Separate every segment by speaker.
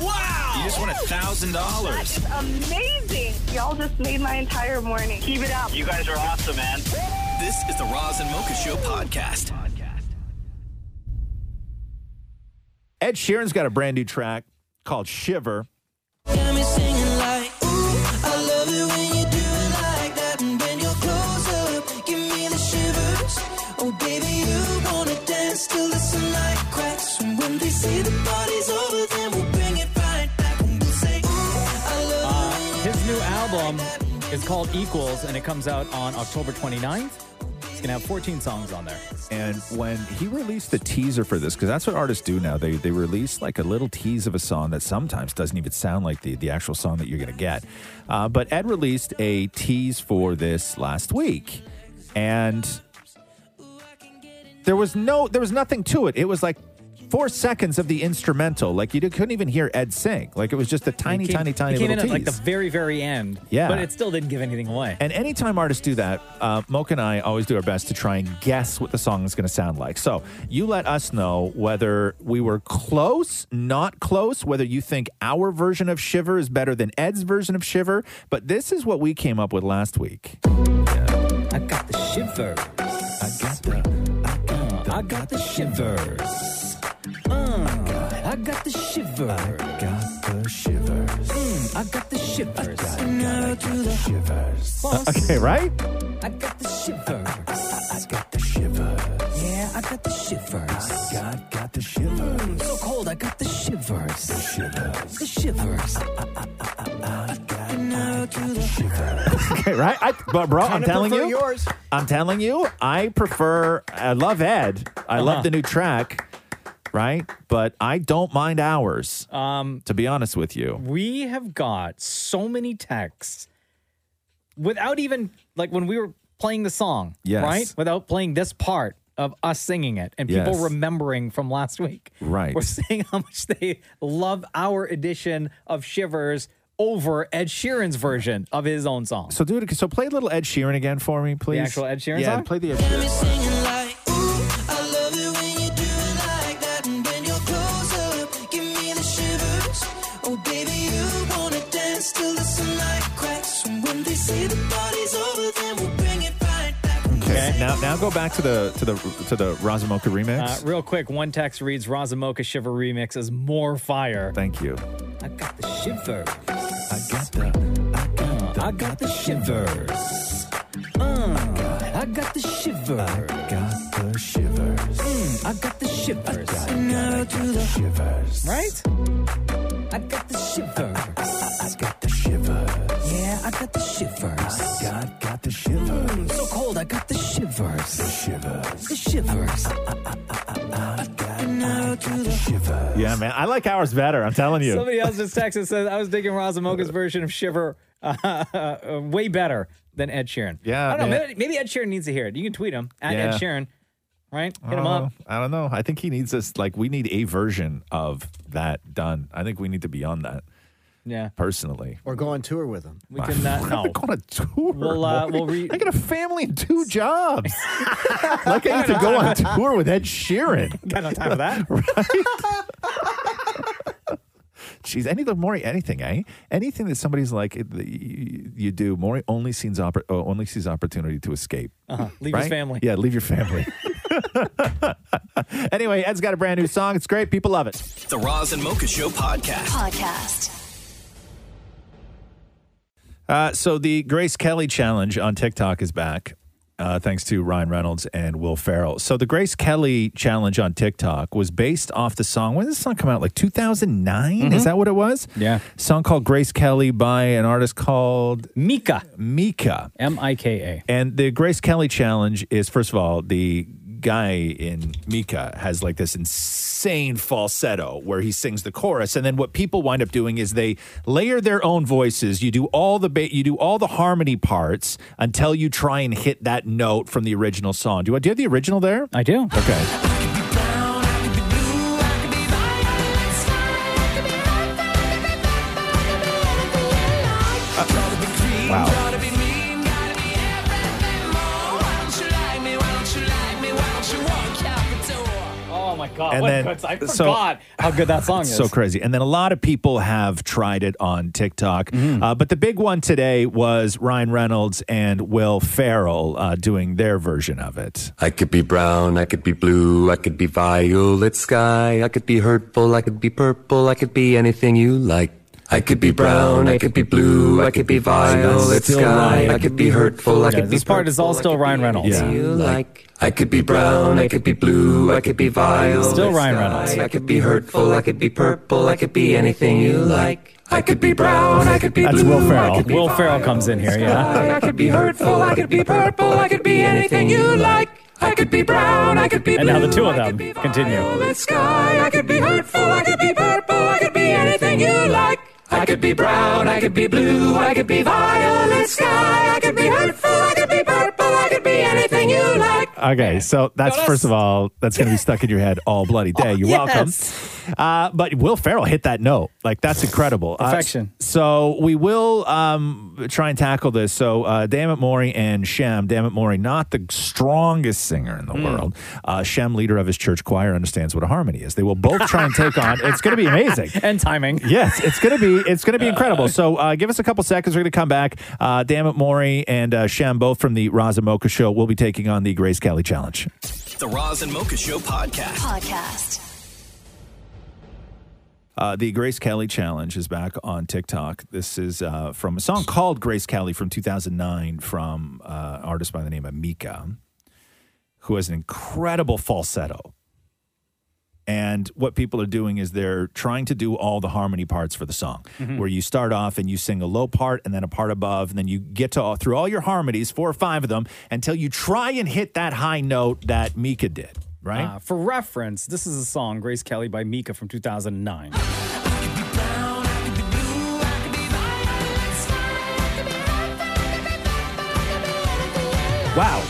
Speaker 1: You
Speaker 2: Wow!
Speaker 1: just won a thousand dollars.
Speaker 3: Amazing. Y'all just made my entire morning. Keep it up.
Speaker 4: You guys are awesome, man.
Speaker 1: This is the Roz and Mocha Show podcast.
Speaker 5: Ed Sheeran's got a brand new track called Shiver.
Speaker 2: His new album is called Equals, and it comes out on October 29th. It's gonna have 14 songs on there.
Speaker 5: And when he released the teaser for this, because that's what artists do now, they, they release like a little tease of a song that sometimes doesn't even sound like the, the actual song that you're going to get. Uh, but Ed released a tease for this last week. And there was no, there was nothing to it. It was like four seconds of the instrumental. Like you couldn't even hear Ed sing. Like it was just a tiny,
Speaker 2: It came-
Speaker 5: tiny,
Speaker 2: it
Speaker 5: tiny
Speaker 2: came
Speaker 5: little
Speaker 2: in at,
Speaker 5: tease.
Speaker 2: like the very, very end.
Speaker 5: Yeah.
Speaker 2: but it still didn't give anything away.
Speaker 5: And anytime artists do that, uh, Moke and I always do our best to try and guess what the song is going to sound like. So you let us know whether we were close, not close, whether you think our version of Shiver is better than Ed's version of Shiver. But this is what we came up with last week.
Speaker 2: I got the shivers.
Speaker 5: I got the, I got
Speaker 2: I got the shivers. Uh, I got the shivers. Mm,
Speaker 5: got the shivers.
Speaker 2: I got the shivers.
Speaker 5: shivers.
Speaker 2: Boss,
Speaker 5: Okay, right?
Speaker 2: I got the shivers.
Speaker 5: I got the shivers.
Speaker 2: Yeah, I got the shivers. Mm,
Speaker 5: God got the shivers.
Speaker 2: So cold, I got the shivers. The shivers. The shivers.
Speaker 5: Okay, right? I, but bro, I'm
Speaker 6: Kinda
Speaker 5: telling
Speaker 6: prefer
Speaker 5: you,
Speaker 6: yours.
Speaker 5: I'm telling you, I prefer. I love Ed. I love the new track, right? But I don't mind ours. Um, to be honest with you,
Speaker 2: we have got so many texts without even like when we were playing the song,
Speaker 5: Yes.
Speaker 2: right? Without playing this part of us singing it and
Speaker 5: Yes.
Speaker 2: people remembering from last week.
Speaker 5: Right.
Speaker 2: We're saying how much they love our edition of Shivers over Ed Sheeran's version of his own song.
Speaker 5: so do it. So play a little Ed Sheeran again for me, please.
Speaker 2: actual Ed Sheeran
Speaker 5: Yeah,
Speaker 2: song? Uh,
Speaker 5: play the Ed Sheeran. song. Okay, now now go back to the to the to the Razumoka
Speaker 2: Uh,
Speaker 5: remix.
Speaker 2: real quick, one text reads Razamoka Shiver remix is more fire.
Speaker 5: Thank you.
Speaker 2: I got the shivers.
Speaker 5: I got the, I got
Speaker 2: I got the shivers. Uh, I got the shivers. Mm,
Speaker 5: got the shivers.
Speaker 2: I got the shivers.
Speaker 5: Shivers.
Speaker 2: Right? I got the shivers.
Speaker 5: I got the shivers.
Speaker 2: Yeah, I got the shivers. Mm,
Speaker 5: God got the shivers.
Speaker 2: So cold, I got the shivers.
Speaker 5: Shivers.
Speaker 2: The shivers. Uh,
Speaker 5: Yeah, man. I like ours better. I'm telling you.
Speaker 2: Somebody else just texted and says, I was digging Razamoka's version of Shiver uh, uh, way better than Ed Sheeran.
Speaker 5: Yeah,
Speaker 2: I don't know.
Speaker 5: man.
Speaker 2: Maybe, maybe Ed Sheeran needs to hear it. You can tweet him at
Speaker 5: Yeah. Uh,
Speaker 2: Ed Sheeran, right? Hit him
Speaker 5: I don't
Speaker 2: up.
Speaker 5: know. I don't know. I think he needs us. Like, we need a version of that done. I think we need to be on that
Speaker 2: Yeah.
Speaker 5: personally.
Speaker 7: Or go on tour with him.
Speaker 2: We can uh,
Speaker 5: I'm
Speaker 2: no.
Speaker 5: going on a tour.
Speaker 2: We'll, uh,
Speaker 5: boy.
Speaker 2: we'll re-
Speaker 5: I got a family and two jobs. like, I need to go on tour with Ed Sheeran.
Speaker 2: Got no time for that.
Speaker 5: Jeez, any the more anything, eh? Anything that somebody's like it- the- you, you do, Maury only sees oppor- oh, only sees opportunity to escape.
Speaker 2: Uh-huh. Leave
Speaker 5: right?
Speaker 2: his family.
Speaker 5: Yeah, leave your family. anyway, Ed's got a brand new song. It's great. People love it.
Speaker 1: The Roz and Mocha Show podcast.
Speaker 8: Podcast.
Speaker 5: Uh, so the Grace Kelly challenge on TikTok is back, uh, thanks to Ryan Reynolds and Will Farrell. So the Grace Kelly challenge on TikTok was based off the song. When did this song come out? Like 2009? Is that what it was?
Speaker 2: Yeah.
Speaker 5: Song called Grace Kelly by an artist called
Speaker 2: Mika.
Speaker 5: Mika.
Speaker 2: M I K A.
Speaker 5: And the Grace Kelly challenge is, first of all, the guy in Mika has like this insane falsetto where he sings the chorus, and then what people wind up doing is they layer their own voices. You do all the ba- you do all the harmony parts until you try and hit that note from the original song. Do you, do you have the original there?
Speaker 2: I do.
Speaker 5: Okay. Wow.
Speaker 2: Oh my god!
Speaker 5: And
Speaker 2: what
Speaker 5: then-
Speaker 2: good- I
Speaker 5: so-
Speaker 2: forgot how good that song is.
Speaker 5: So crazy. And then a lot of people have tried it on TikTok.
Speaker 2: Mm-hmm.
Speaker 5: Uh, but the big one today was Ryan Reynolds and Will Ferrell uh, doing their version of it.
Speaker 9: I could be brown, I could be blue, I could be violet sky, I could be hurtful, I could be purple, I could be anything you like. I could be brown, I could be blue, I could be violet
Speaker 5: Still
Speaker 9: sky,
Speaker 5: Ryan.
Speaker 9: I could be hurtful, I
Speaker 2: Yeah,
Speaker 9: could be
Speaker 2: this part is all
Speaker 9: purple, I
Speaker 2: still
Speaker 9: could
Speaker 2: Ryan
Speaker 9: be
Speaker 2: Reynolds.
Speaker 9: anything
Speaker 5: Yeah.
Speaker 9: you like. I could be brown, I could be blue, I could be violet
Speaker 2: Still Ryan
Speaker 9: sky,
Speaker 2: Reynolds.
Speaker 9: I could be hurtful, I could be purple, I could be anything you like. I could be brown, I could be
Speaker 5: That's
Speaker 9: blue,
Speaker 5: Will Ferrell.
Speaker 9: I could be
Speaker 2: Will Ferrell comes in here. Yeah.
Speaker 9: I could be hurtful, I could be purple, I could be anything you like. I could be brown, I could be
Speaker 2: And now the two
Speaker 9: blue,
Speaker 2: of
Speaker 9: I
Speaker 2: them
Speaker 9: could be
Speaker 2: continue.
Speaker 9: violet sky, I could be hurtful, I could be purple, I could be anything you like. I could be brown, I could be blue, I could be violet sky, I could be hurtful, I could be purple, I could be anything you like.
Speaker 5: Okay, so that's first of all, that's going to be stuck in your head all bloody day. You're welcome. Uh, but Will Ferrell hit that note. Like, that's incredible. Uh,
Speaker 2: Perfection.
Speaker 5: so we will um, try and tackle this. So, uh, Dammit Mori and Shem, Dammit Mori, not the strongest singer in the world. Uh, Shem, leader of his church choir, understands what a harmony is. They will both try and take on. It's going to be amazing.
Speaker 2: And timing.
Speaker 5: Yes, it's gonna be it's gonna be incredible. So uh, give us a couple seconds. We're gonna come back. Uh, Damn it, Maury and uh, Shem, both from the Raza Mocha Show, will be taking on the Grace Kelly Challenge.
Speaker 1: The Roz and Mocha Show podcast.
Speaker 8: Podcast.
Speaker 5: Uh, the Grace Kelly Challenge is back on TikTok. This is uh, from a song called Grace Kelly from 2009 from uh, an artist by the name of Mika, who has an incredible falsetto. And what people are doing is they're trying to do all the harmony parts for the song, where you start off and you sing a low part and then a part above, and then you get to all, through all your harmonies, four or five of them, until you try and hit that high note that Mika did, right?
Speaker 2: Uh, for reference, this is a song "Grace Kelly" by Mika from 2009.
Speaker 5: wow.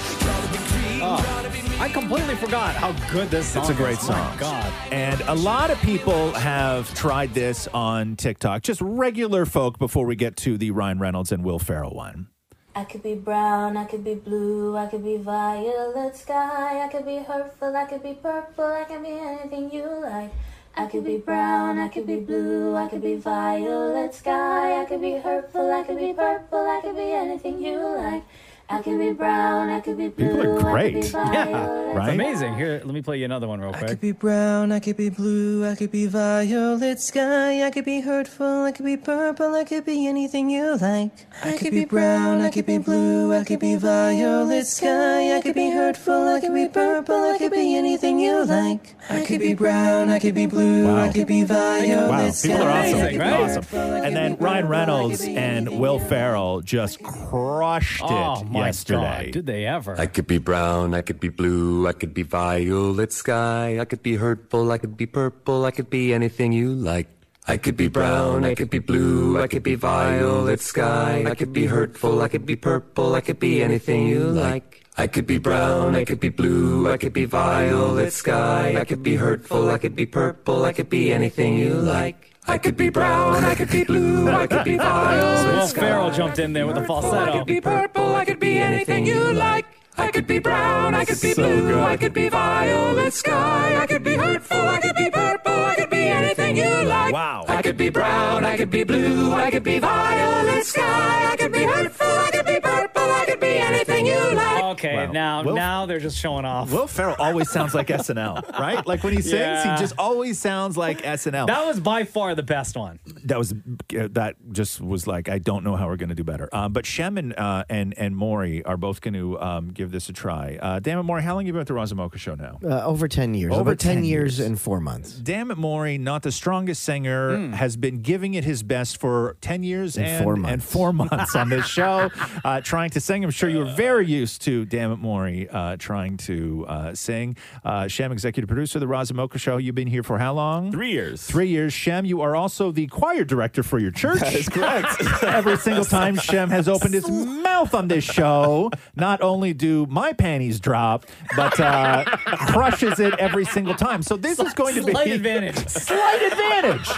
Speaker 5: Oh.
Speaker 2: I completely forgot how good this song.
Speaker 5: It's a great
Speaker 2: is.
Speaker 5: song.
Speaker 2: My God.
Speaker 5: And a lot of people have tried this on TikTok, just regular folk before we get to the Ryan Reynolds and Will Ferrell one.
Speaker 4: I could be brown, I could be blue, I could be violet sky, I could be hurtful, I could be purple, I could be anything you like. I could be brown, I could be blue, I could be violet sky, I could be hurtful, I could be purple, I could be anything you like. I could be brown, I could be blue,
Speaker 5: People are
Speaker 4: I could be
Speaker 5: great.
Speaker 4: violet
Speaker 2: Yeah,
Speaker 5: Right?
Speaker 2: It's amazing. Here, let me play you another one real
Speaker 7: I could
Speaker 2: quick.
Speaker 7: be brown, I could be blue, I could be violet sky, I could be hurtful, I could be purple, I could be anything you like. I could be brown, I could be blue, I could be violet sky, I could be hurtful, I could be purple, I could be anything you like. I could be brown, I could be blue, I could be
Speaker 5: Wow,
Speaker 7: violet sky.
Speaker 5: people are awesome.
Speaker 2: Amazing, right?
Speaker 5: Awesome. And then Ryan Reynolds and Will Ferrell just crushed it
Speaker 2: Oh my
Speaker 5: yesterday.
Speaker 2: God! Did they ever?
Speaker 9: I could be brown, I could be blue, I could be violet sky, I could be hurtful, I could be purple, I could be anything you like. I could be brown, I could be blue, I could be violet sky, I could be hurtful, I could be purple, I could be anything you like. I could be brown, I could be blue, I could be violet sky, I could be hurtful, I could be purple, I could be anything you like. I could be brown, I could be blue, I could be
Speaker 2: Will
Speaker 9: violet sky.
Speaker 2: Ferrell jumped in there with a
Speaker 9: I
Speaker 2: falsetto.
Speaker 9: could be purple, I could be anything you like. I could be brown, I could be
Speaker 5: So
Speaker 9: blue,
Speaker 5: good.
Speaker 9: I could be violet sky, I could be hurtful, I could be purple, I could be anything you like.
Speaker 5: Wow.
Speaker 9: I could be brown, I could be blue, I could be violet sky, I could be hurtful, I could be purple, I could be anything you like.
Speaker 2: Okay,
Speaker 5: Wow.
Speaker 2: now
Speaker 5: Will-
Speaker 2: now they're just showing off.
Speaker 5: Will Ferrell always sounds like SNL, right? Like when he sings,
Speaker 2: Yeah.
Speaker 5: he just always sounds like SNL.
Speaker 2: That was by far the best one.
Speaker 5: that was uh, that just was like I don't know how we're going to do better. Um, but Shem and uh, and and Maury are both going to um, give this a try. Uh, damn it, Maury, how long have you been at the Razamoka show now?
Speaker 10: Uh, over 10 years.
Speaker 5: Over
Speaker 10: About 10,
Speaker 5: 10
Speaker 10: years
Speaker 5: years.
Speaker 10: and four months.
Speaker 5: Damn it, Maury, not the strongest singer, has been giving it his best for ten years and,
Speaker 10: And Hmm. four
Speaker 5: and
Speaker 10: months.
Speaker 5: four months on this show, uh, trying to sing. I'm sure you were They're used to, damn it, Maury, uh, trying to uh, sing. Uh, Shem, executive producer of the Raza Mocha Show. You've been here for how long?
Speaker 10: Three years.
Speaker 5: Three years. Shem, you are also the choir director for your church.
Speaker 10: That is correct.
Speaker 5: Every single time Shem has opened his mouth on this show, not only do my panties drop, but uh, crushes it every single time. So this is going to be
Speaker 2: Slight advantage.
Speaker 5: Slight advantage.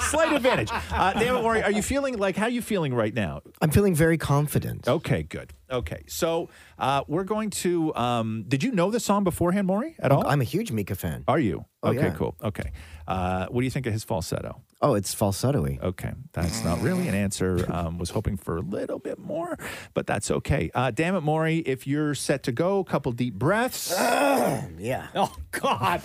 Speaker 5: Slight advantage. Uh, damn it, Maury, are you feeling like how are you feeling right now?
Speaker 3: I'm feeling very confident.
Speaker 5: Okay, good. Okay, so uh, we're going to. Um, did you know the song beforehand, Maury, at all?
Speaker 3: I'm a huge Mika fan.
Speaker 5: Are you?
Speaker 3: Oh,
Speaker 5: okay,
Speaker 3: yeah.
Speaker 5: cool. Okay. Uh, what do you think of his falsetto?
Speaker 3: Oh, it's falsetto-y.
Speaker 5: Okay, that's not really an answer. Um, was hoping for a little bit more, but that's okay. Uh, damn it, Maury, if you're set to go, couple deep breaths.
Speaker 3: yeah.
Speaker 2: Oh, God.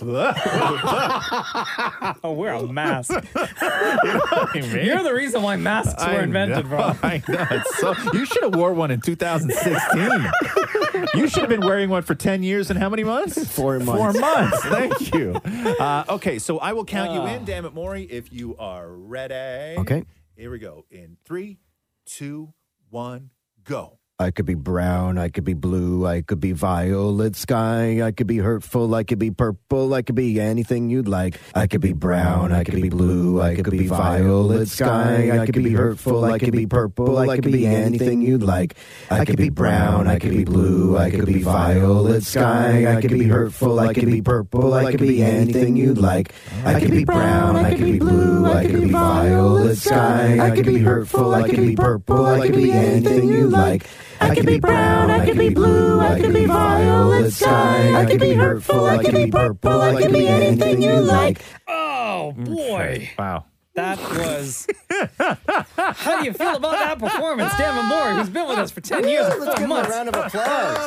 Speaker 2: oh, wear a mask. You're the reason why masks were invented,
Speaker 5: know,
Speaker 2: bro.
Speaker 5: I know. It's so, you should have wore one in 2016. you should have been wearing one for 10 years and how many months?
Speaker 3: Four
Speaker 5: Four
Speaker 3: months.
Speaker 5: months. Thank you. Uh, okay, so I will count you in, damn it, Maury, if you are ready.
Speaker 3: Okay.
Speaker 5: Here we go. In three, two, one, go.
Speaker 3: I could be brown, I could be blue, I could be violet sky, I could be hurtful, I could be purple, I could be anything you'd like. I could be brown, I could be blue, I could be violet sky, I could be hurtful, I could be purple, I could be anything you'd like. I could be brown, I could be blue, I could be violet sky, I could be hurtful, I could be purple, I could be anything you'd like. I could be brown, I could be blue, I could be violet sky, I could be hurtful, I could be purple, I could be anything you'd like. I could be brown, I could be blue, I could be violet sky, I could be hurtful, I could be purple, I could be anything you like.
Speaker 2: Oh, boy.
Speaker 5: Wow.
Speaker 2: That was. How do you feel about that performance, Damon Moore, who's been with us for 10 years and four months?
Speaker 3: of applause.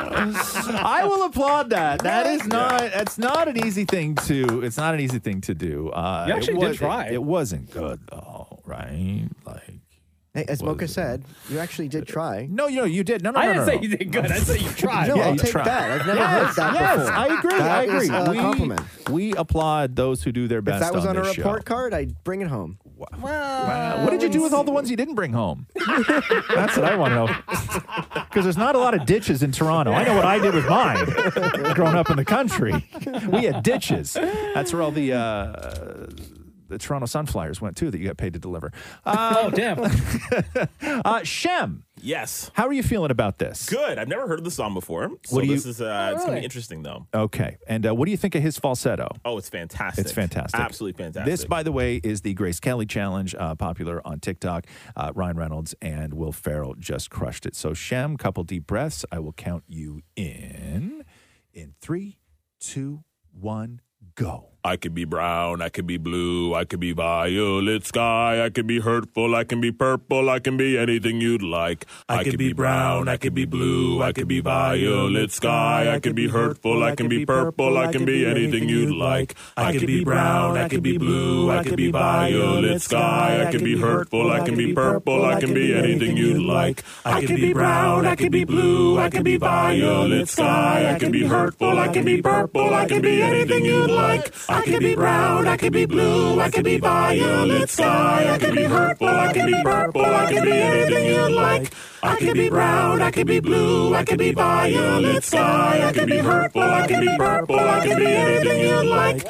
Speaker 5: I will applaud that. That is not. That's not an easy thing to. It's not an easy thing to do. Uh,
Speaker 2: You actually
Speaker 5: it
Speaker 2: did
Speaker 5: was-
Speaker 2: try.
Speaker 5: It, it wasn't good though, right? Like.
Speaker 3: As Mocha said, you actually did try.
Speaker 5: No, no, you did. No, no,
Speaker 2: I
Speaker 5: no,
Speaker 2: didn't
Speaker 5: no,
Speaker 2: say
Speaker 5: no.
Speaker 2: you did good. I said you tried.
Speaker 3: No,
Speaker 5: Yeah,
Speaker 3: I'll
Speaker 5: you
Speaker 3: take
Speaker 5: tried.
Speaker 3: that. I've never
Speaker 5: Yes,
Speaker 3: heard that
Speaker 5: yes,
Speaker 3: before.
Speaker 5: I agree.
Speaker 3: That
Speaker 5: I agree.
Speaker 3: is a
Speaker 5: we,
Speaker 3: compliment.
Speaker 5: we applaud those who do their best.
Speaker 3: If that was on, a
Speaker 5: this
Speaker 3: report
Speaker 5: show.
Speaker 3: card, I'd bring it home.
Speaker 5: Wow. Uh, What did you do with all the ones you didn't bring home? That's what I want to know. Because there's not a lot of ditches in Toronto. I know what I did with mine growing up in the country. We had ditches. That's where all the. Uh, the Toronto Sunflyers went too that you got paid to deliver. Uh,
Speaker 2: Oh, damn.
Speaker 5: uh, Shem,
Speaker 10: Yes.
Speaker 5: how are you feeling about this?
Speaker 10: Good. I've never heard of the song before. So
Speaker 5: What do you- Oh,
Speaker 10: this is uh, it's gonna
Speaker 2: really?
Speaker 10: be interesting though.
Speaker 5: Okay. And uh, what do you think of his falsetto?
Speaker 10: Oh, it's fantastic.
Speaker 5: It's fantastic.
Speaker 10: Absolutely fantastic.
Speaker 5: This, by the way, is the Grace Kelly challenge, uh, popular on TikTok. Uh, Ryan Reynolds and Will Ferrell just crushed it. So, Shem, couple deep breaths. I will count you in. In three, two, one, go.
Speaker 10: I could be brown, I could be blue, I could be violet sky, I could be hurtful, I can be purple, I can be anything you'd like. I, could be brown, I could be blue, I could be violet sky, I could be hurtful, I can be purple, I can be anything you'd like. I could be brown, I could be blue, I could be violet sky, I could be hurtful, I can be purple, I can be anything you'd like. I could be brown, I could be blue, I could be violet sky, I could be hurtful, I can be purple, I can be anything you'd like. I could be brown, I could be blue, I could be violet sky, I could be hurtful, I could be purple, I could be anything you like. I could be brown, I could be blue, I could be violet sky, I could be hurtful, I could be purple, I could be anything you like.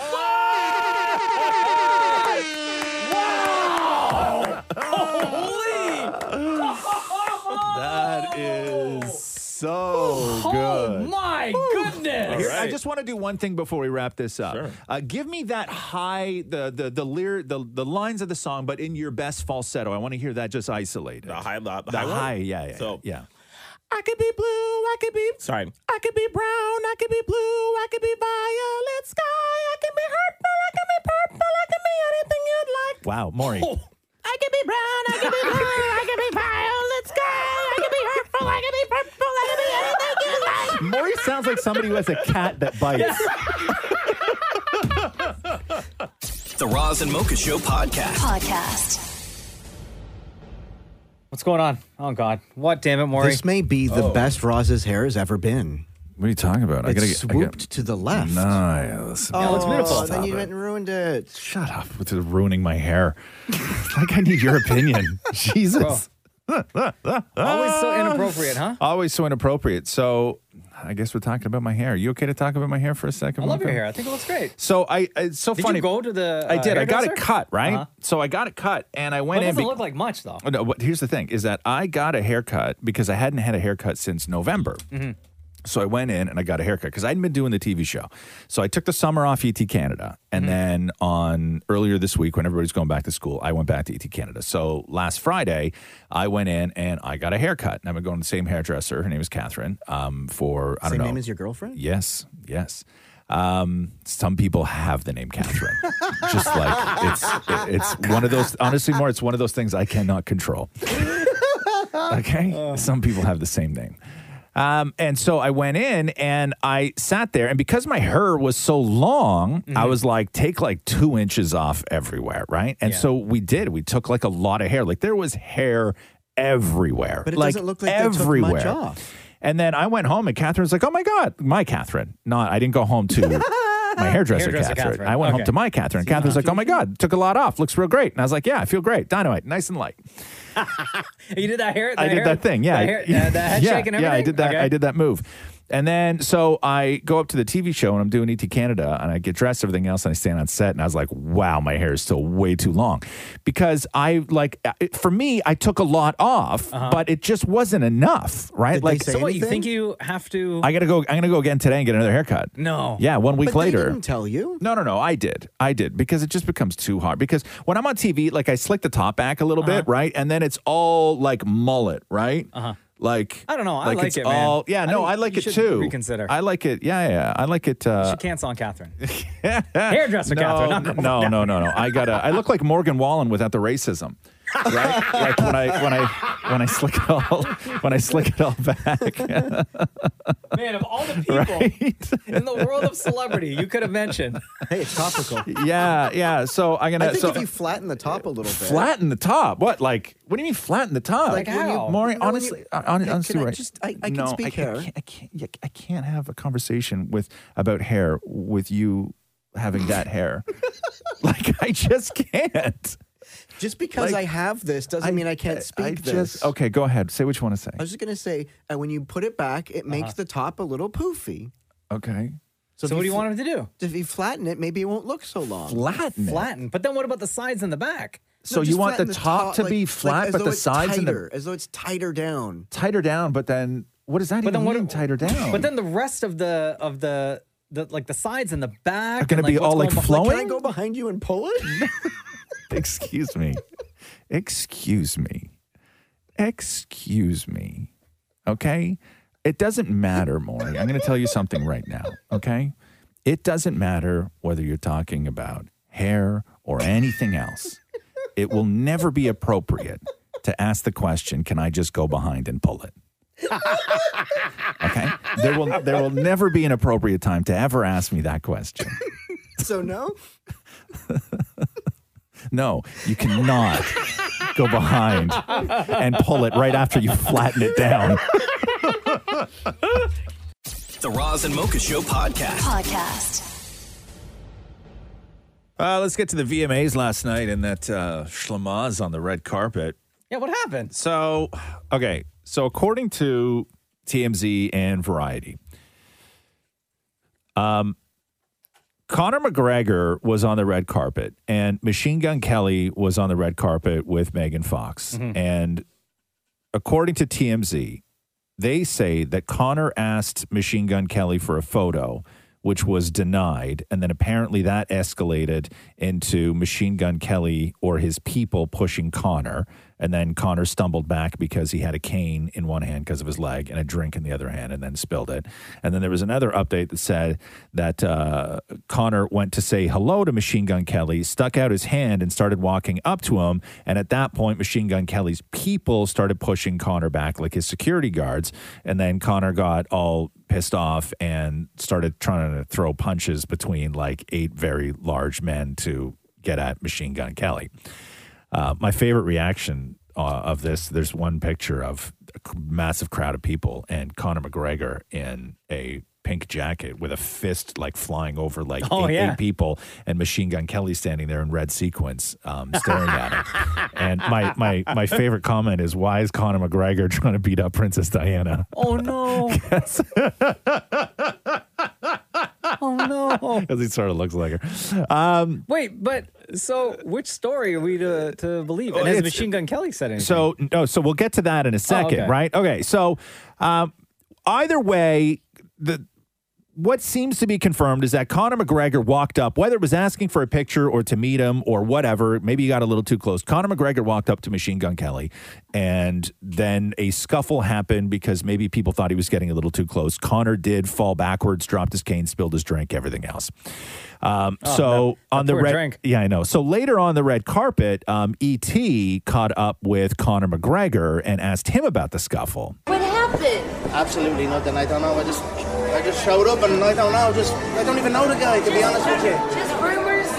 Speaker 2: oh
Speaker 5: That is so
Speaker 2: Oh, my goodness.
Speaker 5: Here, I
Speaker 10: right.
Speaker 5: just want to do one thing before we wrap this up.
Speaker 10: Sure.
Speaker 5: Uh, give me that high, the the the lyr, the the lines of the song, but in your best falsetto. I want to hear that just isolated.
Speaker 10: The high- the- the
Speaker 5: the
Speaker 10: high one?
Speaker 5: high, yeah, yeah,
Speaker 10: So-
Speaker 5: yeah.
Speaker 10: I could be blue, I could be sorry. I could be brown, I could be blue, I could be violet sky, I could be hurtful, I could be purple, I could be anything you'd like.
Speaker 5: Wow, Maury.
Speaker 10: I could be brown, I could be blue, I could be violet sky, I could be hurtful, I could be purple, I could be anything you'd like.
Speaker 5: Maury sounds like somebody who has a cat that bites.
Speaker 1: The Roz and Mocha Show podcast.
Speaker 11: Podcast.
Speaker 2: What's going on? Oh, God. What, damn it, Maury?
Speaker 3: This may be the best Roz's hair has ever been.
Speaker 5: Oh. What are you talking about?
Speaker 3: It swooped to the left.
Speaker 5: oh, it's beautiful.
Speaker 3: then you went and ruined it.
Speaker 5: Shut up with the ruining my hair. like I need your opinion. Jesus.
Speaker 2: Always so inappropriate, huh?
Speaker 5: Always so inappropriate. So I guess we're talking about my hair. You okay to talk about my hair for a second?
Speaker 2: I love your
Speaker 5: Mocha?
Speaker 2: hair. I think it looks great.
Speaker 5: So I it's so
Speaker 2: Did you
Speaker 5: funny.
Speaker 2: go to the,
Speaker 5: I
Speaker 2: uh,
Speaker 5: did. I got it
Speaker 2: hairdresser?
Speaker 5: cut right.
Speaker 2: Uh-huh.
Speaker 5: So I got it cut, and I
Speaker 2: Well,
Speaker 5: went
Speaker 2: it
Speaker 5: in.
Speaker 2: doesn't
Speaker 5: be-
Speaker 2: look like much though.
Speaker 5: Oh, No, but here's the thing: is that I got a haircut because I hadn't had a haircut since November.
Speaker 2: Mhm.
Speaker 5: So I went in and I got a haircut because I'd been doing the TV show. So I took the summer off ET Canada, and
Speaker 10: Mm-hmm.
Speaker 5: then on earlier this week, when everybody's going back to school, I went back to ET Canada. So last Friday, I went in and I got a haircut, and I've been going to the same hairdresser. Her name is Catherine. Um, for I don't
Speaker 11: Same
Speaker 5: know.
Speaker 11: name as your girlfriend?
Speaker 5: Yes, yes. Um, some people have the name Catherine. Just like it's it- it's one of those. Honestly, more it's one of those things I cannot control. Okay,
Speaker 11: Oh.
Speaker 5: some people have the same name. Um, and so I went in and I sat there, and because my hair was so long, I
Speaker 11: Mm-hmm.
Speaker 5: was like, take like two inches off everywhere, right? And so we did. We took like a lot of hair. Like there was hair everywhere,
Speaker 11: But it
Speaker 5: like
Speaker 11: doesn't look like they took much
Speaker 5: everywhere.
Speaker 11: off.
Speaker 5: And then I went home, and Catherine's like, "Oh my god, my Catherine." Not, I didn't go home to my hairdresser,
Speaker 2: Hairdresser
Speaker 5: Catherine.
Speaker 2: Catherine.
Speaker 5: I went
Speaker 2: Okay.
Speaker 5: home to my Catherine. Catherine's like, "Oh my god, took a lot off. Looks real great." And I was like, "Yeah, I feel great. Dynamite, nice and light."
Speaker 2: Mm-hmm. You did that hair.
Speaker 5: I
Speaker 2: that
Speaker 5: did
Speaker 2: hair-
Speaker 5: that thing. Yeah,
Speaker 2: that hair, that, that head
Speaker 5: yeah,
Speaker 2: shake and everything.
Speaker 5: yeah. I did that.
Speaker 2: Okay.
Speaker 5: I did that move. And then so I go up to the TV show and I'm doing ET Canada and I get dressed, everything else, and I stand on set and I was like, wow, my hair is still way too long. Because I like uh, it- for me, I took a lot off,
Speaker 2: Uh-huh.
Speaker 5: but it just wasn't enough, right? like
Speaker 2: so what? You think you have to?
Speaker 5: I gotta go. I'm gonna go again today and get another haircut.
Speaker 2: No.
Speaker 5: Yeah, one week
Speaker 11: But they
Speaker 5: later.
Speaker 11: didn't tell you.
Speaker 5: No, no, no. I did. I did because it just becomes too hard. Because when I'm on TV, like I slick the top back a little
Speaker 2: Uh-huh.
Speaker 5: bit, right, and then it's all like mullet, right? Uh huh. Like
Speaker 2: I don't know. I like
Speaker 5: it's
Speaker 2: it, man.
Speaker 5: all- yeah,
Speaker 2: I
Speaker 5: no,
Speaker 2: think
Speaker 5: I, like
Speaker 2: you
Speaker 5: it
Speaker 2: should
Speaker 5: too.
Speaker 2: reconsider.
Speaker 5: I like it. Yeah, yeah. I like it.
Speaker 2: You
Speaker 5: Uh,
Speaker 2: should cancel on Catherine. Hairdresser
Speaker 5: no,
Speaker 2: Catherine. not girlfriend.
Speaker 5: no, no, no, no. I gotta. I look like Morgan Wallen without the racism, right? like when I when I when I slick it all when I slick it all back.
Speaker 2: Man, of all the people in the world of celebrity, you could have mentioned.
Speaker 11: Hey, it's topical.
Speaker 5: yeah, yeah. So I'm gonna
Speaker 11: I think
Speaker 5: so
Speaker 11: if you flatten the top a little bit.
Speaker 5: flatten the top. What like? What do you mean flatten the top?
Speaker 11: Like when you-
Speaker 5: Maury,
Speaker 11: you know, when you-
Speaker 5: honestly, uh, hon-
Speaker 11: Hey,
Speaker 5: honestly,
Speaker 11: can I
Speaker 5: right?
Speaker 11: just- I- I can
Speaker 5: no,
Speaker 11: speak
Speaker 5: I,
Speaker 11: hair.
Speaker 5: I can't, I can't. yeah, I can't have a conversation with about hair with you having that hair. like I just can't.
Speaker 11: Just because
Speaker 5: Like,
Speaker 11: I have this doesn't mean I can't speak
Speaker 5: I
Speaker 11: this.
Speaker 5: just okay. Go ahead. Say what you want to say.
Speaker 11: I was just gonna say, uh, when you put it back, it makes the top a little poofy.
Speaker 5: Okay.
Speaker 2: Uh-huh. So,
Speaker 11: if
Speaker 2: what do you
Speaker 11: fl-
Speaker 2: want him to do?
Speaker 11: If you flatten it, maybe it won't look so long.
Speaker 5: Flatten. it.
Speaker 2: Flatten. But then what about the sides and the back?
Speaker 5: So you
Speaker 11: just
Speaker 5: want the
Speaker 11: flatten
Speaker 5: top to be
Speaker 11: like-
Speaker 5: flat,
Speaker 11: as
Speaker 5: but the
Speaker 11: though it's
Speaker 5: sides and the-
Speaker 11: tighter, as though it's tighter down.
Speaker 5: Tighter down, but then what does that
Speaker 2: But
Speaker 5: even
Speaker 2: then what-
Speaker 5: mean? Tighter down.
Speaker 2: But then the rest of the of the the like the sides and the back
Speaker 5: Are gonna
Speaker 2: and,
Speaker 5: be
Speaker 2: what's
Speaker 5: all, like,
Speaker 2: going beh-
Speaker 5: flowing?
Speaker 11: Can I go behind you and pull it?
Speaker 5: Excuse me. Excuse me. Excuse me. Okay? It doesn't matter, Maury. I'm going to tell you something right now. Okay? It doesn't matter whether you're talking about hair or anything else. It will never be appropriate to ask the question, can I just go behind and pull it? Okay? There will there will never be an appropriate time to ever ask me that question.
Speaker 11: so no.
Speaker 5: No, you cannot go behind and pull it right after you flatten it down.
Speaker 1: The Roz and Mocha Show podcast.
Speaker 8: Podcast.
Speaker 5: Uh, let's get to the VMAs last night and that uh, schlamaz on the red carpet.
Speaker 2: Yeah, what happened?
Speaker 5: So, okay. So, according to TMZ and Variety, um, Conor McGregor was on the red carpet and Machine Gun Kelly was on the red carpet with Megan Fox.
Speaker 2: Mm-hmm.
Speaker 5: And according to TMZ, they say that Connor asked Machine Gun Kelly for a photo, which was denied. And then apparently that escalated into Machine Gun Kelly or his people pushing Connor. And then Connor stumbled back because he had a cane in one hand because of his leg and a drink in the other hand and then spilled it. And then there was another update that said that uh, Connor went to say hello to Machine Gun Kelly, stuck out his hand and started walking up to him. And at that point, Machine Gun Kelly's people started pushing Connor back, like his security guards. And then Connor got all pissed off and started trying to throw punches between like eight very large men to get at Machine Gun Kelly. Uh, my favorite reaction uh, of this, there's one picture of a c- massive crowd of people and Conor McGregor in a pink jacket with a fist like flying over like
Speaker 2: Oh,
Speaker 5: eight-
Speaker 2: yeah.
Speaker 5: eight people, and Machine Gun Kelly standing there in red sequins, um, staring at him. And my my my favorite comment is, "Why is Conor McGregor trying to beat up Princess Diana?"
Speaker 2: Oh no. oh no.
Speaker 5: Because he sort of looks like her. Um,
Speaker 2: Wait, but so which story are we to, to believe? And has
Speaker 5: It's-
Speaker 2: Machine Gun Kelly said anything? Oh,
Speaker 5: So no, so we'll get to that in a second,
Speaker 2: okay.
Speaker 5: right? Okay. So um, either way, the what seems to be confirmed is that Conor McGregor walked up, whether it was asking for a picture or to meet him or whatever, maybe he got a little too close. Conor McGregor walked up to Machine Gun Kelly, and then a scuffle happened because maybe people thought he was getting a little too close. Conor did fall backwards, dropped his cane, spilled his drink, everything else. Um,
Speaker 2: Oh,
Speaker 5: so
Speaker 2: that- that
Speaker 5: on the
Speaker 2: poor
Speaker 5: red,
Speaker 2: drink.
Speaker 5: yeah, I know. So later on the red carpet, um, E.T. caught up with Conor McGregor and asked him about the scuffle.
Speaker 12: What happened?
Speaker 6: Absolutely nothing. I don't know. I just I just showed up and I don't know. Just I don't even know the guy to be honest with you.
Speaker 12: Just rumors.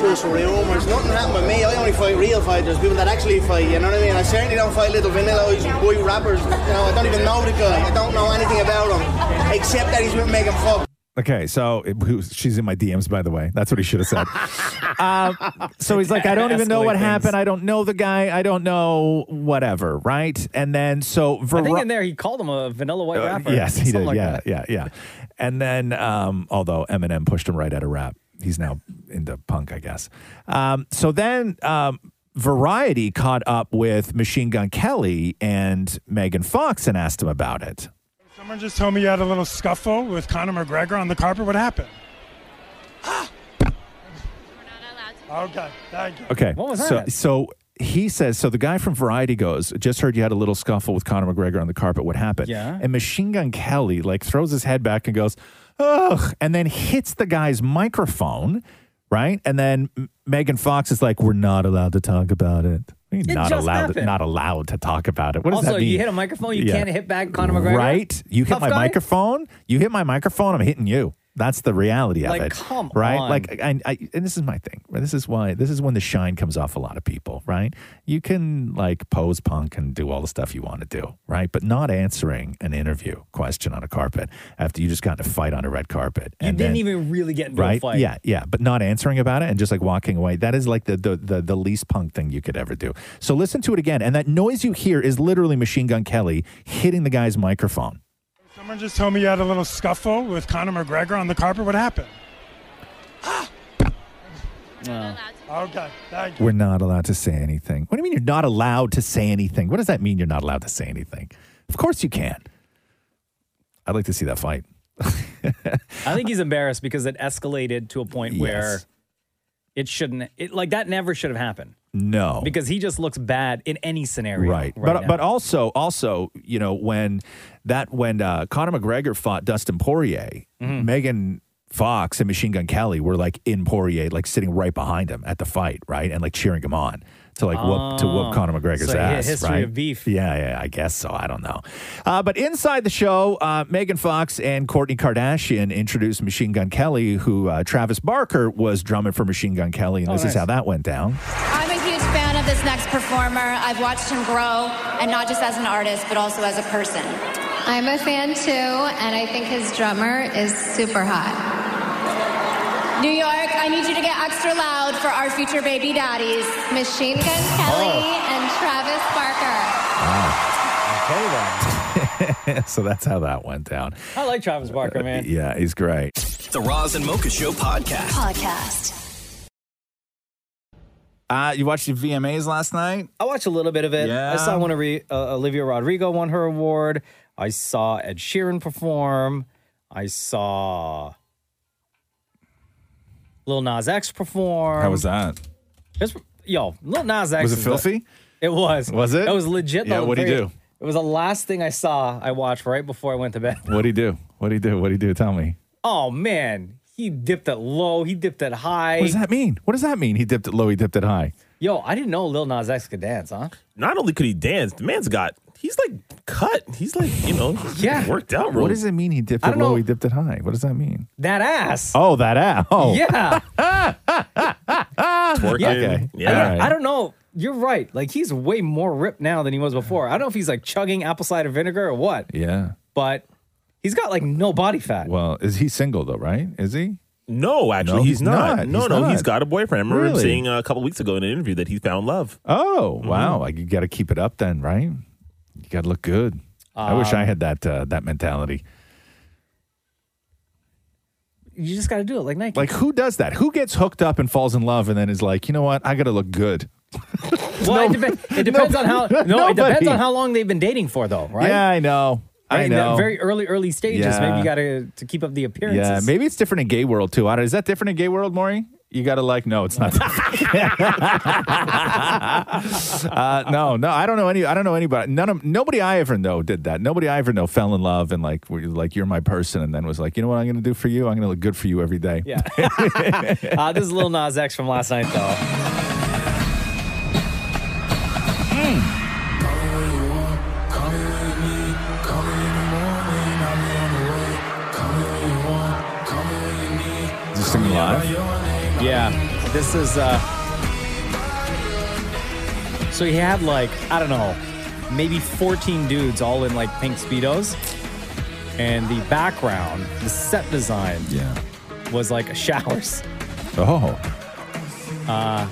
Speaker 6: Just rumors. Nothing happened with me. I only fight real fighters, people that actually fight. You know what I mean? I certainly don't fight little vanilla boy rappers. You know, I don't even know the guy. I don't know anything about him except that he's with Megan Fox.
Speaker 5: Okay, so who, she's in my DMs, by the way. That's what he should have said. uh, so he's like, I don't even know what
Speaker 2: Escalate things.
Speaker 5: happened. I don't know the guy. I don't know whatever, right? And then so
Speaker 2: I think
Speaker 5: Vera-
Speaker 2: in there he called him a vanilla white
Speaker 5: Uh,
Speaker 2: rapper.
Speaker 5: Yes, he
Speaker 2: Something
Speaker 5: did.
Speaker 2: like
Speaker 5: yeah,
Speaker 2: that.
Speaker 5: yeah, yeah. And then, um, although Eminem pushed him right out of rap, he's now into punk, I guess. Um, so then, um, Variety caught up with Machine Gun Kelly and Megan Fox and asked him about it.
Speaker 13: Someone just told me you had a little scuffle with Conor McGregor on the carpet. What happened? Okay, thank you.
Speaker 5: Okay. so, So he says, so the guy from Variety goes, just heard you had a little scuffle with Conor McGregor on the carpet. What happened?
Speaker 2: Yeah.
Speaker 5: And Machine Gun Kelly like throws his head back and goes, ugh, and then hits the guy's microphone, right? And then M- Megan Fox is like, we're not allowed to talk about it. You're
Speaker 2: It
Speaker 5: not
Speaker 2: just
Speaker 5: allowed,
Speaker 2: happened.
Speaker 5: not allowed to talk about it. What does
Speaker 2: also,
Speaker 5: that mean?
Speaker 2: you hit a microphone, you
Speaker 5: Yeah.
Speaker 2: can't hit back Conor McGregor.
Speaker 5: Right? You hit
Speaker 2: Tough
Speaker 5: my
Speaker 2: guy?
Speaker 5: microphone. You hit my microphone. I'm hitting you. That's the reality of
Speaker 2: Like,
Speaker 5: it.
Speaker 2: come
Speaker 5: right?
Speaker 2: on.
Speaker 5: Like, I, I, and this is my thing. This is why. This is when the shine comes off a lot of people. Right? You can like pose punk and do all the stuff you want to do. Right? But not answering an interview question on a carpet after you just got in a fight on a red carpet.
Speaker 2: You
Speaker 5: and
Speaker 2: didn't
Speaker 5: then-
Speaker 2: even really get into
Speaker 5: right?
Speaker 2: a fight.
Speaker 5: Yeah, yeah, but not answering about it and just like walking away. That is like the, the the the least punk thing you could ever do. So listen to it again, and that noise you hear is literally Machine Gun Kelly hitting the guy's microphone.
Speaker 13: Someone just told me you had a little scuffle with Conor McGregor on the carpet. What happened? Okay, thank you.
Speaker 5: We're not allowed to say anything. What do you mean you're not allowed to say anything? What does that mean? You're not allowed to say anything? Of course you can. I'd like to see that fight.
Speaker 2: I think he's embarrassed because it escalated to a point where
Speaker 5: Yes.
Speaker 2: it shouldn't. It like that never should have happened
Speaker 5: No.
Speaker 2: because he just looks bad in any scenario.
Speaker 5: Right. but
Speaker 2: now.
Speaker 5: but also also you know when that when uh, Conor McGregor fought Dustin Poirier,
Speaker 2: Mm-hmm.
Speaker 5: Megan Fox and Machine Gun Kelly were like in Poirier, like sitting right behind him at the fight, right, and like cheering him on to like whoop to
Speaker 2: Oh.
Speaker 5: whoop Conor McGregor's
Speaker 2: So he had a
Speaker 5: ass.
Speaker 2: history
Speaker 5: right?
Speaker 2: of beef.
Speaker 5: Yeah, yeah, I guess so. I don't know. Uh, but inside the show, uh, Megan Fox and Courtney Kardashian introduced Machine Gun Kelly, who uh, Travis Barker was drumming for Machine Gun Kelly, and
Speaker 14: Oh,
Speaker 5: this
Speaker 14: nice.
Speaker 5: is how that went down.
Speaker 14: I'm a huge fan of this next performer. I've watched him grow, and not just as an artist, but also as a person.
Speaker 15: I'm a fan too, and I think his drummer is super hot.
Speaker 14: New York, I need you to get extra loud for our future baby daddies.
Speaker 15: Machine Gun Kelly and Travis Barker.
Speaker 5: so that's how that went down.
Speaker 2: I like Travis Barker, man.
Speaker 5: Yeah, he's great.
Speaker 1: The Roz and Mocha Show podcast.
Speaker 16: Podcast.
Speaker 5: Uh, you watched the VMAs last night?
Speaker 2: I watched a little bit of it. I
Speaker 5: Yeah.
Speaker 2: saw one of Re- uh, Olivia Rodrigo won her award. I saw Ed Sheeran perform. I saw Lil Nas X perform.
Speaker 17: How was that?
Speaker 2: It's, yo, Lil Nas X
Speaker 17: Was it
Speaker 2: is the-
Speaker 17: filthy?
Speaker 2: it was.
Speaker 17: Was it?
Speaker 2: It was legit.
Speaker 17: Yeah,
Speaker 2: though.
Speaker 17: what'd he
Speaker 2: Very-
Speaker 17: do?
Speaker 2: It was the last thing I saw. I watched right before I went to bed.
Speaker 5: What'd he do? What'd he do? What'd he do? Tell me.
Speaker 2: Oh man, he dipped it low. He dipped it high.
Speaker 5: What does that mean? What does that mean? He dipped it low, he dipped it high.
Speaker 2: Yo, I didn't know Lil Nas X could dance, huh?
Speaker 10: Not only could he dance, the man's got he's like cut. He's like you know he's
Speaker 2: Yeah.
Speaker 10: worked out. Real.
Speaker 5: What does it mean he dipped
Speaker 2: I
Speaker 5: it
Speaker 2: don't
Speaker 5: low,
Speaker 2: know.
Speaker 5: he dipped it high? What does that mean?
Speaker 2: That ass.
Speaker 5: Oh, that ass. Oh.
Speaker 2: Yeah.
Speaker 5: Twerking.
Speaker 2: Yeah.
Speaker 5: Okay.
Speaker 2: I
Speaker 5: Yeah.
Speaker 2: don't-
Speaker 5: All right.
Speaker 2: I, don't know. You're right. Like he's way more ripped now than he was before. I don't know if he's like chugging apple cider vinegar or what,
Speaker 5: Yeah.
Speaker 2: but He's got like no body fat.
Speaker 5: Well, is he single though? Right? Is he?
Speaker 17: No, actually, he's, not. No, no, he's got a boyfriend. I remember him
Speaker 5: Really?
Speaker 17: seeing uh, a couple weeks ago in an interview that he found love.
Speaker 5: Oh wow!
Speaker 17: Mhm.
Speaker 5: Like, you got to keep it up then, right? You got to look good. I wish I
Speaker 2: Um,
Speaker 5: had that uh, that mentality.
Speaker 2: You just got to do it like Nike.
Speaker 5: Like who does that? Who gets hooked up and falls in love and then is like, you know what? I got to look good.
Speaker 2: well, it, dep- it depends on how. No, it depends
Speaker 5: Nobody.
Speaker 2: on how long they've been dating for, though, right?
Speaker 5: Yeah, I know.
Speaker 2: Right,
Speaker 5: I
Speaker 2: in that
Speaker 5: know.
Speaker 2: very early, early stages. Maybe
Speaker 5: Yeah.
Speaker 2: you got to to keep up the appearances.
Speaker 5: yeah, maybe it's different in gay world too. I don't, is that different in gay world, Maury? You got to like, no, it's not. uh, no, no, I don't know any. I don't know anybody. None of nobody I ever know did that. Nobody I ever know fell in love and like, were like you're my person, and then was like, you know what I'm going to do for you? I'm going to look good for you every day.
Speaker 2: Yeah. uh, this is Lil Nas X from last night, though.
Speaker 5: Is this singing live?
Speaker 2: Yeah. This is. uh So he had like I don't know, maybe 14 dudes all in like pink speedos, and the background, the set design,
Speaker 5: yeah,
Speaker 2: was like showers.
Speaker 5: Oh,
Speaker 2: Uh,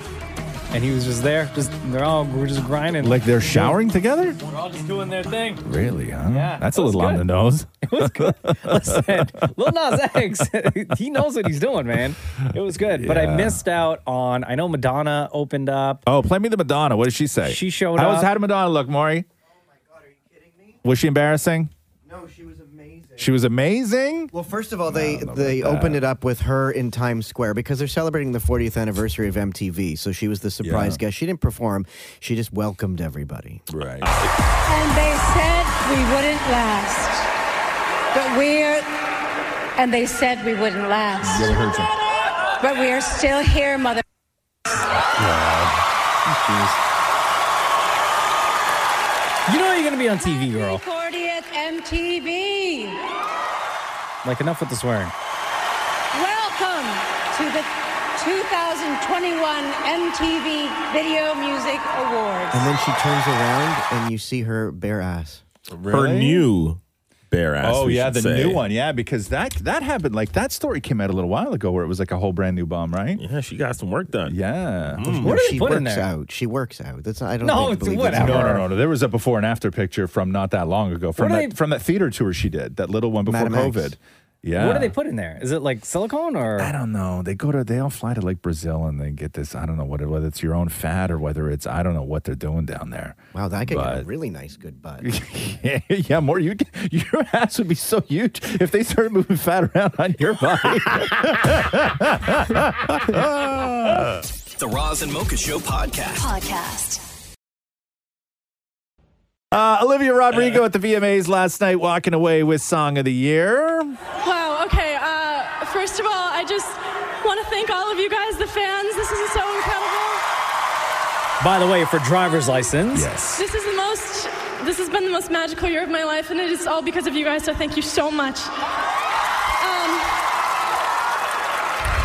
Speaker 2: and he was just there, just they're all we're just grinding.
Speaker 5: like they're showering together?
Speaker 2: We're all just doing their thing.
Speaker 5: Really? Huh?
Speaker 2: Yeah,
Speaker 5: That's a
Speaker 2: it was
Speaker 5: little on
Speaker 2: good.
Speaker 5: the nose.
Speaker 2: It was good. Listen, Lil Nas X, he knows what he's doing, man. It was good, but I
Speaker 5: Yeah.
Speaker 2: missed out on. I know Madonna opened up.
Speaker 5: Oh, play me the Madonna. What did she say?
Speaker 2: She showed
Speaker 5: How
Speaker 2: up.
Speaker 5: was- how did Madonna look, Maury? Was she embarrassing? No, she was amazing. She was amazing.
Speaker 3: Well, first of all, they they opened it up with her in Times Square because they're celebrating the 40th anniversary of MTV. So she was the surprise
Speaker 18: Yeah.
Speaker 3: guest. She didn't perform. She just welcomed everybody.
Speaker 5: Right.
Speaker 18: And they said we wouldn't last. But we're, and they said we wouldn't last.
Speaker 5: Really hurt you.
Speaker 18: But we are still here, mother.
Speaker 2: You know you're gonna be on TV, girl.
Speaker 18: 40th MTV.
Speaker 2: Like enough with the swearing.
Speaker 18: Welcome to the 2021 MTV Video Music Awards.
Speaker 3: And then she turns around and you see her bare ass.
Speaker 17: Her new bare ass.
Speaker 5: Oh
Speaker 17: we
Speaker 5: yeah,
Speaker 17: should
Speaker 5: the
Speaker 17: say.
Speaker 5: new one. Yeah, because that that happened. Like that story came out a little while ago, where it was like a whole brand new bomb, right? Yeah, she got some work done. Mm. Yeah.
Speaker 2: Hmm.
Speaker 3: No, she works out. She works out. That's not, I don't think, believe that's
Speaker 5: No,
Speaker 3: her.
Speaker 5: no, no, no. There was a before and after picture from not that long ago from
Speaker 2: What are
Speaker 5: that,
Speaker 2: they-
Speaker 5: from that theater tour she did, that little one before
Speaker 2: Madam X.
Speaker 5: COVID. Yeah.
Speaker 2: What do they put in there? Is it like silicone or?
Speaker 5: I don't know. They go to they all fly to like Brazil and they get this. I don't know what it- whether it's your own fat or whether it's I don't know what they're doing down there.
Speaker 3: Wow, that could get a
Speaker 5: But-
Speaker 3: really nice good
Speaker 2: Oh.
Speaker 3: butt.
Speaker 5: yeah, yeah, more you your ass would be so huge if they started moving fat around on your body.
Speaker 1: The Roz and Mocha Show podcast.
Speaker 19: Podcast.
Speaker 5: uh, Olivia Rodrigo at the VMAs last night, walking away with Song of the Year.
Speaker 20: Wow, okay. Uh, first of all, I just want to thank all of you guys, the fans. This is so incredible.
Speaker 2: By the way, for driver's license.
Speaker 5: Yes.
Speaker 20: This is the most, this has been the most magical year of my life, and it is all because of you guys, so thank you so much. Um,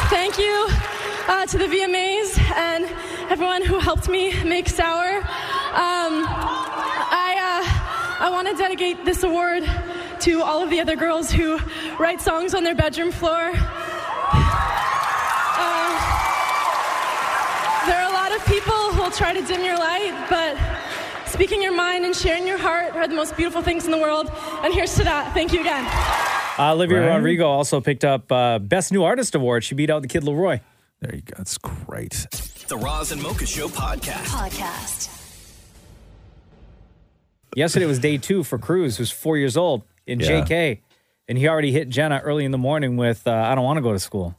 Speaker 20: thank you uh, to the VMAs and everyone who helped me make Sour. Um, I, uh, I want to dedicate this award to all of the other girls who write songs on their bedroom floor. There are a lot of people who will try to dim your light, but speaking your mind and sharing your heart are the most beautiful things in the world. And here's to that. Thank you again.
Speaker 2: Uh, Olivia
Speaker 5: Right.
Speaker 2: Rodrigo also picked up uh, Best New Artist Award. She beat out the kid Leroy.
Speaker 5: There you go. That's great.
Speaker 1: The Roz and Mocha Show podcast.
Speaker 19: Podcast.
Speaker 2: Yesterday was day two for Cruz, who's four years old in
Speaker 5: Yeah.
Speaker 2: JK, and he already hit Jenna early in the morning with uh, "I don't want to go to school."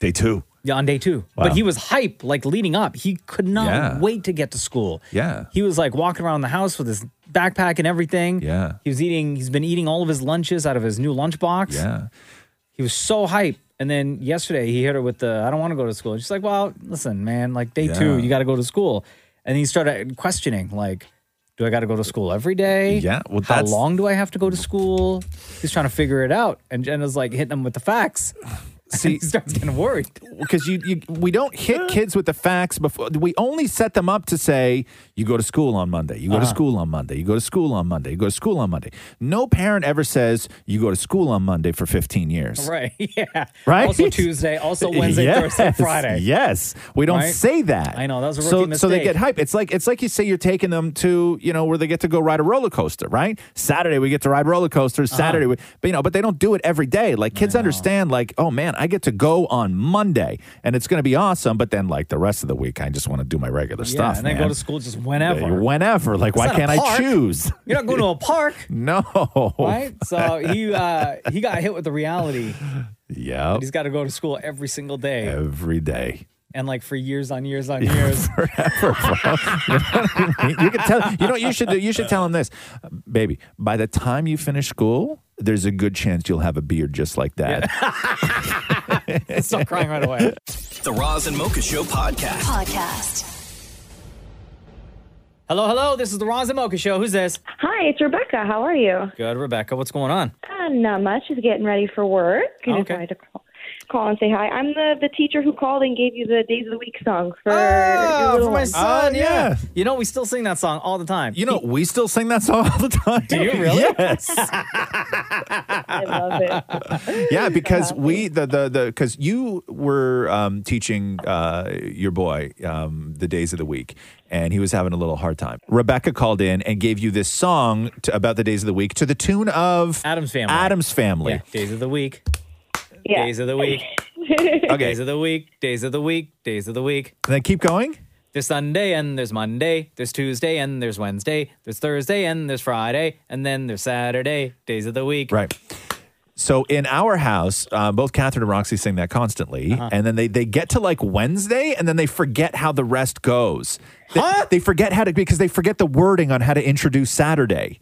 Speaker 5: Day two.
Speaker 2: Yeah, on day two.
Speaker 5: Wow.
Speaker 2: But he was hype, like leading up. He could not
Speaker 5: Yeah.
Speaker 2: wait to get to school.
Speaker 5: Yeah.
Speaker 2: He was like walking around the house with his backpack and everything.
Speaker 5: Yeah.
Speaker 2: He was eating, he's been eating all of his lunches out of his new lunchbox.
Speaker 5: Yeah.
Speaker 2: He was so hype. And then yesterday he hit her with the, I don't want to go to school. And she's like, well, listen, man, like day two,
Speaker 5: Yeah.
Speaker 2: you got to go to school. And he started questioning, like, do I got to go to school every day?
Speaker 5: Yeah, well,
Speaker 2: How
Speaker 5: that's-
Speaker 2: long do I have to go to school? He's trying to figure it out. And Jenna's like hitting him with the facts.
Speaker 5: See,
Speaker 2: starts getting worried
Speaker 5: because you, you we don't hit kids with the facts before. We only set them up to say you go to school on Monday, you go to
Speaker 2: Uh-huh.
Speaker 5: school on Monday, you go to school on Monday, you go to school on Monday. No parent ever says you go to school on Monday for 15 years.
Speaker 2: Right. Yeah.
Speaker 5: Right?
Speaker 2: Also Tuesday, also Wednesday, Thursday,
Speaker 5: Yes,
Speaker 2: Friday.
Speaker 5: Yes, we don't
Speaker 2: Right?
Speaker 5: say that.
Speaker 2: I know, that was a
Speaker 5: so,
Speaker 2: rookie
Speaker 5: So they
Speaker 2: mistake.
Speaker 5: get hype. It's like it's like you say you're taking them to you know where they get to go ride a roller coaster, right? Saturday we get to ride roller coasters.
Speaker 2: Uh-huh.
Speaker 5: Saturday, we, but you know, but they don't do it every day. Like kids understand, like oh man, I get to go on Monday and it's going to be awesome. But then like the rest of the week, I just want to do my regular
Speaker 2: Yeah,
Speaker 5: stuff.
Speaker 2: and then go
Speaker 5: man.
Speaker 2: to school just whenever.
Speaker 5: Yeah, Whenever, like
Speaker 2: It's
Speaker 5: why
Speaker 2: not a
Speaker 5: can't I
Speaker 2: park.
Speaker 5: choose? Oh,
Speaker 2: You're not going to a park,
Speaker 5: No,
Speaker 2: right? So he uh, he got hit with the reality.
Speaker 5: yeah,
Speaker 2: that He's got to go to school every single day,
Speaker 5: every day.
Speaker 2: and like for years on years on years.
Speaker 5: forever, bro. You know what I mean? You can tell. You know what you should do? You should tell him this, baby. By the time you finish school, there's a good chance you'll have a beard just like that.
Speaker 2: Stop crying right away.
Speaker 1: The Roz and Mocha Show podcast.
Speaker 8: Podcast.
Speaker 2: Hello, hello. This is the Roz and Mocha Show. Who's this?
Speaker 21: Hi, it's Rebecca. How are you?
Speaker 2: Good, Rebecca. What's going on?
Speaker 21: Uh, not much. Just getting ready for work. I just
Speaker 2: Okay.
Speaker 21: wanted to call, call and say hi. I'm the, the teacher who called and gave you the Days of the Week song for your
Speaker 2: Oh,
Speaker 21: little
Speaker 2: for my
Speaker 21: one.
Speaker 2: son. yeah. You know, we still sing that song all the time.
Speaker 5: You know, we still sing that song all the time.
Speaker 2: Do you really?
Speaker 5: Yes.
Speaker 21: I love it.
Speaker 5: yeah, because we the the the because you were um, teaching uh, your boy um, the days of the week, and he was having a little hard time. Rebecca called in and gave you this song to, about the days of the week to the tune of
Speaker 2: Adam's Family.
Speaker 5: Adam's Family.
Speaker 2: Yeah. Days of the week.
Speaker 21: Yeah.
Speaker 2: Days of the week.
Speaker 5: Okay.
Speaker 2: Days of the week. Days of the week. Days of the week.
Speaker 5: Then keep going.
Speaker 2: There's Sunday and there's Monday. There's Tuesday and there's Wednesday. There's Thursday and there's Friday. And then there's Saturday. Days of the week.
Speaker 5: Right. So in our house, uh, both Catherine and Roxy sing that constantly,
Speaker 2: Uh-huh.
Speaker 5: and then they they get to like Wednesday, and then they forget how the rest goes. They, they forget how to because they forget the wording on how to introduce Saturday,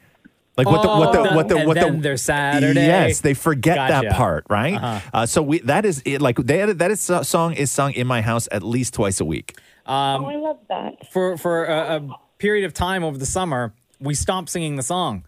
Speaker 5: like what the what the
Speaker 2: Oh,
Speaker 5: what the
Speaker 2: and
Speaker 5: what the.
Speaker 2: then there's Saturday.
Speaker 5: Yes, they forget that
Speaker 2: Gotcha. Uh-huh.
Speaker 5: part, right? uh so we that is it. Like that that is uh, song is sung in my house at least twice a week.
Speaker 2: Um,
Speaker 21: Oh, I love that.
Speaker 2: For for a, a period of time over the summer, we stopped singing the song,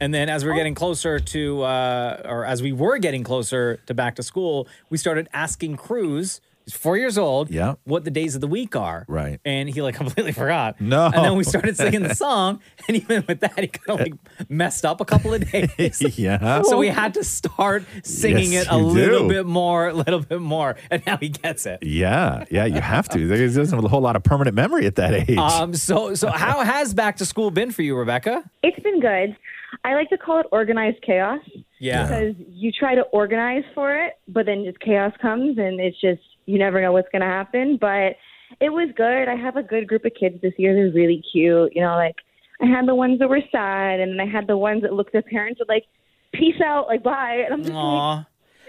Speaker 2: and then as we're
Speaker 21: Oh.
Speaker 2: getting closer to, uh, or as we were getting closer to back to school, we started asking Cruz. He's four years old.
Speaker 5: Yeah.
Speaker 2: What the days of the week are.
Speaker 5: Right.
Speaker 2: And he like completely forgot.
Speaker 5: No.
Speaker 2: And then we started singing the song. And even with that, he kind of like messed up a couple of days.
Speaker 5: Yeah.
Speaker 2: So we had to start singing
Speaker 5: Yes,
Speaker 2: it a
Speaker 5: you
Speaker 2: little
Speaker 5: do.
Speaker 2: bit more, a little bit more. And now he gets it.
Speaker 5: Yeah, yeah, you have to. There isn't a whole lot of permanent memory at that age.
Speaker 2: Um, so, so how has back to school been for you, Rebecca?
Speaker 21: It's been good. I like to call it organized chaos.
Speaker 2: Yeah.
Speaker 21: Because you try to organize for it, but then just chaos comes and it's just, you never know what's going to happen. But it was good. I have a good group of kids this year. They're really cute. You know, like I had the ones that were sad and then I had the ones that looked their parents were like, peace out, like bye. And I'm just like,
Speaker 2: Aw.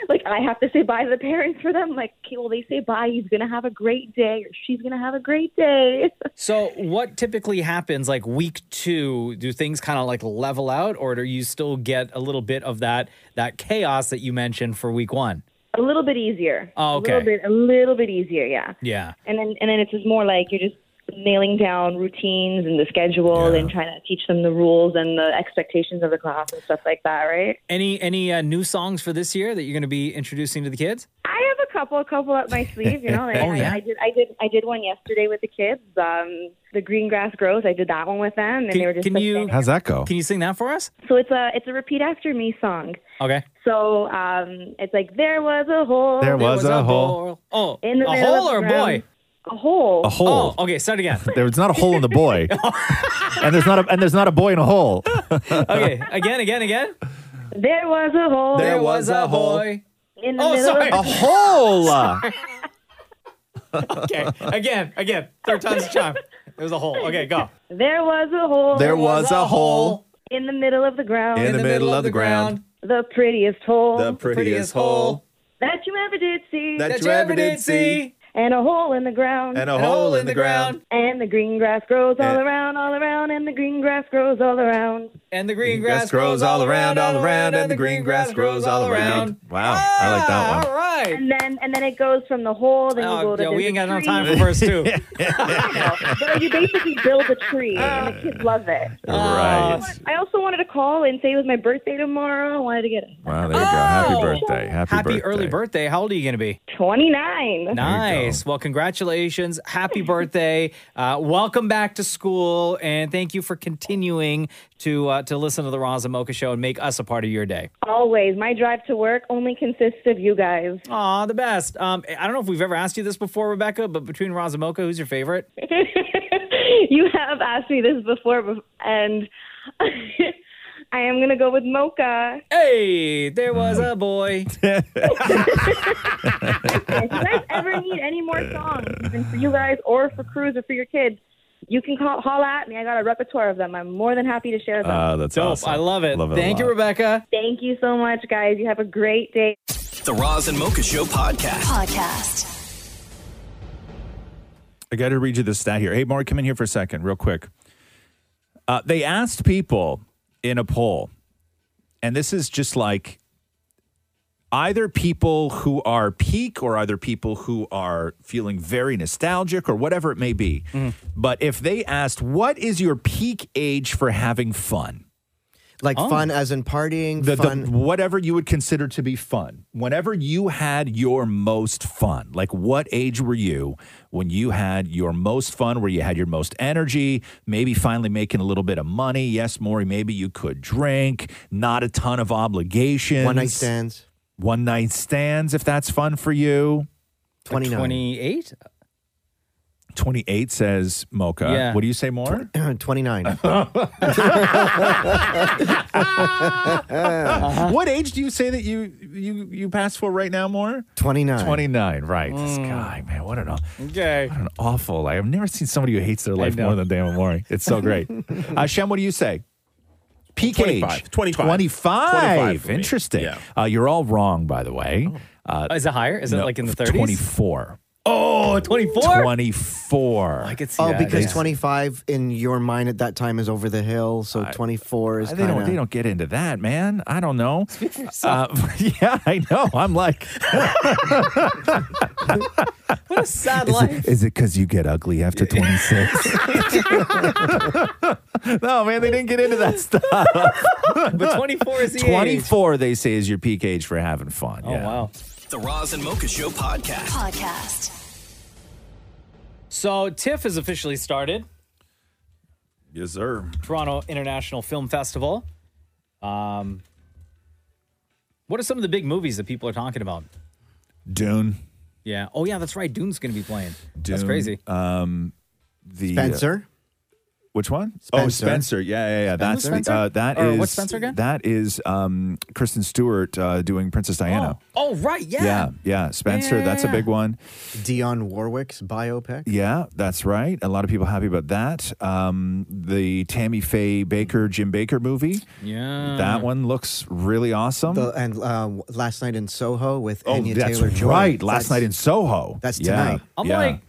Speaker 21: like, I have to say bye to the parents for them. Like, okay, well, they say bye. He's going to have a great day or she's going to have a great day.
Speaker 2: So, what typically happens like week two? Do things kind of like level out, or do you still get a little bit of that that chaos that you mentioned for week one?
Speaker 21: a little bit easier.
Speaker 2: Oh,
Speaker 21: A
Speaker 2: okay.
Speaker 21: little bit, a little bit easier, yeah.
Speaker 2: Yeah.
Speaker 21: And then and then it's just more like you're just nailing down routines and the schedule and trying to teach them the rules and the expectations of the class and stuff like that, right?
Speaker 2: Any any uh, new songs for this year that you're going to be introducing to the kids?
Speaker 21: I have a couple, a couple up my sleeve, you know. Like
Speaker 2: Oh, yeah?
Speaker 21: I, I did, I did, I did one yesterday with the kids. Um, the green grass grows. I did that one with them, and they were just. like, standing-
Speaker 5: that go?
Speaker 2: Can you sing that for us?
Speaker 21: So it's a, it's a repeat after me song.
Speaker 2: Okay.
Speaker 21: So um, it's like there was a hole.
Speaker 5: There was a hole.
Speaker 2: Oh,
Speaker 21: In the
Speaker 2: a
Speaker 21: middle of
Speaker 2: hole or
Speaker 21: the
Speaker 2: a boy?
Speaker 21: ground. A hole.
Speaker 5: A hole.
Speaker 2: Oh, okay. Start again.
Speaker 5: There's not a hole in the boy, and there's not a and there's not a boy in a hole.
Speaker 2: Okay. Again. Again. Again.
Speaker 21: There was a hole.
Speaker 5: There was a hole.
Speaker 2: boy.
Speaker 21: In the
Speaker 2: Oh,
Speaker 21: middle
Speaker 2: sorry.
Speaker 5: A
Speaker 21: Of
Speaker 5: hole.
Speaker 2: Okay. Again. Again. Third time's a charm. There was a hole. Okay. Go.
Speaker 21: There was a hole.
Speaker 5: There was a hole
Speaker 21: in the middle of the ground.
Speaker 5: in the middle of the ground.
Speaker 21: The prettiest hole
Speaker 5: prettiest hole
Speaker 21: that you ever did see.
Speaker 5: that you ever did see.
Speaker 21: and a hole in the ground.
Speaker 5: And a And a hole hole in in the the ground.
Speaker 21: And the green grass grows all
Speaker 5: And-
Speaker 21: around, all around, and the green grass grows all around.
Speaker 2: And the green
Speaker 5: grass grows all around, all around, and the green grass grows all around. Oh, Wow, I like that one.
Speaker 21: right. And then and then it goes from the hole, then you
Speaker 2: Oh,
Speaker 21: go to
Speaker 2: yeah,
Speaker 21: the
Speaker 2: we ain't got no
Speaker 21: tree.
Speaker 2: time for verse two.
Speaker 21: But you basically build a tree, and the kids love it.
Speaker 5: Right.
Speaker 21: I also wanted to call and say it was my birthday tomorrow. I wanted to get a
Speaker 5: Wow, there you go. Happy birthday. Happy,
Speaker 2: Oh. Happy
Speaker 5: birthday.
Speaker 2: early birthday. How old are you going to be?
Speaker 21: 29.
Speaker 2: Nice. Well, congratulations. Happy birthday. Uh, welcome back to school. And thank you for continuing to uh, to listen to the Roz and Mocha Show and make us a part of your day.
Speaker 21: Always. My drive to work only consists of you guys.
Speaker 2: Aw, the best. Um, I don't know if we've ever asked you this before, Rebecca, but between Roz and Mocha, who's your favorite?
Speaker 21: You have asked me this before, bef- and I am going to go with Mocha.
Speaker 2: Hey, there was
Speaker 5: Mm-hmm.
Speaker 2: a boy.
Speaker 21: if you guys ever need any more songs, even for you guys or for crews or for your kids, you can call, holla at me. I got a repertoire of them. I'm more than happy to share them.
Speaker 2: Uh,
Speaker 5: Ah, that's
Speaker 2: Dope.
Speaker 5: awesome.
Speaker 2: I love it.
Speaker 5: Love it a
Speaker 2: thank you,
Speaker 5: lot.
Speaker 2: Rebecca.
Speaker 21: Thank you so much, guys. You have a great day.
Speaker 1: The Roz and Mocha Show podcast.
Speaker 8: Podcast.
Speaker 5: I got to read you this stat here. Hey, Mark, come in here for a second, real quick. Uh, they asked people in a poll, and this is just like either people who are peak or either people who are feeling very nostalgic or whatever it may be. But if they asked, what is your peak age for having fun?
Speaker 11: Like
Speaker 2: Oh.
Speaker 11: fun as in partying,
Speaker 5: the, the-
Speaker 11: fun.
Speaker 5: whatever you would consider to be fun. Whenever you had your most fun, like what age were you when you had your most fun, where you had your most energy, maybe finally making a little bit of money? Yes, Maury, maybe you could drink, not a ton of obligations.
Speaker 11: One night stands.
Speaker 5: One night stands, if that's fun for you.
Speaker 11: 29.
Speaker 2: 28?
Speaker 5: 28 says Mocha.
Speaker 11: Yeah.
Speaker 5: What do you say, more?
Speaker 11: 29.
Speaker 17: Uh-huh.
Speaker 2: Uh-huh.
Speaker 5: what age do you say that you you you pass for right now, more?
Speaker 11: 29.
Speaker 5: 29, right. This guy, man, what an, aw-
Speaker 2: Okay.
Speaker 5: what an awful life. I've never seen somebody who hates their life
Speaker 17: know.
Speaker 5: more than Dan Mori. It's so great. uh, Shem, what do you say? Peak
Speaker 17: 25,
Speaker 5: age.
Speaker 17: 25.
Speaker 5: 25.
Speaker 17: 25 for me.
Speaker 5: Interesting.
Speaker 17: Yeah. Oh.
Speaker 5: Uh, you're all wrong, by the way. Uh,
Speaker 2: Is it higher? Is it like in the 30s?
Speaker 5: 24.
Speaker 2: Oh, 24?
Speaker 5: 24.
Speaker 2: I could see
Speaker 11: Oh,
Speaker 2: that.
Speaker 11: because
Speaker 2: Yeah.
Speaker 11: 25 in your mind at that time is over the hill, so 24 is
Speaker 5: They
Speaker 11: kind
Speaker 5: don't, they don't get into that, man. I don't know. Uh, yeah, I know. I'm like,
Speaker 2: What a sad
Speaker 5: is
Speaker 2: life.
Speaker 5: it- is it because you get ugly after 26? no, man, they didn't get into that stuff.
Speaker 1: But 24 is the age.
Speaker 5: 24, they say, is your peak age for having fun.
Speaker 1: Oh,
Speaker 5: yeah.
Speaker 2: wow.
Speaker 1: The Roz and Mocha Show podcast.
Speaker 8: Podcast.
Speaker 2: So TIFF has officially started.
Speaker 5: Yes, sir.
Speaker 2: Toronto International Film Festival. Um, what are some of the big movies that people are talking about?
Speaker 5: Dune.
Speaker 2: Yeah. Oh, yeah, that's right. Dune's going to be playing. That's
Speaker 5: Dune,
Speaker 2: crazy.
Speaker 5: Um, the
Speaker 11: Spencer?
Speaker 5: Which one? Oh,
Speaker 11: Spencer.
Speaker 5: Spencer. Yeah, yeah, yeah. That's
Speaker 2: Spencer?
Speaker 5: the, uh, that
Speaker 2: Or
Speaker 5: is-
Speaker 2: what's Spencer again?
Speaker 5: That is um, Kristen Stewart uh, doing Princess Diana.
Speaker 2: Oh, right. Yeah.
Speaker 5: yeah, yeah. Spencer.
Speaker 2: Yeah,
Speaker 5: that's
Speaker 2: yeah,
Speaker 5: a big
Speaker 2: yeah.
Speaker 5: one.
Speaker 11: Dion Warwick's biopic.
Speaker 5: Yeah, that's right. A lot of people happy about that. Um, the Tammy Faye Baker Jim Baker movie.
Speaker 2: Yeah.
Speaker 5: That one looks really awesome.
Speaker 11: The, and uh, last night in Soho with
Speaker 5: oh,
Speaker 11: Anya
Speaker 5: that's
Speaker 11: Taylor Joy.
Speaker 5: right. Last night in Soho.
Speaker 11: that's
Speaker 5: Yeah,
Speaker 11: tonight.
Speaker 2: I'm
Speaker 5: yeah,
Speaker 2: like,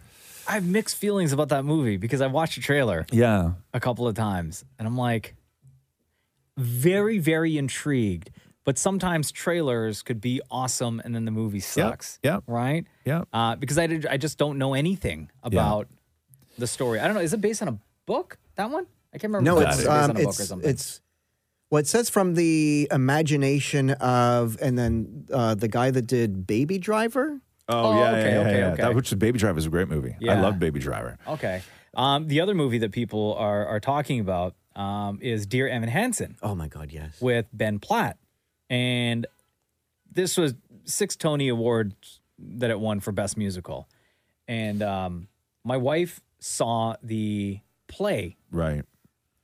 Speaker 2: I have mixed feelings about that movie because I watched the trailer
Speaker 5: yeah.
Speaker 2: a couple of times and I'm like, very, very intrigued. But sometimes trailers could be awesome and then the movie sucks.
Speaker 5: yep.
Speaker 2: Right?
Speaker 5: Yep.
Speaker 2: Uh, because I, did, I just don't know anything about the story. I don't know. Is it based on a book? That one? I can't remember.
Speaker 11: No,
Speaker 2: if it
Speaker 11: it's
Speaker 2: was
Speaker 11: um, it's it's what it says from the imagination of, and then uh, the guy that did Baby Driver.
Speaker 5: Oh,
Speaker 2: Oh,
Speaker 5: yeah,
Speaker 2: okay,
Speaker 5: yeah, yeah,
Speaker 2: okay,
Speaker 5: yeah.
Speaker 2: okay.
Speaker 5: That, which is Baby Driver is a great movie. I
Speaker 2: Yeah.
Speaker 5: love Baby Driver.
Speaker 2: okay. Um, the other movie that people are are talking about um, is Dear Evan Hansen
Speaker 11: Oh my God, yes.
Speaker 2: with Ben Platt, and this was six Tony Awards that it won for Best Musical, and um, my wife saw the play
Speaker 5: Right.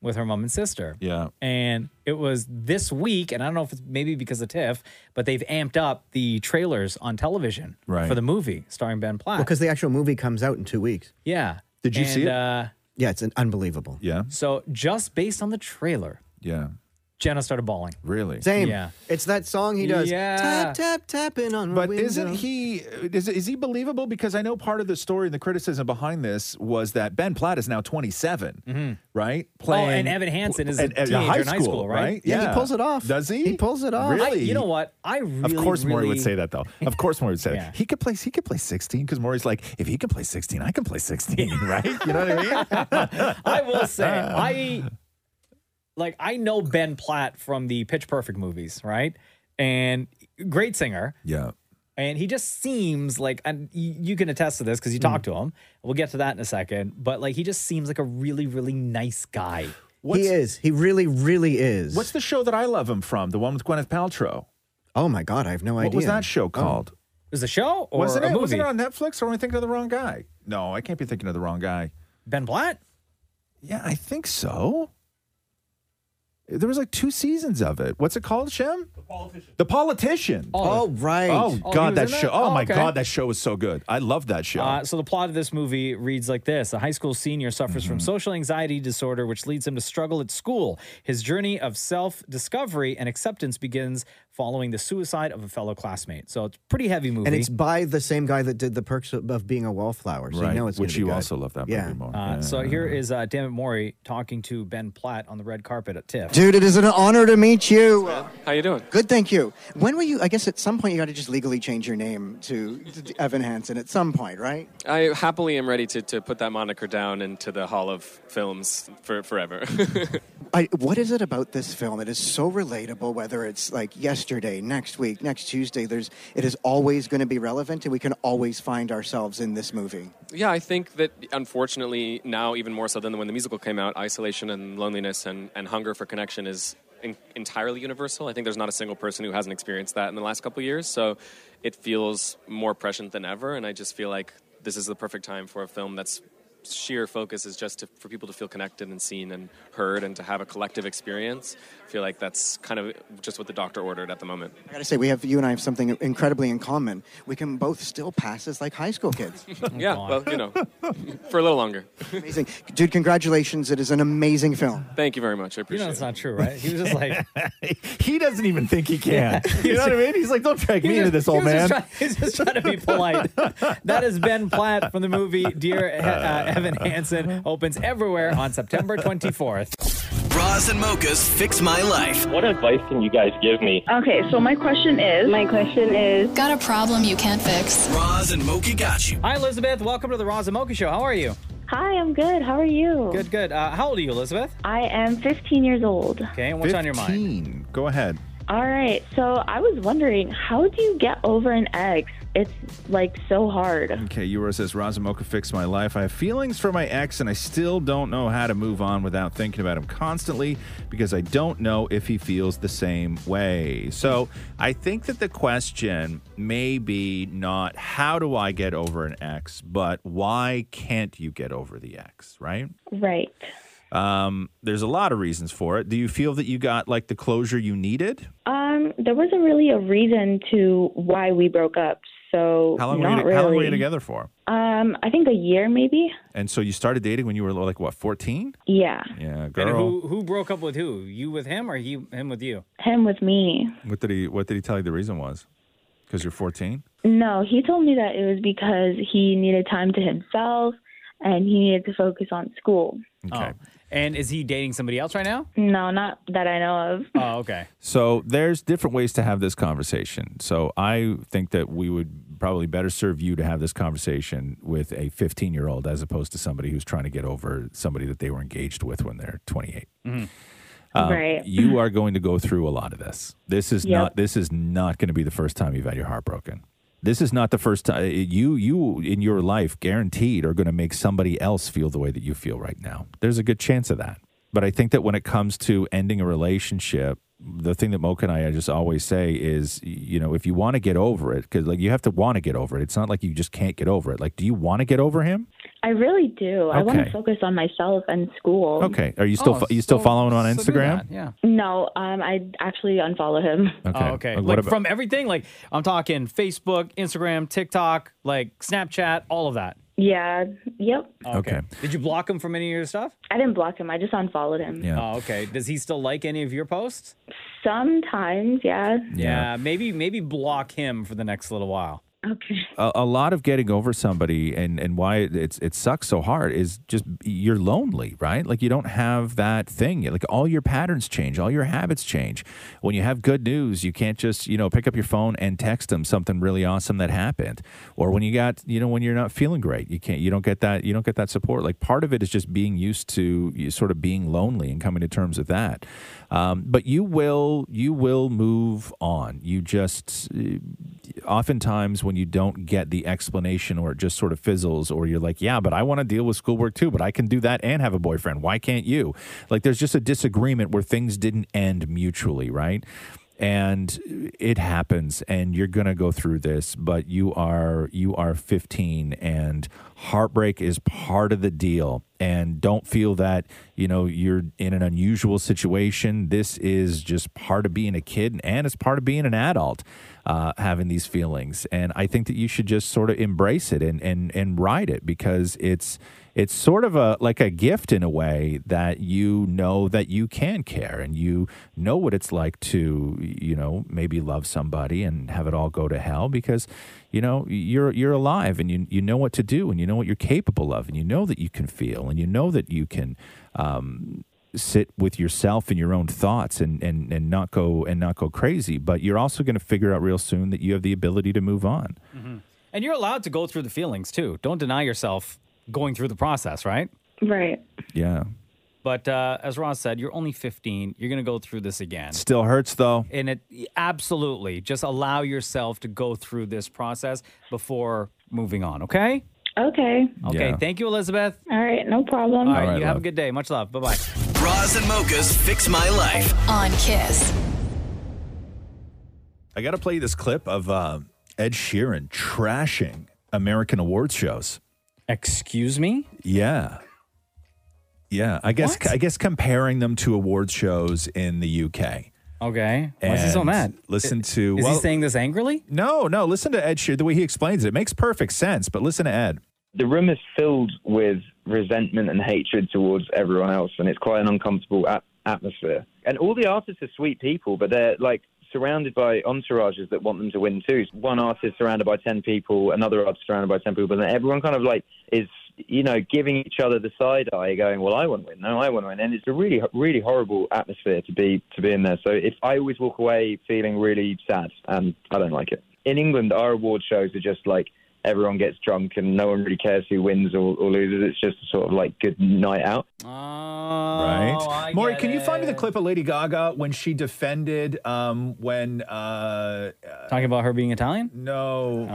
Speaker 2: with her mom and sister.
Speaker 5: Yeah.
Speaker 2: And it was this week, and I don't know if it's maybe because of TIFF, but they've amped up the trailers on television
Speaker 5: Right.
Speaker 2: for the movie starring Ben Platt.
Speaker 11: Because the actual movie comes out in two weeks.
Speaker 2: yeah.
Speaker 5: Did you
Speaker 2: and,
Speaker 5: see it?
Speaker 2: Uh,
Speaker 11: Yeah, it's an unbelievable.
Speaker 5: Yeah.
Speaker 2: so just based on the trailer,
Speaker 5: Yeah.
Speaker 2: Jenna started bawling.
Speaker 5: Really?
Speaker 11: Same.
Speaker 2: Yeah.
Speaker 11: It's that song he does.
Speaker 2: Yeah.
Speaker 11: Tap tap tapping on. my
Speaker 5: But isn't
Speaker 11: window.
Speaker 5: he is, is he believable? Because I know part of the story and the criticism behind this was that Ben Platt is now 27, right?
Speaker 2: Mm-hmm. oh, and Evan Hansen is a
Speaker 5: at- at
Speaker 2: teenager in high school, right?
Speaker 5: Yeah,
Speaker 11: he pulls it off.
Speaker 5: Does he?
Speaker 11: He pulls it off.
Speaker 5: Really?
Speaker 2: I- you know what? I really,
Speaker 5: of course, Maury
Speaker 2: really-
Speaker 5: would say that though. Of course, Maury would say that. he could play. He could play 16 because Maury's like, if he can play 16, I can play 16, right? You know what I mean? Um,
Speaker 2: I will say, I like I know Ben Platt from the Pitch Perfect movies, right? And great singer.
Speaker 5: Yeah.
Speaker 2: And he just seems like, and y- you can attest to this because you
Speaker 5: Mm.
Speaker 2: talked to him. We'll get to that in a second. But like, he just seems like a really, really nice guy.
Speaker 11: he is. He really, really is.
Speaker 5: What's the show that I love him from? The one with Gwyneth Paltrow.
Speaker 11: Oh my God, I have no
Speaker 5: What
Speaker 11: idea.
Speaker 5: was that show called?
Speaker 2: Oh. It was a show or
Speaker 5: wasn't
Speaker 2: a
Speaker 5: it?
Speaker 2: movie?
Speaker 5: Wasn't it on Netflix? Or am I thinking of the wrong guy? No, I can't be thinking of the wrong guy.
Speaker 2: Ben Platt.
Speaker 5: Yeah, I think so. There was like two seasons of it. What's it called, Shem? The politician. The politician.
Speaker 11: Oh, right.
Speaker 5: Oh,
Speaker 2: Oh, he
Speaker 5: God,
Speaker 2: was
Speaker 5: that
Speaker 2: in that?
Speaker 5: show. Oh,
Speaker 2: Oh,
Speaker 5: my
Speaker 2: okay.
Speaker 5: God, that show was so good. I love that show.
Speaker 2: Uh, so the plot of this movie reads like this: A high school senior suffers from
Speaker 11: Mm-hmm.
Speaker 2: social anxiety disorder, which leads him to struggle at school. His journey of self-discovery and acceptance begins following the suicide of a fellow classmate. So it's a pretty heavy movie.
Speaker 11: And it's by the same guy that did the perks of, of being a wallflower. So you know it's gonna
Speaker 5: Which
Speaker 11: be
Speaker 5: you
Speaker 11: good.
Speaker 5: also love that
Speaker 11: Yeah.
Speaker 5: movie more.
Speaker 2: Uh, so here is uh, Dammit Maury talking to Ben Platt on the red carpet at TIFF.
Speaker 3: Dude, it is an honor to meet you.
Speaker 11: uh,
Speaker 3: How you doing? Good, thank you. When were you? I guess at some point you got to just legally change your name to, to Evan Hansen. At some point, right?
Speaker 22: I happily am ready to, to put that moniker down into the Hall of Films for forever.
Speaker 3: I, what is it about this film? It is so relatable. Whether it's like yesterday, next week, next Tuesday, there's it is always going to be relevant, and we can always find ourselves in this movie.
Speaker 22: yeah, I think that unfortunately now, even more so than when the musical came out, isolation and loneliness and, and hunger for connection is in, entirely universal. I think there's not a single person who hasn't experienced that in the last couple of years. So it feels more prescient than ever. And I just feel like this is the perfect time for a film that's sheer focus is just to, for people to feel connected and seen and heard and to have a collective experience. I feel like that's kind of just what the doctor ordered at the moment.
Speaker 3: I got to say, we have you and I have something incredibly in common. We can both still pass as like high school kids.
Speaker 22: yeah, well, you know, for a little longer.
Speaker 3: Amazing, dude! Congratulations! It is an amazing film.
Speaker 22: Thank you very much. I appreciate
Speaker 2: You know, it's not true, right? He was just like,
Speaker 5: he doesn't even think he can. you know what I mean? He's like, don't drag
Speaker 2: He
Speaker 5: me
Speaker 2: was
Speaker 5: into
Speaker 2: just-
Speaker 5: this, old
Speaker 2: he was
Speaker 5: man.
Speaker 2: just try- he's just trying to be polite. that is Ben Platt from the movie Dear uh, Evan Hansen. Opens everywhere on September 24th.
Speaker 1: Bras and mochas fix my life.
Speaker 23: What advice can you guys give me?
Speaker 16: Okay, so my question is. My question is. Got a problem you can't fix?
Speaker 1: Bras and mocha got you.
Speaker 2: Hi, Elizabeth. Welcome to the Roz and Mocha Show. How are you?
Speaker 24: Hi, I'm good. How are you?
Speaker 2: Good, good. Uh, how old are you, Elizabeth?
Speaker 24: I am 15 years old.
Speaker 2: Okay, and what's on your mind?
Speaker 5: Go ahead.
Speaker 24: All right. So I was wondering, how do you get over an ex? It's like so hard.
Speaker 5: Okay, yours says Razumoka fixed my life. I have feelings for my ex, and I still don't know how to move on without thinking about him constantly because I don't know if he feels the same way. So I think that the question may be not how do I get over an ex, but why can't you get over the ex, right?
Speaker 24: Right.
Speaker 5: Um, there's a lot of reasons for it. Do you feel that you got like the closure you needed?
Speaker 24: Um, there wasn't really a reason to why we broke up. So
Speaker 5: How long,
Speaker 24: not
Speaker 5: were, you,
Speaker 24: really.
Speaker 5: how long were you together for?
Speaker 24: Um, I think a year maybe.
Speaker 5: And so you started dating when you were like what, 14?
Speaker 24: Yeah.
Speaker 5: Yeah, girl.
Speaker 2: And who who broke up with who? You with him or he him with you?
Speaker 24: Him with me.
Speaker 5: What did he What did he tell you the reason was? Because you're 14.
Speaker 24: No, he told me that it was because he needed time to himself and he needed to focus on school.
Speaker 2: Okay. Oh. And is he dating somebody else right now?
Speaker 24: No, not that I know of.
Speaker 2: Oh, okay.
Speaker 5: So there's different ways to have this conversation. So I think that we would probably better serve you to have this conversation with a 15 year old as opposed to somebody who's trying to get over somebody that they were engaged with when they're 28.
Speaker 24: Right.
Speaker 5: Um, You are going to go through a lot of this. This is
Speaker 24: Yep.
Speaker 5: not. This is not going to be the first time you've had your heart broken. This is not the first time you you in your life guaranteed are going to make somebody else feel the way that you feel right now. There's a good chance of that. But I think that when it comes to ending a relationship, the thing that Moke and I just always say is, you know, if you want to get over it, because like you have to want to get over it. It's not like you just can't get over it. Like, do you want to get over him?
Speaker 24: I really do. I want
Speaker 5: Okay.
Speaker 24: to focus on myself and school.
Speaker 5: Okay. Are you still
Speaker 2: Oh,
Speaker 5: fo- you still following him on Instagram?
Speaker 2: Yeah.
Speaker 24: No, um, I actually unfollow him.
Speaker 5: Okay.
Speaker 2: Oh, okay.
Speaker 5: Uh, what
Speaker 2: Like
Speaker 5: about-
Speaker 2: from everything, like I'm talking Facebook, Instagram, TikTok, like Snapchat, all of that.
Speaker 21: Yeah. Yep.
Speaker 5: Okay.
Speaker 2: Did you block him from any of your stuff?
Speaker 21: I didn't block him. I just unfollowed him.
Speaker 2: Oh, okay. Does he still like any of your posts?
Speaker 21: Sometimes, yeah.
Speaker 2: Yeah. Maybe maybe block him for the next little while.
Speaker 21: Okay.
Speaker 5: A, a lot of getting over somebody and, and why it- it's it sucks so hard is just you're lonely, right? Like you don't have that thing. Like all your patterns change, all your habits change. When you have good news, you can't just you know pick up your phone and text them something really awesome that happened. Or when you got you know when you're not feeling great, you can't you don't get that you don't get that support. Like part of it is just being used to you sort of being lonely and coming to terms with that. Um, but you will you will move on. You just uh, oftentimes when you don't get the explanation or it just sort of fizzles or you're like yeah but i want to deal with schoolwork too but i can do that and have a boyfriend why can't you like there's just a disagreement where things didn't end mutually right and it happens and you're going to go through this but you are you are 15 and heartbreak is part of the deal and don't feel that you know you're in an unusual situation this is just part of being a kid and it's part of being an adult uh, having these feelings and i think that you should just sort of embrace it and and and ride it because it's it's sort of a like a gift in a way that you know that you can care and you know what it's like to you know maybe love somebody and have it all go to hell because you know you're you're alive and you you know what to do and you know what you're capable of and you know that you can feel and you know that you can um, sit with yourself and your own thoughts and and and not go and not go crazy but you're also going to figure out real soon that you have the ability to move on
Speaker 2: And you're allowed to go through the feelings too. Don't deny yourself going through the process, right?
Speaker 21: Right.
Speaker 5: yeah
Speaker 2: But uh, as Ross said, you're only 15. You're going to go through this again.
Speaker 5: still hurts though
Speaker 2: And it absolutely just allow yourself to go through this process before moving on, okay?
Speaker 21: Okay.
Speaker 2: Okay.
Speaker 21: Yeah.
Speaker 2: Thank you, Elizabeth.
Speaker 21: All right. No problem.
Speaker 2: All right. you have a good day. Much love. Bye bye.
Speaker 1: Roz and Mocha's Fix My Life.
Speaker 8: on Kiss.
Speaker 5: I got to play you this clip of uh, Ed Sheeran trashing American awards shows.
Speaker 2: Excuse me?
Speaker 5: Yeah. Yeah, I guess I guess comparing them to awards shows in the UK.
Speaker 2: Okay. Why is he so
Speaker 5: And
Speaker 2: mad?
Speaker 5: Listen to
Speaker 2: Is
Speaker 5: well,
Speaker 2: he saying this angrily?
Speaker 5: No, no, listen to Ed Sheeran the way he explains it. It makes perfect sense, but listen to Ed.
Speaker 23: The room is filled with resentment and hatred towards everyone else, and it's quite an uncomfortable at- atmosphere. And all the artists are sweet people, but they're like surrounded by entourages that want them to win too. One artist surrounded by 10 people, another artist surrounded by 10 people, and everyone kind of like is, you know, giving each other the side eye, going, well, I want to win, no, I want to win. And it's a really, really horrible atmosphere to be, to be in there. So if I always walk away feeling really sad, and I don't like it. In England, our award shows are just like, everyone gets drunk and no one really cares who wins or, or loses. It's just a sort of like good night out.
Speaker 5: right. Maury, can you find me the clip of Lady Gaga when she defended um, when uh,
Speaker 2: Talking about her being Italian? Oh.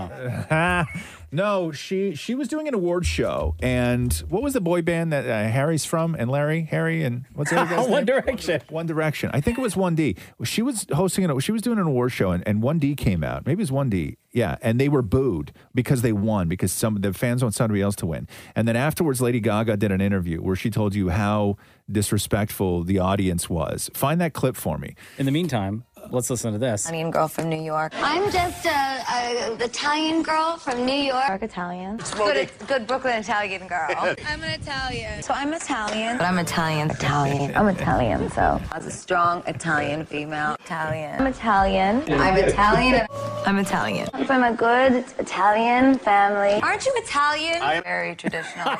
Speaker 5: No. no, she she was doing an award show and what was the boy band that uh, Harry's from and Larry, Harry and what's the other guy's name?
Speaker 2: One
Speaker 5: Direction. One Direction. I think it was 1D. She was hosting an she was doing an award show and, and 1D came out. Maybe it was 1D. Yeah, and they were booed because they won because some the fans want somebody else to win. And then afterwards Lady Gaga did an interview where she told you how disrespectful the audience was. Find that clip for me.
Speaker 2: In the meantime, let's listen to this.
Speaker 9: Italian girl from New York. I'm just a, a Italian girl from New York. Italian. Good, good Brooklyn Italian girl.
Speaker 15: I'm an Italian.
Speaker 9: so I'm Italian. But I'm Italian. Italian. I'm Italian, so. I was a strong Italian female. Italian. I'm Italian. I'm Italian. I'm Italian. I'm from a good Italian family. Aren't you Italian? I'm very traditional.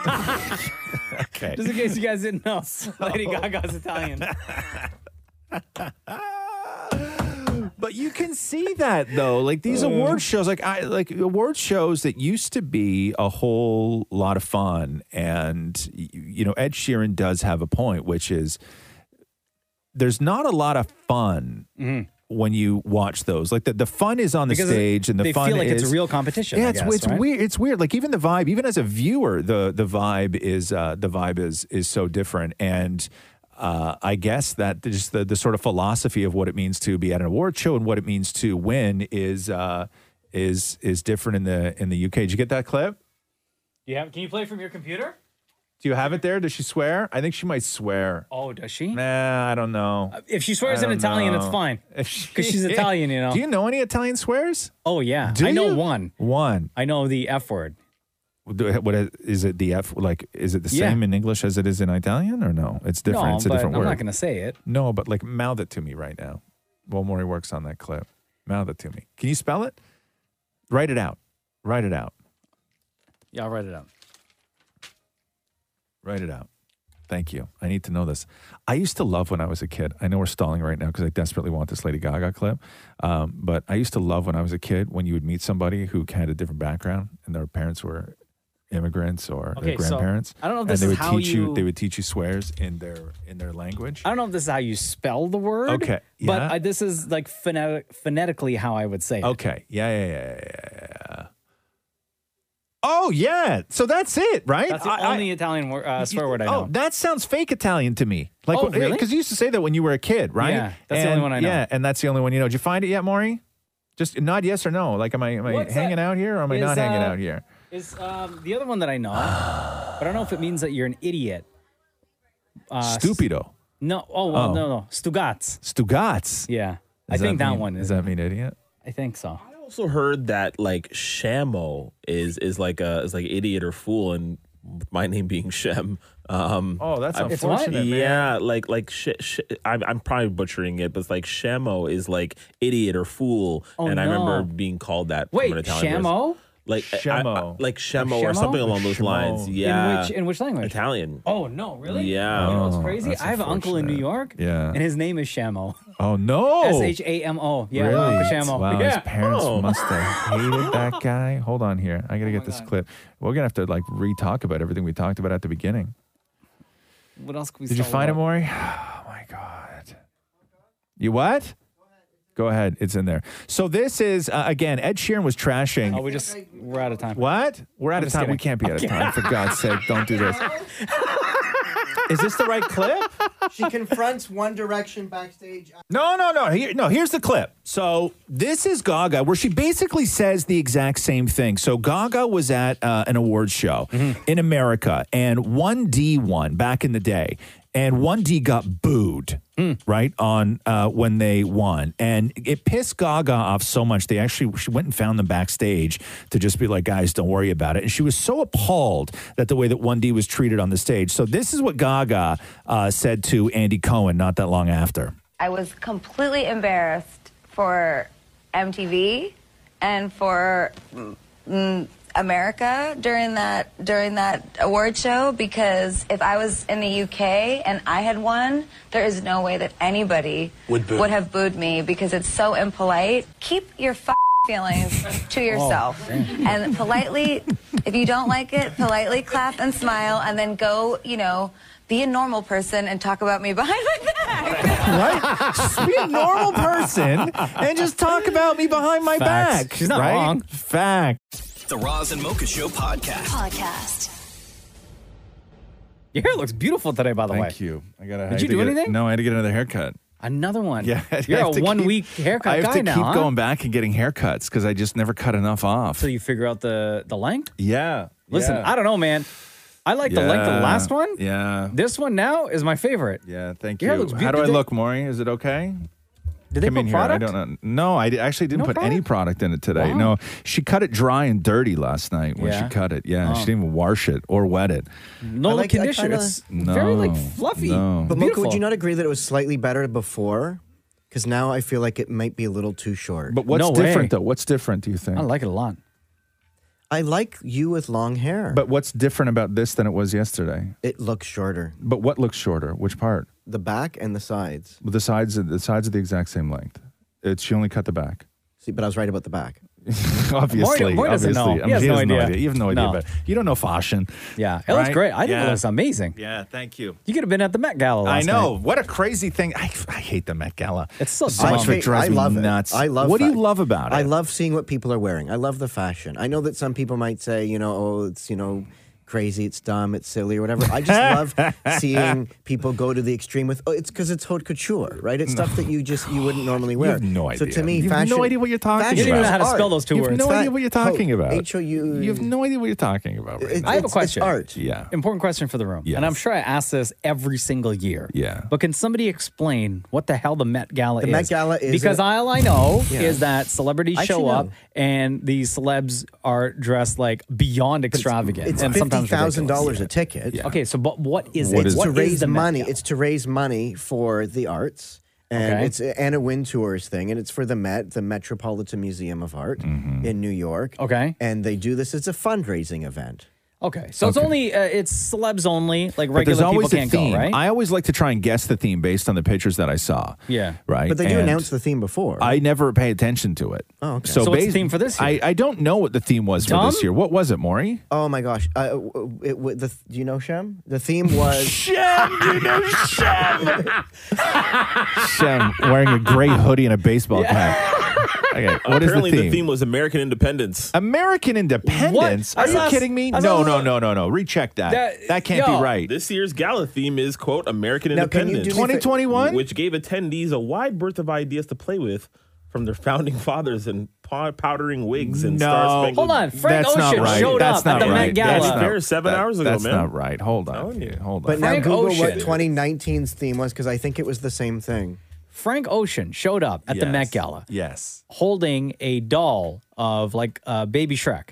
Speaker 5: Okay.
Speaker 2: Just in case you guys didn't know, Lady Gaga's Italian.
Speaker 5: But you can see that though, like these award shows, like I like award shows that used to be a whole lot of fun, and y- you know Ed Sheeran does have a point, which is there's not a lot of fun when you watch those. Like the, the fun is on the
Speaker 2: Mm-hmm. Because
Speaker 5: stage, and the
Speaker 2: they
Speaker 5: fun
Speaker 2: feel like it's
Speaker 5: is-
Speaker 2: a real competition,
Speaker 5: Yeah,
Speaker 2: I
Speaker 5: it's
Speaker 2: guess,
Speaker 5: it's
Speaker 2: right?
Speaker 5: weird. It's weird. Like even the vibe, even as a viewer, the the vibe is uh, the vibe is is so different. And uh, I guess that just the the sort of philosophy of what it means to be at an award show and what it means to win is uh, is is different in the in the UK. Did you get that clip?
Speaker 2: Do you have, can you play from your computer?
Speaker 5: Do you have it there? Does she swear? I think she might swear.
Speaker 2: Oh, does she?
Speaker 5: Nah, I don't know.
Speaker 2: If she swears
Speaker 5: I
Speaker 2: in
Speaker 5: don't
Speaker 2: Italian, it's
Speaker 5: know.
Speaker 2: fine.
Speaker 5: If she-
Speaker 2: Because she's Italian, you know.
Speaker 5: Do you know any Italian swears?
Speaker 2: Oh, yeah.
Speaker 5: Do
Speaker 2: I know
Speaker 5: you?
Speaker 2: one.
Speaker 5: One.
Speaker 2: I know the F word.
Speaker 5: Do- What is- is it? The F like is it the
Speaker 2: Yeah.
Speaker 5: same in English as it is in Italian or no? It's different.
Speaker 2: No,
Speaker 5: it's a
Speaker 2: but
Speaker 5: different
Speaker 2: I'm
Speaker 5: word.
Speaker 2: not going to say it.
Speaker 5: No, but like mouth it to me right now. While Maury works on that clip, mouth it to me. Can you spell it? Write it out. Write it out.
Speaker 2: Yeah, I'll write it out.
Speaker 5: Write it out. Thank you. I need to know this. I used to love when I was a kid. I know we're stalling right now because I desperately want this Lady Gaga clip. Um, but I used to love when I was a kid when you would meet somebody who had a different background and their parents were immigrants or
Speaker 2: Okay,
Speaker 5: their
Speaker 2: so
Speaker 5: grandparents.
Speaker 2: I don't know if
Speaker 5: and
Speaker 2: this
Speaker 5: they
Speaker 2: is
Speaker 5: would
Speaker 2: how
Speaker 5: teach
Speaker 2: you-
Speaker 5: They would teach you swears in their in their language.
Speaker 2: I don't know if this is how you spell the word.
Speaker 5: Okay,
Speaker 2: But
Speaker 5: yeah.
Speaker 2: I, this is like phonetic, phonetically how I would say it.
Speaker 5: Okay. Yeah, yeah, yeah, yeah, yeah, yeah. Oh yeah. So that's it, right?
Speaker 2: That's the
Speaker 5: I- I-
Speaker 2: only Italian wor- uh, swear word I know.
Speaker 5: Oh, that sounds fake Italian to me. Like,
Speaker 2: Oh, really?
Speaker 5: Because you used to say that when you were a kid, right?
Speaker 2: Yeah, that's the only
Speaker 5: And-
Speaker 2: one I know.
Speaker 5: Yeah, and that's the only one you know. Did you find it yet, Maury? Just nod yes or no. Like, am I am I
Speaker 2: What's
Speaker 5: hanging
Speaker 2: that?
Speaker 5: out here or am I
Speaker 2: Is,
Speaker 5: not hanging
Speaker 2: uh,
Speaker 5: out here?
Speaker 2: Is um, the other one that I know, but I don't know if it means that you're an idiot. Uh,
Speaker 5: Stupido.
Speaker 2: No. Oh, well,
Speaker 5: Oh.
Speaker 2: no, no. Stugatz.
Speaker 5: Stugats.
Speaker 2: Yeah. I think that, one is.
Speaker 17: Does that
Speaker 5: mean idiot?
Speaker 2: I think so.
Speaker 17: I also heard that like Shamo is is like a is like idiot or fool, and my name being Shem. Um,
Speaker 5: Oh, that's
Speaker 17: I'm-
Speaker 5: unfortunate, man.
Speaker 17: Yeah, like like sh- sh- I'm I'm probably butchering it, but it's like Shamo is like idiot or fool,
Speaker 2: Oh,
Speaker 17: and I remember
Speaker 2: no.
Speaker 17: being called that.
Speaker 2: Wait,
Speaker 17: from an Italian
Speaker 2: Shamo?
Speaker 17: person. Like I- I-
Speaker 5: Shemo.
Speaker 17: like Shemo,
Speaker 2: Shemo?
Speaker 17: or something along those
Speaker 2: Shemo.
Speaker 17: lines.
Speaker 2: In
Speaker 17: Yeah,
Speaker 2: which- in which language?
Speaker 17: Italian.
Speaker 2: Oh, no, really?
Speaker 17: Yeah.
Speaker 2: You know what's
Speaker 17: Oh,
Speaker 2: crazy?
Speaker 17: that's
Speaker 2: I have an uncle in New York.
Speaker 5: Yeah.
Speaker 2: And his name is Shamo.
Speaker 5: Oh no.
Speaker 2: S H A M O. Yeah.
Speaker 5: Really?
Speaker 2: Shamo.
Speaker 5: Wow,
Speaker 2: yeah. Oh.
Speaker 5: his parents
Speaker 17: Oh.
Speaker 5: must have hated that guy. Hold on here. I gotta get this clip. We're gonna have to like re-talk about everything we talked about at the beginning.
Speaker 2: What else could we
Speaker 5: Did you
Speaker 2: talk
Speaker 5: find it,
Speaker 2: about?
Speaker 5: Maury? Oh my god. You what? Go ahead. It's in there. So this is uh, again. Ed Sheeran was trashing.
Speaker 2: Oh, we just, we're out of time.
Speaker 5: What? We're out
Speaker 2: I'm
Speaker 5: of
Speaker 2: just
Speaker 5: time. We
Speaker 2: kidding.
Speaker 5: can't be out of
Speaker 2: Okay.
Speaker 5: time. For God's sake, don't do this. Is this the right clip?
Speaker 3: she confronts One Direction backstage.
Speaker 5: No, no, no. Here, no, here's the clip. So this is Gaga, where she basically says the exact same thing. So Gaga was at uh, an awards show in America, and 1D won back in the day, and 1D got booed. Right on uh, when they won, and it pissed Gaga off so much. They actually she went and found them backstage to just be like, "Guys, don't worry about it." And she was so appalled that the way that 1D was treated on the stage. So this is what Gaga uh, said to Andy Cohen not that long after.
Speaker 8: I was completely embarrassed for MTV and for mm, America during that during that award show because if I was in the UK and I had won, there is no way that anybody
Speaker 7: Would boo.
Speaker 8: have booed me because it's so impolite. Keep your f- feelings
Speaker 7: Oh,
Speaker 8: to yourself
Speaker 7: damn.
Speaker 8: and politely if you don't like it politely clap and smile and then go you know be a normal person and talk about me behind my back
Speaker 5: right? Just be a normal person and just talk about me behind my
Speaker 1: Facts.
Speaker 5: back.
Speaker 1: She's not
Speaker 5: right?
Speaker 1: wrong.
Speaker 5: Fact.
Speaker 1: The Roz and Mocha Show podcast.
Speaker 25: Podcast.
Speaker 2: Your hair looks beautiful today, by the way.
Speaker 24: Thank you. I gotta. I
Speaker 2: Did
Speaker 24: had
Speaker 2: you
Speaker 24: to
Speaker 2: do
Speaker 24: get-
Speaker 2: anything?
Speaker 24: No, I had to get another haircut.
Speaker 2: Another one.
Speaker 24: Yeah, I
Speaker 2: You're
Speaker 24: have
Speaker 2: a
Speaker 24: to
Speaker 2: one
Speaker 24: keep-
Speaker 2: week haircut
Speaker 24: I have
Speaker 2: guy
Speaker 24: to
Speaker 2: now.
Speaker 24: keep
Speaker 2: huh?
Speaker 24: going back and getting haircuts because I just never cut enough off.
Speaker 2: So you figure out the the length?
Speaker 24: Yeah.
Speaker 2: Listen,
Speaker 24: yeah.
Speaker 2: I don't know, man. I like the length of the
Speaker 24: Yeah,
Speaker 2: last one.
Speaker 24: Yeah.
Speaker 2: This one now is my favorite.
Speaker 24: Yeah, thank
Speaker 2: Your hair
Speaker 24: you.
Speaker 2: looks
Speaker 24: How do
Speaker 2: beaut-
Speaker 24: I
Speaker 2: did they-
Speaker 24: look, Maury? Is it okay?
Speaker 2: Did they
Speaker 24: Come
Speaker 2: put
Speaker 24: in
Speaker 2: product?
Speaker 24: here. I don't know. No, I di- actually didn't
Speaker 2: No
Speaker 24: put any product in it today. No, she cut it dry and dirty last night when
Speaker 2: Yeah?
Speaker 24: she cut it. Yeah,
Speaker 2: Oh.
Speaker 24: she didn't even wash it or wet it.
Speaker 2: No
Speaker 3: I like- I
Speaker 2: conditioner.
Speaker 3: kinda-
Speaker 2: It's
Speaker 24: No,
Speaker 2: very like fluffy.
Speaker 24: no.
Speaker 3: But Mocha, would you not agree that it was slightly better before? Because now I feel like it might be a little too short.
Speaker 24: But what's different though? What's different? Do you think?
Speaker 2: like it a lot.
Speaker 3: I like you with long hair.
Speaker 24: But what's different about this than it was yesterday?
Speaker 3: It looks shorter.
Speaker 24: But what looks shorter? Which part?
Speaker 3: The back and the sides.
Speaker 24: Well, the sides. The sides are the exact same length. It, she only cut the back.
Speaker 3: See, but I was right about the back.
Speaker 24: obviously,
Speaker 2: Maury
Speaker 24: obviously,
Speaker 2: doesn't know.
Speaker 24: I
Speaker 2: He
Speaker 24: mean,
Speaker 2: has no
Speaker 24: has
Speaker 2: idea.
Speaker 24: You have no idea.
Speaker 2: No.
Speaker 24: But you don't know fashion.
Speaker 2: Yeah, it looks
Speaker 24: Right?
Speaker 2: great. I think it
Speaker 24: Yeah.
Speaker 2: looks amazing.
Speaker 24: Yeah, thank you.
Speaker 2: You could have been at the Met Gala.
Speaker 24: I
Speaker 2: Last
Speaker 24: know.
Speaker 2: night.
Speaker 24: What a crazy thing. I, I hate the Met Gala.
Speaker 2: It's so
Speaker 24: so much
Speaker 3: I
Speaker 24: of it
Speaker 3: hate-
Speaker 24: drives
Speaker 3: I
Speaker 24: me
Speaker 3: love it.
Speaker 24: nuts.
Speaker 3: I love
Speaker 24: What do
Speaker 3: fa-
Speaker 24: you love about it?
Speaker 3: I love seeing what people are wearing. I love the fashion. I know that some people might say, you know, oh, it's, you know, crazy, it's dumb, it's silly, or whatever. I just love seeing people go to the extreme with. Oh, it's because it's haute couture, right? It's stuff that you just you wouldn't normally wear.
Speaker 24: have no
Speaker 3: So to
Speaker 24: idea.
Speaker 3: me,
Speaker 24: You have
Speaker 3: fashion.
Speaker 24: no idea what you're talking
Speaker 3: fashion
Speaker 24: about. You don't even know
Speaker 3: is
Speaker 24: how to
Speaker 3: art.
Speaker 24: spell those two
Speaker 3: You have
Speaker 24: words.
Speaker 3: no
Speaker 24: Fa-
Speaker 3: idea what you're talking
Speaker 24: hope.
Speaker 3: about.
Speaker 24: H O
Speaker 3: Oh, U.
Speaker 24: You have no idea what you're talking about. Right
Speaker 3: It's-
Speaker 24: now.
Speaker 2: I have a question.
Speaker 24: Yeah.
Speaker 2: Important question for the room. And I'm sure I ask this every single year.
Speaker 24: Yeah.
Speaker 2: But can somebody explain what the hell the Met Gala
Speaker 3: The
Speaker 2: is?
Speaker 3: Met Gala is
Speaker 2: Because
Speaker 3: a-
Speaker 2: all I know
Speaker 3: Yeah.
Speaker 2: is that celebrities
Speaker 3: I
Speaker 2: show
Speaker 3: actually
Speaker 2: up
Speaker 3: know.
Speaker 2: and these celebs are dressed like beyond extravagant.
Speaker 3: It's
Speaker 2: and
Speaker 3: fifty
Speaker 2: sometimes
Speaker 3: thousand
Speaker 2: ridiculous.
Speaker 3: dollars a ticket.
Speaker 2: Okay, so but what is
Speaker 3: it's
Speaker 2: it? What
Speaker 3: to
Speaker 2: is
Speaker 3: raise
Speaker 2: the Met
Speaker 3: money.
Speaker 2: Gala?
Speaker 3: It's to raise money for the arts. And
Speaker 2: Okay.
Speaker 3: it's Anna Wintour's thing, and it's for the Met, the Metropolitan Museum of Art in New York. Okay. And they do this, it's a fundraising event.
Speaker 2: Okay, so it's
Speaker 3: Okay.
Speaker 2: only uh, it's celebs only. Like
Speaker 3: But
Speaker 2: regular
Speaker 3: there's
Speaker 2: people
Speaker 3: always a
Speaker 2: can't
Speaker 3: theme.
Speaker 2: go, right?
Speaker 5: I always like to try and guess the theme based on the pictures that I saw.
Speaker 2: yeah.
Speaker 5: Right.
Speaker 3: But they do
Speaker 5: And
Speaker 3: announce the theme before.
Speaker 5: I never pay attention to it.
Speaker 3: Oh, okay.
Speaker 5: So,
Speaker 3: So what's the
Speaker 5: bas-
Speaker 3: theme for this
Speaker 5: I, I don't know what the theme was for this
Speaker 3: Dumb?
Speaker 5: year. What was it, Maury?
Speaker 3: oh my gosh. Uh, w- w- it, w- the, do you know Shem? The theme was.
Speaker 24: Shem! You know Shem!
Speaker 5: Sam wearing a gray hoodie and a baseball cap. Okay. What is the
Speaker 17: Apparently,
Speaker 5: theme?
Speaker 17: the theme was American independence.
Speaker 5: American independence?
Speaker 17: What?
Speaker 5: Are
Speaker 17: I saw
Speaker 5: you
Speaker 17: s-
Speaker 5: kidding me?
Speaker 17: I saw
Speaker 5: No, no, no, no, no. Recheck that. That, can't be right.
Speaker 17: This year's gala theme is quote American
Speaker 5: Now, can you
Speaker 17: independence.
Speaker 5: do me a fa- 2021?
Speaker 17: which gave attendees a wide berth of ideas to play with from their founding fathers and pow- powdering wigs and
Speaker 5: No.
Speaker 17: star spangled.
Speaker 2: Hold on, Frank
Speaker 5: That's not
Speaker 2: Ocean
Speaker 5: right.
Speaker 2: showed
Speaker 5: That's
Speaker 2: up
Speaker 5: not
Speaker 2: at the
Speaker 5: right.
Speaker 2: Met Gala.
Speaker 5: That's not-
Speaker 17: There seven hours ago,
Speaker 5: that's
Speaker 17: man.
Speaker 5: not right. Hold on. Hold on.
Speaker 3: But now
Speaker 2: Frank
Speaker 3: Google what
Speaker 2: Ocean.
Speaker 3: 2019's theme was because I think it was the same thing.
Speaker 2: Frank Ocean showed up at the
Speaker 3: Yes.
Speaker 2: Met Gala.
Speaker 5: Yes.
Speaker 2: Holding a doll of like uh, baby Shrek.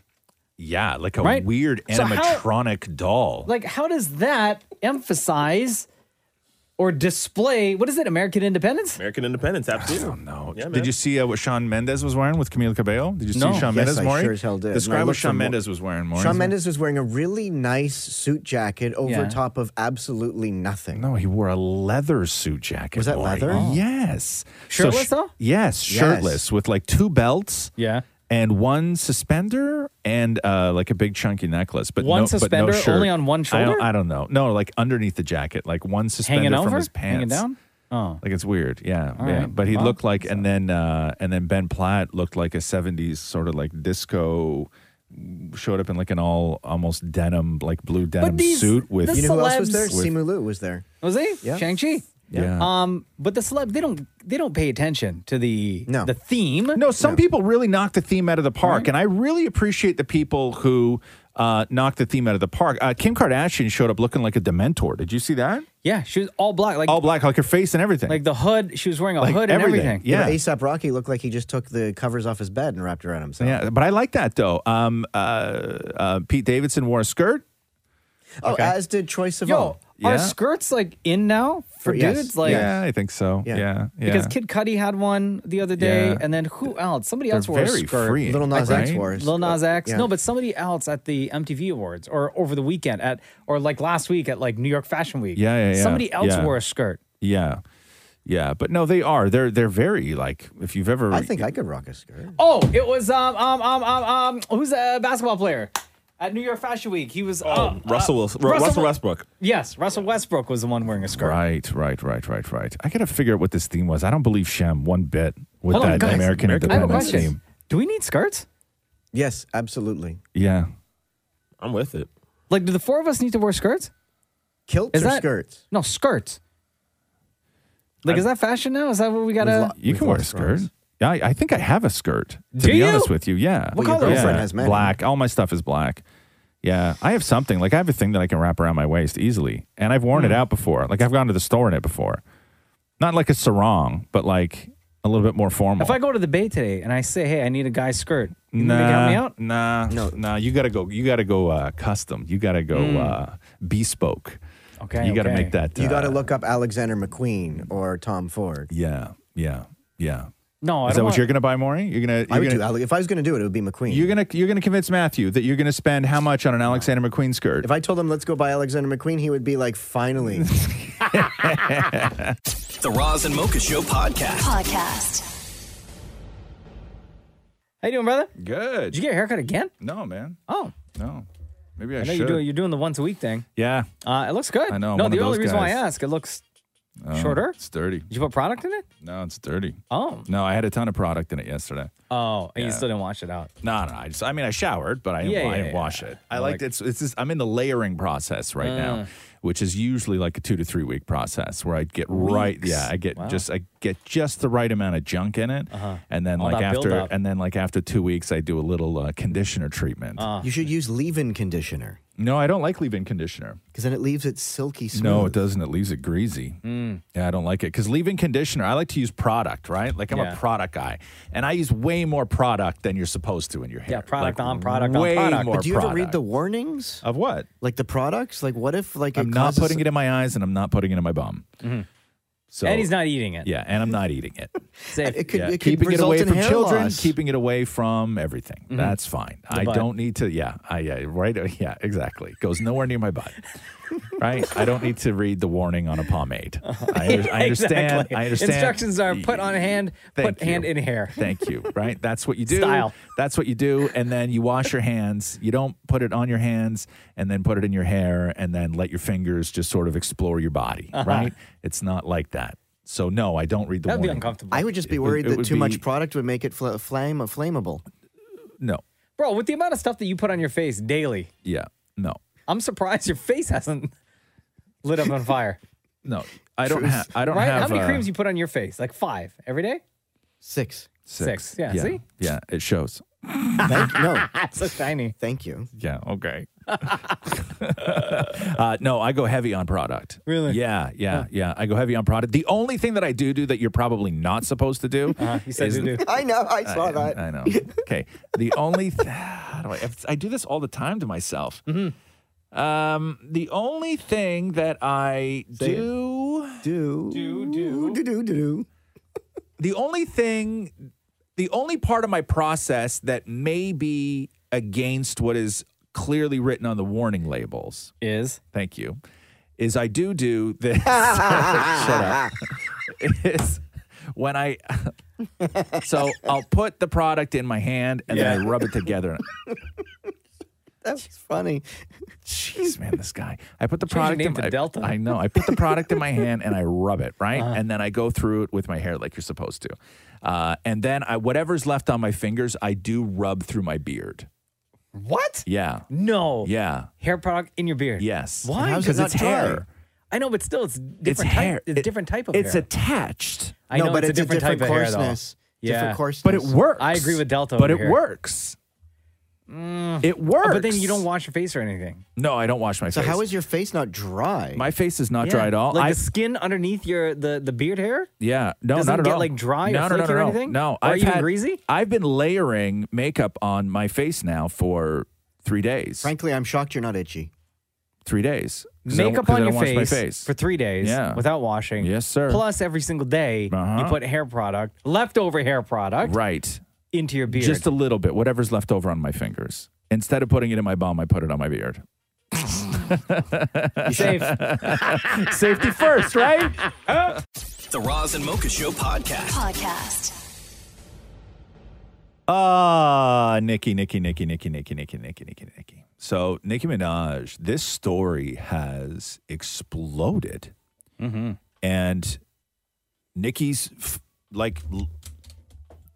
Speaker 24: Yeah, like a
Speaker 2: Right?
Speaker 24: weird
Speaker 2: So how-
Speaker 24: animatronic doll.
Speaker 2: Like, how does that emphasize or display what is it? American independence?
Speaker 17: American independence, absolutely. I don't
Speaker 5: know. Did you see uh, what Sean Mendez was wearing with Camila Cabello? Did you see
Speaker 3: No.
Speaker 5: Sean
Speaker 3: Yes,
Speaker 5: Mendes,
Speaker 3: I
Speaker 5: Maury?
Speaker 3: sure as hell did. And I
Speaker 5: Describe what
Speaker 3: looked for
Speaker 5: Sean
Speaker 3: more-
Speaker 5: Mendes was wearing, Maury.
Speaker 3: Sean Mendes was wearing a really nice suit jacket over
Speaker 5: Yeah.
Speaker 3: top of absolutely nothing.
Speaker 5: No, he wore a leather suit jacket.
Speaker 3: Was that
Speaker 5: Maury.
Speaker 3: leather?
Speaker 5: Yes.
Speaker 2: Oh.
Speaker 3: Shirtless,
Speaker 5: sh-
Speaker 3: though?
Speaker 5: Yes,
Speaker 3: Yes.
Speaker 5: shirtless with like two belts.
Speaker 2: Yeah.
Speaker 5: And one suspender and uh, like a big chunky necklace, but
Speaker 2: One
Speaker 5: no, but no
Speaker 2: suspender
Speaker 5: shirt.
Speaker 2: only on one
Speaker 5: I don't,
Speaker 2: shoulder?
Speaker 5: I don't know. No, like underneath the jacket, like one suspender
Speaker 2: Hanging
Speaker 5: from
Speaker 2: over?
Speaker 5: his pants,
Speaker 2: Hanging down? Oh.
Speaker 5: Like it's weird, yeah,
Speaker 2: All
Speaker 5: yeah.
Speaker 2: right.
Speaker 5: But he
Speaker 2: Well,
Speaker 5: looked like, and then uh, and then Ben Platt looked like a '70s sort of like disco. Showed up in like an all almost denim, like blue denim
Speaker 2: these-
Speaker 5: suit with.
Speaker 3: you know who else was there?
Speaker 5: with-
Speaker 3: Simu Liu was there.
Speaker 2: Was he?
Speaker 3: Yeah.
Speaker 2: Shang-Chi.
Speaker 5: Yeah.
Speaker 2: Um, but the celeb they don't they don't pay attention to the the theme.
Speaker 5: No, some people really knock the theme out of the park, and I really appreciate the people who uh, knock the theme out of the park. Uh, Kim Kardashian showed up looking like a Dementor. Did you see that?
Speaker 2: Yeah, she was all black, like
Speaker 5: All black, like her face and everything.
Speaker 2: like the hood. She was wearing a
Speaker 5: Like
Speaker 2: hood and
Speaker 5: everything.
Speaker 2: everything.
Speaker 5: Yeah.
Speaker 3: ASAP Rocky looked like he just took the covers off his bed and wrapped around himself.
Speaker 5: yeah, but I like that though. Um, uh, uh, Pete Davidson wore a skirt.
Speaker 3: Oh,
Speaker 5: Okay.
Speaker 3: as did Troy Sivan.
Speaker 2: Yo,
Speaker 5: Yeah.
Speaker 2: are skirts like in now for,
Speaker 5: For- yes.
Speaker 2: dudes? Like
Speaker 5: yeah, I think so. Yeah, yeah.
Speaker 2: Because Kid Cudi had one the other day,
Speaker 5: Yeah.
Speaker 2: and then who else? Somebody
Speaker 5: They're
Speaker 2: else wore
Speaker 5: very
Speaker 2: a skirt.
Speaker 5: freeing, Lil Nas right? X wore a
Speaker 2: Lil Nas
Speaker 5: skirt.
Speaker 2: X.
Speaker 5: Yeah.
Speaker 2: No, but somebody else at the MTV Awards or over the weekend at or like last week at like New York Fashion Week.
Speaker 5: Yeah, yeah, yeah.
Speaker 2: Somebody else
Speaker 5: Yeah.
Speaker 2: wore a skirt.
Speaker 5: yeah, yeah. But no, they are. They're they're very like if you've ever.
Speaker 2: I think
Speaker 3: I could rock a skirt.
Speaker 2: Oh, it was um um um um um who's a basketball player at New York Fashion Week? He was oh,
Speaker 17: Russell Wilson, Ru- Russell Westbrook.
Speaker 2: Yes, Russell Westbrook was the one wearing a skirt.
Speaker 5: Right, right, right, right, right. I gotta figure out what this theme was. I don't believe Shem one bit with
Speaker 2: Hold on,
Speaker 5: that
Speaker 2: guys.
Speaker 5: American,
Speaker 2: American
Speaker 5: Independence
Speaker 2: Independence.
Speaker 5: theme.
Speaker 2: Do we need skirts?
Speaker 3: Yes, absolutely.
Speaker 5: Yeah.
Speaker 17: I'm with it.
Speaker 2: Like, do the four of us need to wear skirts?
Speaker 3: Kilts
Speaker 2: Is
Speaker 3: or
Speaker 2: that-
Speaker 3: skirts?
Speaker 2: No, skirts. Like, is that fashion now? Is that what we gotta?
Speaker 5: You can wear a skirt. Yeah, I, I think I have a skirt. To
Speaker 2: Do
Speaker 5: be
Speaker 2: you?
Speaker 5: honest with you, yeah.
Speaker 2: What Well, your color?
Speaker 5: Yeah.
Speaker 2: girlfriend has many.
Speaker 5: Black. All my stuff is black. Yeah, I have something. Like I have a thing that I can wrap around my waist easily, and I've
Speaker 2: Hmm.
Speaker 5: worn it out before. Like I've gone to the store in it before. Not like a sarong, but like a little bit more formal.
Speaker 2: If I go to the bay today and I say, "Hey, I need a guy's skirt," you
Speaker 5: nah,
Speaker 2: need to count me out.
Speaker 5: Nah, no, nah. You gotta go. You gotta go uh, custom. You gotta go
Speaker 2: Mm.
Speaker 5: uh, bespoke.
Speaker 2: Okay,
Speaker 5: you gotta make that.
Speaker 3: you
Speaker 5: uh,
Speaker 3: got to look up Alexander McQueen or Tom Ford.
Speaker 5: Yeah, uh, yeah, yeah.
Speaker 2: No,
Speaker 5: Is that what you're gonna buy, Maury? You're gonna. You're
Speaker 3: I would
Speaker 5: gonna,
Speaker 3: do Ale- if I was going to do it, it would be McQueen.
Speaker 5: You're gonna you're gonna convince Matthew that you're gonna spend how much on an Alexander McQueen skirt?
Speaker 3: if I told him let's go buy Alexander McQueen, he would be like, finally.
Speaker 1: The Roz and Mocha Show podcast.
Speaker 26: Podcast.
Speaker 2: How you doing, brother?
Speaker 5: Good.
Speaker 2: Did you get a haircut again?
Speaker 5: No, man.
Speaker 2: Oh,
Speaker 5: No, maybe
Speaker 2: I,
Speaker 5: I,
Speaker 2: know
Speaker 5: should.
Speaker 2: you're doing you're doing the once a week thing.
Speaker 5: yeah,
Speaker 2: Uh, it looks good.
Speaker 5: I know, I'm
Speaker 2: No,
Speaker 5: one of
Speaker 2: the only
Speaker 5: those
Speaker 2: reason why I
Speaker 5: guys. Uh,
Speaker 2: ask, it looks Shorter?
Speaker 5: It's dirty.
Speaker 2: Did you put product in it?
Speaker 5: No, it's dirty.
Speaker 2: Oh.
Speaker 5: No, I had a ton of product in it yesterday.
Speaker 2: Oh, and
Speaker 5: Yeah.
Speaker 2: you still didn't wash it out.
Speaker 5: No, no, I just, I mean, I showered, but I didn't,
Speaker 2: Yeah,
Speaker 5: I
Speaker 2: yeah,
Speaker 5: didn't wash
Speaker 2: yeah.
Speaker 5: it. I liked it's, it's just, I'm in the layering process right
Speaker 2: Uh.
Speaker 5: now, which is usually like a two to three week process where I get right,
Speaker 27: Weeks.
Speaker 5: yeah, I get
Speaker 27: Wow.
Speaker 5: just, I get just the right amount of junk in it, uh-huh. and then
Speaker 27: All
Speaker 5: like
Speaker 27: that
Speaker 5: after,
Speaker 27: buildup.
Speaker 5: and then like after two weeks, I do a little uh, conditioner treatment.
Speaker 2: Oh. Ah.
Speaker 3: you should use leave-in conditioner
Speaker 5: no, I don't like leave-in conditioner.
Speaker 3: because then it leaves it silky smooth.
Speaker 5: No, it doesn't. It leaves it greasy.
Speaker 2: Mm.
Speaker 5: Yeah, I don't like it because leave-in conditioner. I like to use product, right? Like I'm
Speaker 2: Yeah.
Speaker 5: a product guy, and I use way more product than you're supposed to in your hair.
Speaker 2: Yeah, product
Speaker 5: Like,
Speaker 2: on product on
Speaker 5: way
Speaker 2: product.
Speaker 5: more
Speaker 3: But do you ever read
Speaker 5: product.
Speaker 3: the warnings
Speaker 5: of what?
Speaker 3: Like the products? Like what if like
Speaker 5: I'm not putting it in my eyes and I'm not putting it in my bum. So
Speaker 2: and he's not Mm-hmm. eating it.
Speaker 5: Yeah, and I'm not eating it.
Speaker 2: Safe.
Speaker 3: It could,
Speaker 5: Yeah,
Speaker 3: it could
Speaker 5: keeping it
Speaker 3: result
Speaker 5: away
Speaker 3: in
Speaker 5: from
Speaker 3: hair
Speaker 5: children,
Speaker 3: loss.
Speaker 5: keeping it away from everything.
Speaker 3: Mhm.
Speaker 5: That's fine.
Speaker 3: The
Speaker 5: I
Speaker 3: butt.
Speaker 5: don't need to. Yeah, I yeah, right. oh, Yeah, exactly. Goes nowhere near my butt. right. I don't need to read the warning on a pomade. I, under- I understand.
Speaker 2: Exactly.
Speaker 5: I understand.
Speaker 2: Instructions are put on hand,
Speaker 5: Thank
Speaker 2: put hand
Speaker 5: you.
Speaker 2: in hair.
Speaker 5: Thank you. Right. That's what you do.
Speaker 2: Style.
Speaker 5: That's what you do. And then you wash your hands. You don't put it on your hands and then put it in your hair and then let your fingers just sort of explore your body.
Speaker 3: Uh-huh.
Speaker 5: Right. It's not like that. So no, I don't read the warning.
Speaker 3: I would just
Speaker 5: It
Speaker 3: be worried
Speaker 5: it
Speaker 3: that
Speaker 5: would
Speaker 3: too
Speaker 5: be-
Speaker 3: much product would make it fl- flame uh, flammable.
Speaker 5: No.
Speaker 2: Bro, with the amount of stuff that you put on your face daily,
Speaker 5: Yeah. No.
Speaker 2: I'm surprised your face hasn't lit up on fire.
Speaker 5: No. I don't have. I don't
Speaker 2: right?
Speaker 5: have.
Speaker 2: How many
Speaker 5: uh,
Speaker 2: creams you put on your face? Like five every day?
Speaker 3: Six.
Speaker 2: Six. Yeah, see?
Speaker 5: Yeah. It shows.
Speaker 3: no.
Speaker 2: so shiny.
Speaker 3: Thank you.
Speaker 5: Yeah. Okay. uh, no, I go heavy on product.
Speaker 2: Really?
Speaker 5: Yeah, yeah,
Speaker 2: Huh.
Speaker 5: yeah. I go heavy on product. The only thing that I do do that you're probably not supposed to do.
Speaker 2: Uh-huh, you said
Speaker 5: is-
Speaker 2: you do.
Speaker 3: I know. I saw
Speaker 5: I,
Speaker 3: that.
Speaker 5: I know. Okay. The only th- how do I, if- I do this all the time to myself.
Speaker 2: Mm-hmm.
Speaker 5: Um, the only thing that I
Speaker 3: Say it.
Speaker 5: do
Speaker 3: do
Speaker 5: do do
Speaker 3: do do do.
Speaker 5: The only thing, the only part of my process that may be against what is clearly written on the warning labels
Speaker 2: is
Speaker 5: thank you. Is I do do this. Shut up. Is when I so I'll put the product in my hand and then I rub it together.
Speaker 3: That's funny.
Speaker 5: Jeez, man, this guy. I put the
Speaker 3: Change your
Speaker 5: product
Speaker 3: name
Speaker 5: in
Speaker 3: to
Speaker 5: my
Speaker 3: Delta.
Speaker 5: I know. I put the product in my hand and I rub it right,
Speaker 2: Uh-huh.
Speaker 5: and then I go through it with my hair like you're supposed to, uh, and then I whatever's left on my fingers, I do rub through my beard.
Speaker 2: What?
Speaker 5: Yeah.
Speaker 2: No.
Speaker 5: Yeah.
Speaker 2: Hair product in your beard.
Speaker 5: Yes.
Speaker 2: Why?
Speaker 5: How's it
Speaker 2: Because
Speaker 5: not
Speaker 2: it's
Speaker 5: dry?
Speaker 2: hair. I know, but still, it's different.
Speaker 5: It's
Speaker 2: type,
Speaker 5: hair.
Speaker 2: It's
Speaker 5: It-
Speaker 2: different type of
Speaker 5: it's
Speaker 2: hair.
Speaker 5: attached.
Speaker 2: I
Speaker 3: No,
Speaker 2: know,
Speaker 3: but
Speaker 2: it's,
Speaker 3: it's
Speaker 2: a
Speaker 3: a
Speaker 2: different,
Speaker 3: different
Speaker 2: type of hair,
Speaker 3: coarseness.
Speaker 2: though.
Speaker 3: Different
Speaker 2: yeah.
Speaker 3: coarseness.
Speaker 5: But it works.
Speaker 2: I agree with Delta.
Speaker 5: But
Speaker 2: over
Speaker 5: it
Speaker 2: here. Mm. Oh,
Speaker 5: works. It works.
Speaker 2: But then you don't wash your face or anything.
Speaker 5: No, I don't wash my
Speaker 3: So
Speaker 5: face.
Speaker 3: how is your face not dry?
Speaker 5: my face is not dry at all?
Speaker 2: Like
Speaker 5: I
Speaker 2: the skin underneath your the, the beard hair?
Speaker 5: yeah, no,
Speaker 2: Doesn't
Speaker 5: not
Speaker 2: it
Speaker 5: at
Speaker 2: get,
Speaker 5: all.
Speaker 2: like, dry or
Speaker 5: no, no, no,
Speaker 2: flaky
Speaker 5: no,
Speaker 2: or
Speaker 5: no.
Speaker 2: anything?
Speaker 5: No,
Speaker 2: Or
Speaker 5: I've
Speaker 2: even
Speaker 5: had,
Speaker 2: greasy?
Speaker 5: I've been layering makeup on my face now for three days.
Speaker 3: Frankly, I'm shocked you're not itchy.
Speaker 5: Three days. 'Cause I don't-
Speaker 2: Makeup
Speaker 5: 'cause I
Speaker 2: on your
Speaker 5: don't wash my
Speaker 2: face, for three days
Speaker 5: Yeah.
Speaker 2: without washing.
Speaker 5: Yes, sir.
Speaker 2: Plus, every single day you
Speaker 5: Uh-huh.
Speaker 2: put hair product, leftover hair product,
Speaker 5: right
Speaker 2: into your beard.
Speaker 5: Just a little bit, whatever's left over on my fingers. Instead of putting it in my bum, I put it on my beard.
Speaker 2: Safe.
Speaker 5: Safety first, right?
Speaker 1: The Roz and Mocha Show podcast.
Speaker 28: Podcast.
Speaker 5: Ah, Nikki, Nikki, Nikki, Nikki, Nikki, Nikki, Nikki, Nikki, Nikki. So Nicki Minaj, this story has exploded,
Speaker 24: Mm-hmm.
Speaker 5: and Nicki's f- like l-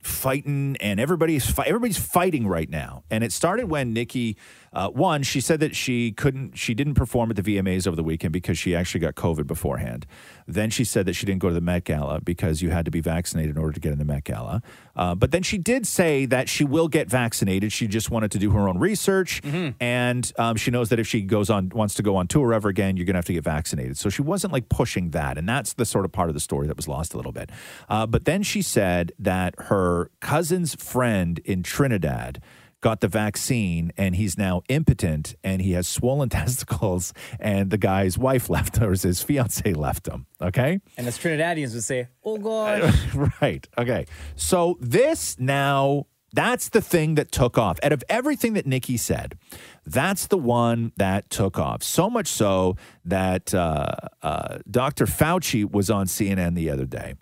Speaker 5: fighting, and everybody's fi- everybody's fighting right now. And it started when Nikki, uh, one, she said that she couldn't, she didn't perform at the VMAs over the weekend because she actually got COVID beforehand. Then she said that she didn't go to the Met Gala because you had to be vaccinated in order to get in the Met Gala. Uh, but then she did say that she will get vaccinated. She just wanted to do her own research, and um, she knows that if she goes on wants to go on tour ever again, you're going to have to get vaccinated. So she wasn't like pushing that, and that's the sort of part of the story that was lost a little bit. Uh, but then she said that her cousin's friend in Trinidad got the vaccine and he's now impotent and he has swollen testicles and the guy's wife left or his fiance left him okay
Speaker 2: and as Trinidadians would say, oh gosh.
Speaker 5: right. Okay. So this now that's the thing that took off. Out of everything that Nikki said, that's the one that took off. So much so that uh, uh, Dr. Fauci was on CNN the other day,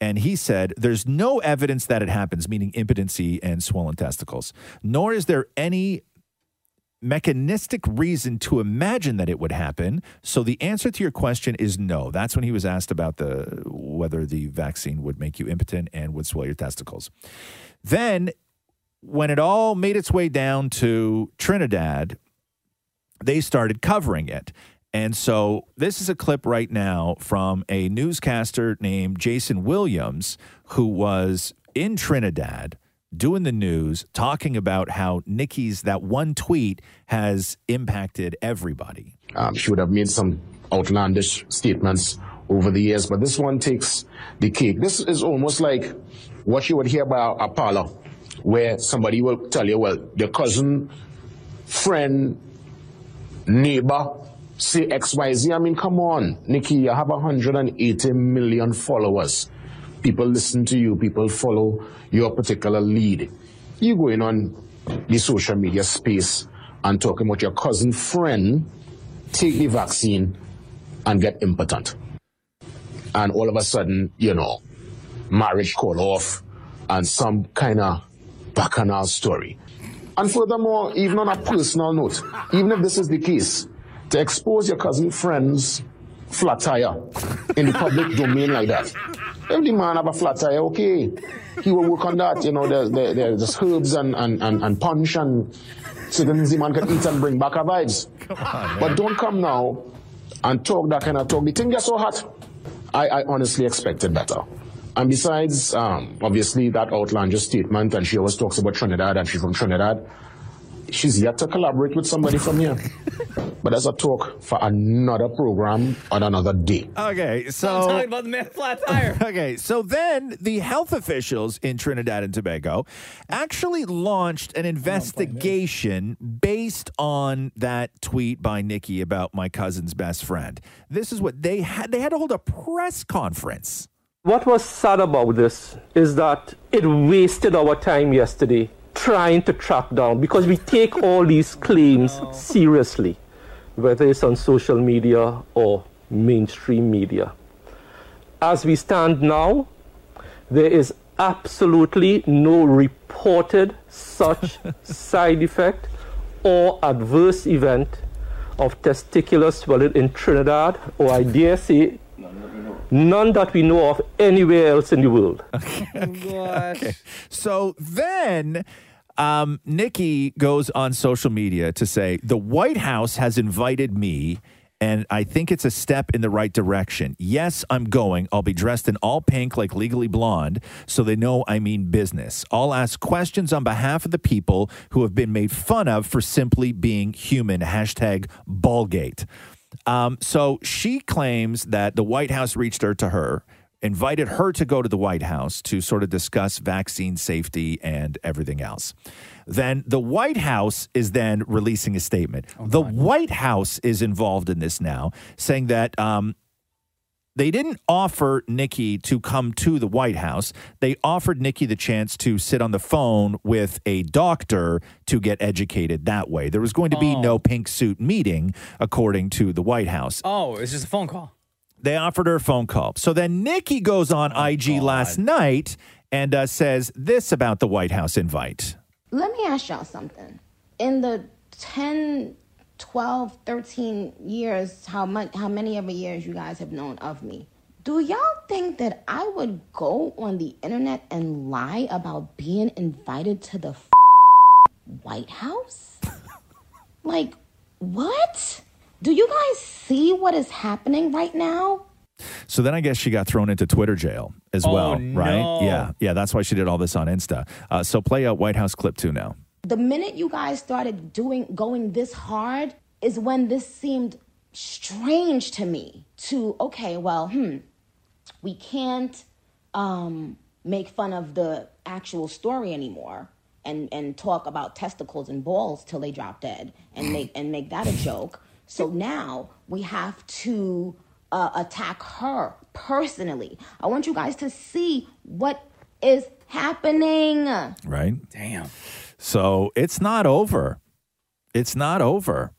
Speaker 5: and he said there's no evidence that it happens, meaning impotency and swollen testicles, nor is there any mechanistic reason to imagine that it would happen. So the answer to your question is no. That's when he was asked about the whether the vaccine would make you impotent and would swell your testicles. Then when it all made its way down to Trinidad, they started covering it. And so this is a clip right now from a newscaster named Jason Williams, who was in Trinidad doing the news, talking about how Nikki's that one tweet has impacted everybody.
Speaker 6: Um, she would have made some outlandish statements over the years, but this one takes the cake. This is almost like what you would hear about a parlor, where somebody will tell you, well, your cousin, friend, neighbor, say XYZ. I mean, come on, Nikki, you have 180 million followers. People listen to you, people follow your particular lead. You going on the social media space and talking about your cousin friend, take the vaccine and get impotent. And all of a sudden, you know, marriage call off and some kind of bacchanal story. And furthermore, even on a personal note, even if this is the case, to expose your cousin friend's flat tire in the public domain like that. If the man have a flat tire, okay, he will work on that. You know, there's, there, there's herbs and, and, and, and punch and certain the man can eat and bring back our vibes.
Speaker 5: Uh-huh.
Speaker 6: But don't come now and talk that kind of talk. The thing gets so hot. I, I honestly expected better. And besides, um, obviously, that outlandish statement, and she always talks about Trinidad and she's from Trinidad. She's yet to collaborate with somebody from here. but that's a talk for another program on another day.
Speaker 5: Okay, so
Speaker 2: I'm talking about the man flat tire.
Speaker 5: okay, so then the health officials in Trinidad and Tobago actually launched an investigation based on that tweet by Nikki about my cousin's best friend. This is what they had. They had to hold a press conference.
Speaker 7: What was sad about this is that it wasted our time yesterday trying to track down because we take all these claims seriously, whether it's on social media or mainstream media. As we stand now, there is absolutely no reported such side effect or adverse event of testicular swelling in Trinidad or I dare say none that we know of anywhere else in the world.
Speaker 5: Okay. So then um, Nikki goes on social media to say, The White House has invited me, and I think it's a step in the right direction. Yes, I'm going. I'll be dressed in all pink, like legally blonde, so they know I mean business. I'll ask questions on behalf of the people who have been made fun of for simply being human. Hashtag Ballgate. Um, so she claims that the White House reached her to her, invited her to go to the White House to sort of discuss vaccine safety and everything else. Then the White House is then releasing a statement. the White House is involved in this now, saying that um, they didn't offer Nikki to come to the White House. They offered Nikki the chance to sit on the phone with a doctor to get educated that way. There was going to be no pink suit meeting, according to the White House.
Speaker 2: Oh, it's just a phone call.
Speaker 5: They offered her a phone call. So then Nikki goes on
Speaker 29: Oh,
Speaker 5: IG last night and uh, says this about the White House invite.
Speaker 29: Let me ask y'all something. In the 10, 12, 13 years, how much how many of the years you guys have known of me? Do y'all think that I would go on the internet and lie about being invited to the f- White House? like what? Do you guys see what is happening right now?
Speaker 5: So then I guess she got thrown into Twitter jail as
Speaker 29: Oh,
Speaker 5: well,
Speaker 29: no.
Speaker 5: right? Yeah, yeah. That's why she did all this on Insta. Uh, so play out White House clip two now.
Speaker 29: the minute you guys started doing going this hard is when this seemed strange to me to okay well hmm we can't um make fun of the actual story anymore and and talk about testicles and balls till they drop dead and make and make that a joke so now we have to uh, attack her personally i want you guys to see what is happening
Speaker 5: Right?
Speaker 2: Damn.
Speaker 5: So it's not over. It's not over.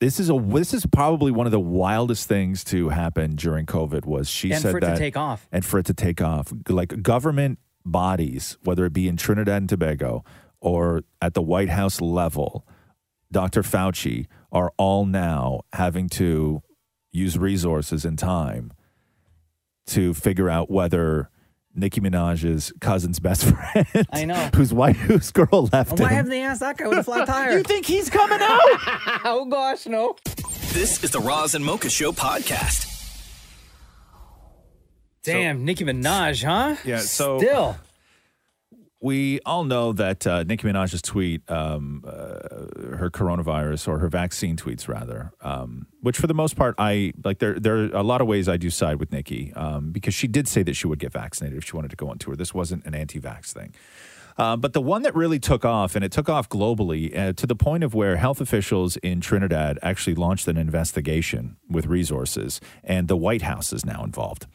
Speaker 5: This is a this is probably one of the wildest things to happen during COVID was she
Speaker 2: And
Speaker 5: said
Speaker 2: for it to
Speaker 5: that
Speaker 2: take off.
Speaker 5: and for it to take off like government bodies whether it be in Trinidad and Tobago or at the White House level Dr. Fauci are all now having to use resources and time to figure out whether Nicki Minaj's cousin's best friend,
Speaker 2: I know.
Speaker 5: whose wife, whose girl left
Speaker 2: Why
Speaker 5: him,
Speaker 2: haven't they asked that guy with a flat tire?
Speaker 5: You think he's coming out?
Speaker 2: oh gosh, no.
Speaker 1: This is the Roz and Mocha Show podcast.
Speaker 2: Damn, Nicki Minaj, huh?
Speaker 5: Yeah, so-
Speaker 2: still.
Speaker 5: we all know that uh, Nicki Minaj's tweet, um, uh, her coronavirus or her vaccine tweets rather, um, which for the most part I like. There, there are a lot of ways I do side with Nicki um, because she did say that she would get vaccinated if she wanted to go on tour. This wasn't an anti-vax thing. Uh, but the one that really took off, and it took off globally uh, to the point of where health officials in Trinidad actually launched an investigation with resources, and the White House is now involved.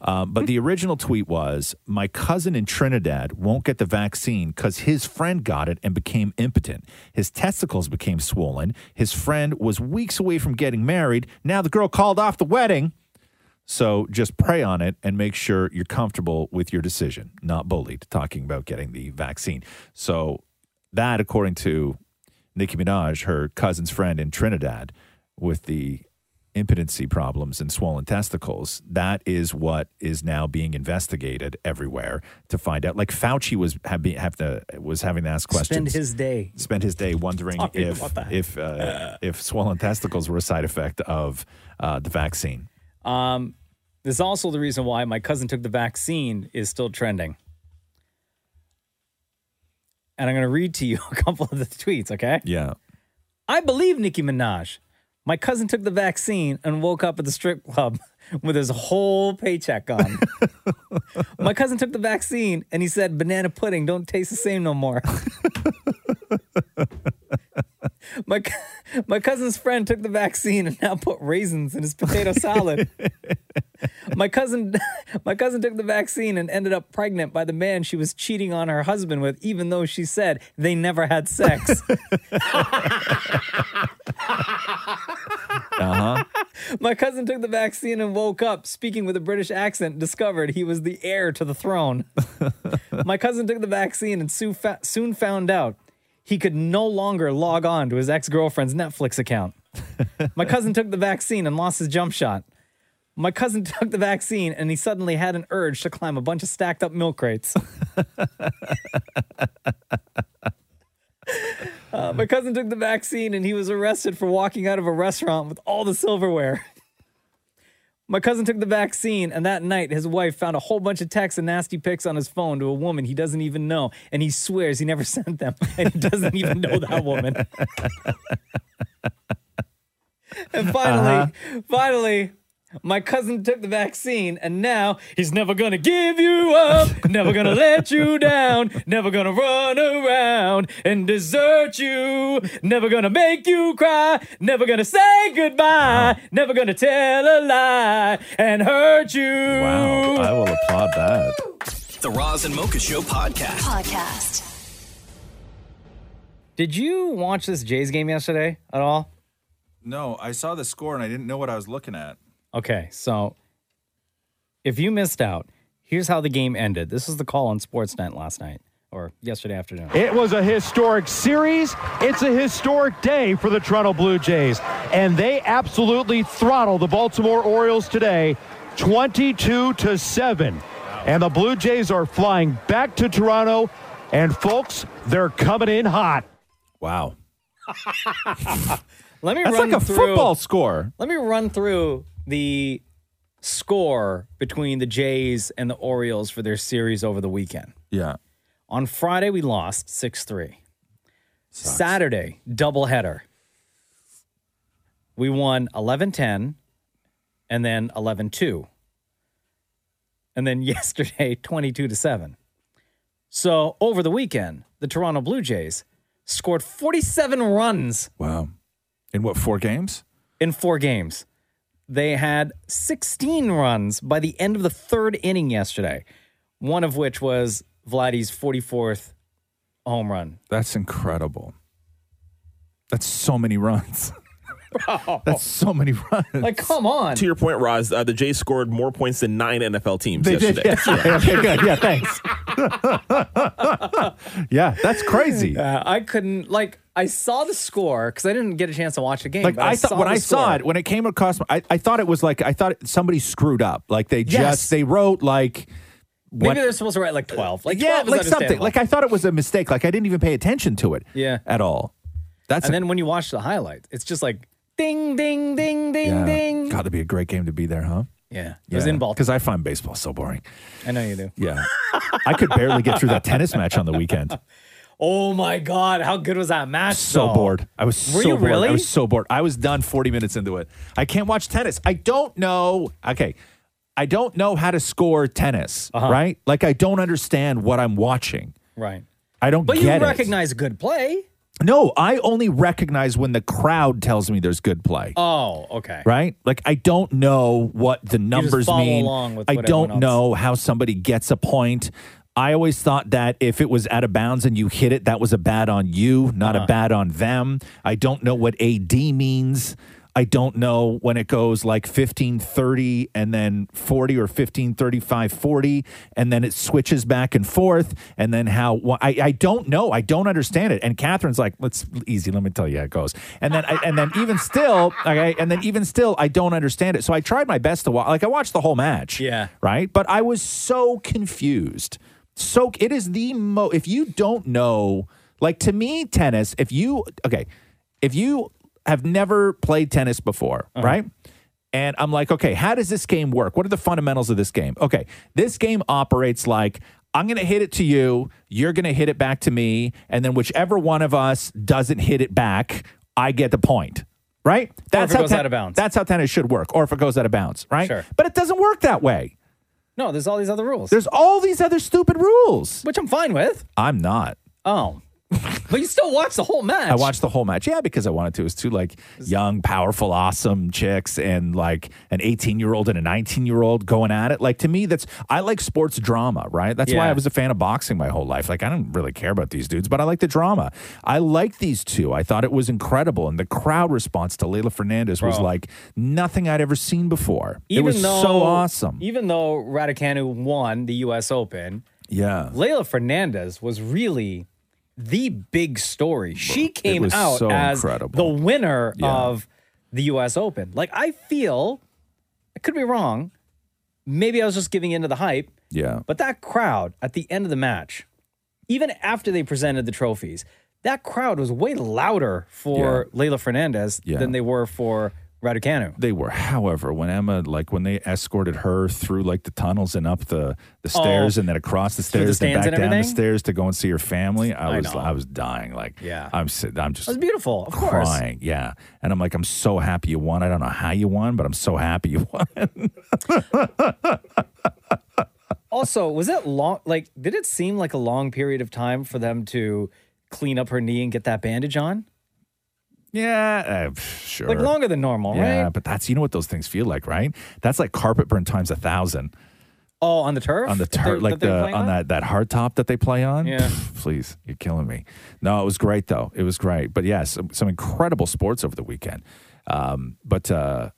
Speaker 5: Um, but the original tweet was My cousin in Trinidad won't get the vaccine because his friend got it and became impotent. His testicles became swollen. His friend was weeks away from getting married. Now the girl called off the wedding. So just pray on it and make sure you're comfortable with your decision, not bullied, talking about getting the vaccine. So, that, according to Nicki Minaj, her cousin's friend in Trinidad with the impotency problems and swollen testicles, that is what is now being investigated everywhere to find out. Like Fauci was, have, be- have to, was having to ask questions
Speaker 2: Spend his day.
Speaker 5: spent his day wondering
Speaker 2: Talking
Speaker 5: if
Speaker 2: about that.
Speaker 5: if uh, if swollen testicles were a side effect of uh, the vaccine.
Speaker 2: Um, this is also the reason why my cousin took the vaccine is still trending. And I'm going to read to you a couple of the tweets, okay?
Speaker 5: Yeah.
Speaker 2: I believe Nicki Minaj. My cousin took the vaccine and woke up at the strip club with his whole paycheck gone. my cousin took the vaccine and he said, banana pudding don't taste the same no more. my, cou- my cousin's friend took the vaccine and now put raisins in his potato salad. my cousin my cousin took the vaccine and ended up pregnant by the man she was cheating on her husband with even though she said they never had sex
Speaker 5: Uh huh.
Speaker 2: my cousin took the vaccine and woke up speaking with a british accent discovered he was the heir to the throne my cousin took the vaccine and soo- fa- soon found out he could no longer log on to his ex-girlfriend's netflix account my cousin took the vaccine and lost his jump shot my cousin took the vaccine and he suddenly had an urge to climb a bunch of stacked up milk crates. Uh, my cousin took the vaccine and he was arrested for walking out of a restaurant with all the silverware. my cousin took the vaccine and that night his wife found a whole bunch of texts and nasty pics on his phone to a woman he doesn't even know and he swears he never sent them and he doesn't even know that woman. and finally,
Speaker 5: Uh-huh.
Speaker 2: finally, my cousin took the vaccine and now he's never gonna give you up, never gonna let you down, never gonna run around and desert you, never gonna make you cry, never gonna say goodbye, never gonna tell a lie and hurt you.
Speaker 5: Wow. I will applaud that.
Speaker 1: The Roz and Mocha Show podcast.
Speaker 8: Podcast.
Speaker 2: Did you watch this Jays game yesterday at all?
Speaker 5: No, Oh, I saw the score and I didn't know what I was looking at.
Speaker 2: Okay, so if you missed out, here's how the game ended. This is the call on Sportsnet last night or yesterday afternoon.
Speaker 10: It was a historic series. It's a historic day for the Toronto Blue Jays. And they absolutely throttle the Baltimore Orioles today 22 to 7. And the Blue Jays are flying back to Toronto. And folks, they're coming in hot.
Speaker 5: Wow.
Speaker 2: Let me
Speaker 10: That's
Speaker 2: run
Speaker 10: like a
Speaker 2: through,
Speaker 10: football
Speaker 5: score.
Speaker 2: Let me run through the score between the Jays and the Orioles for their series over the weekend.
Speaker 5: Yeah.
Speaker 2: On Friday, we lost 6 3. Saturday, doubleheader. We won 11 10 and then 11 2. And then yesterday, 22 to 7. So over the weekend, the Toronto Blue Jays scored 47 runs.
Speaker 5: Wow. In what, four games?
Speaker 2: In four games. They had 16 runs by the end of the third inning yesterday, one of which was Vladdy's 44th home run.
Speaker 5: That's incredible. That's so many runs. That's so many runs.
Speaker 2: Like, come on.
Speaker 17: To your point, Roz, uh, the Jays scored more points than nine NFL teams
Speaker 5: They did
Speaker 17: yesterday.
Speaker 5: yesterday. Okay, good. Yeah, thanks. yeah, that's crazy.
Speaker 2: Uh, I couldn't like I saw the score because I didn't get a chance to watch the game.
Speaker 5: Like
Speaker 2: but
Speaker 5: I thought
Speaker 2: saw
Speaker 5: when
Speaker 2: the
Speaker 5: I saw
Speaker 2: score.
Speaker 5: it, when it came across, my- I, I thought it was like I thought somebody screwed up. Like they
Speaker 2: Yes.
Speaker 5: just they wrote like
Speaker 2: maybe
Speaker 5: what-
Speaker 2: they're supposed to write like twelve, like
Speaker 5: yeah,
Speaker 2: 12 is
Speaker 5: like something.
Speaker 2: understandable.
Speaker 5: Like I thought it was a mistake. Like I didn't even pay attention to it
Speaker 2: yeah.
Speaker 5: at all. That's
Speaker 2: and then when you watch the highlight, it's just like ding, ding, ding, ding,
Speaker 5: yeah.
Speaker 2: ding.
Speaker 5: God, that'd be a great game to be there, huh?
Speaker 2: Yeah, it was in Baltimore.
Speaker 5: because I find baseball so boring.
Speaker 2: I know you do.
Speaker 5: Yeah, I could barely get through that tennis match on the weekend.
Speaker 2: Oh my God, how good was that match?
Speaker 5: So
Speaker 2: though?
Speaker 5: bored. I was
Speaker 2: Were
Speaker 5: so
Speaker 2: you
Speaker 5: bored.
Speaker 2: really?
Speaker 5: I was so bored. I was done 40 minutes into it. I can't watch tennis. I don't know. Okay. I don't know how to score tennis,
Speaker 2: Uh-huh.
Speaker 5: right? Like I don't understand what I'm watching.
Speaker 2: right.
Speaker 5: I don't
Speaker 2: But you
Speaker 5: get it.
Speaker 2: recognize good play.
Speaker 5: No, I only recognize when the crowd tells me there's good play.
Speaker 2: Oh, okay.
Speaker 5: Right? Like I don't know what the numbers
Speaker 2: follow
Speaker 5: mean.
Speaker 2: along with
Speaker 5: I
Speaker 2: what
Speaker 5: don't
Speaker 2: everyone
Speaker 5: know how somebody gets a point. I always thought that if it was out of bounds and you hit it, that was a bad on you, not
Speaker 2: Uh-huh.
Speaker 5: a bad on them. I don't know what AD means. I don't know when it goes like 1530 and then 40 or 1535 40 and then it switches back and forth and then how wh- I, I don't know I don't understand it and Catherine's like let's easy let me tell you how it goes and then I, and then even still okay and then even still I don't understand it so I tried my best to watch like I watched the whole match
Speaker 2: Yeah.
Speaker 5: right? But I was so confused. So it is the mo if you don't know, like to me, tennis, if you okay, if you have never played tennis before, right? And I'm like, okay, how does this game work? What are the fundamentals of this game? Okay, this game operates like I'm going to hit it to you, you're going to hit it back to me, and then whichever one of us doesn't hit it back, I get the point. Right?
Speaker 2: it
Speaker 5: how
Speaker 2: goes out of bounds.
Speaker 5: That's how tennis should work, or if it goes out of bounds, right?
Speaker 2: Sure.
Speaker 5: But it doesn't work that way.
Speaker 2: No, there's all these other rules.
Speaker 5: There's all these other stupid rules,
Speaker 2: which I'm fine with.
Speaker 5: I'm not.
Speaker 2: Oh, but you still watch the whole match.
Speaker 5: I watched the whole match. Yeah, because I wanted to. It was two like young, powerful, awesome chicks and like an 18 year old and a 19 year old going at it. Like to me, that's, I like sports drama, right? That's why
Speaker 17: Yeah.
Speaker 5: I was a fan of boxing my whole life. Like I don't really care about these dudes, but I like the drama. I like these two. I thought it was incredible. And the crowd response to Leila Fernandez was
Speaker 2: Bro.
Speaker 5: like nothing I'd ever seen before. it
Speaker 2: Even
Speaker 5: was
Speaker 2: though,
Speaker 5: so awesome.
Speaker 2: Even though Raducanu won the U.S. Open,
Speaker 5: Yeah.
Speaker 2: Leila Fernandez was really the big story. She came
Speaker 5: was
Speaker 2: out
Speaker 5: so
Speaker 2: as
Speaker 5: incredible.
Speaker 2: the winner
Speaker 5: Yeah.
Speaker 2: of the U.S. Open. Like I feel, I could be wrong. Maybe I was just giving in to the hype.
Speaker 5: Yeah.
Speaker 2: But that crowd at the end of the match, even after they presented the trophies, that crowd was way louder for Leila Fernandez
Speaker 5: Yeah.
Speaker 2: than they were for Raducanu.
Speaker 5: They were. However, when Emma, like when they escorted her through like the tunnels and up the, the
Speaker 2: Oh.
Speaker 5: stairs and then across the
Speaker 2: Through the
Speaker 5: stairs and back
Speaker 2: stands and
Speaker 5: down the
Speaker 2: everything?
Speaker 5: stairs to go and see her family, I,
Speaker 2: I
Speaker 5: was
Speaker 2: know.
Speaker 5: I was dying. Like
Speaker 2: Yeah.
Speaker 5: I'm sit- I'm
Speaker 2: It
Speaker 5: just
Speaker 2: was beautiful, of course.
Speaker 5: crying. Yeah, and I'm like I'm so happy you won. I don't know how you won, but I'm so happy you won.
Speaker 2: Also, was it long? Like, did it seem like a long period of time for them to clean up her knee and get that bandage on?
Speaker 5: Yeah, uh, pff, sure.
Speaker 2: Like longer than normal,
Speaker 5: yeah,
Speaker 2: right?
Speaker 5: but that's you know what those things feel like, right? That's like carpet burn times a thousand
Speaker 2: Oh, on the turf.
Speaker 5: on the
Speaker 2: That they're-
Speaker 5: turf, like
Speaker 2: that they're
Speaker 5: the
Speaker 2: playing
Speaker 5: on that that hard top that they play on.
Speaker 2: Yeah.
Speaker 5: Pff, please, you're killing me. No, it was great though. It was great. But yes, some, some incredible sports over the weekend. Um, but uh,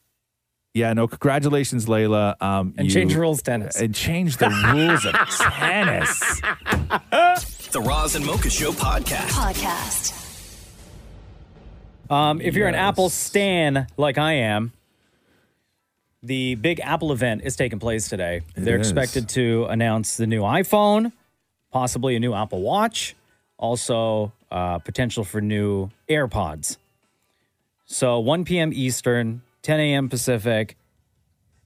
Speaker 5: yeah, no, congratulations, Layla. Um,
Speaker 2: And change rules tennis.
Speaker 5: and change the rules of tennis.
Speaker 1: The Roz and Mocha Show podcast.
Speaker 30: Podcast.
Speaker 2: Um, if you're an Apple stan like I am, the big Apple event is taking place today. They're
Speaker 24: is.
Speaker 2: expected to announce the new iPhone, possibly a new Apple Watch, also uh, potential for new AirPods. So 1 p.m. Eastern, 10 a.m. Pacific.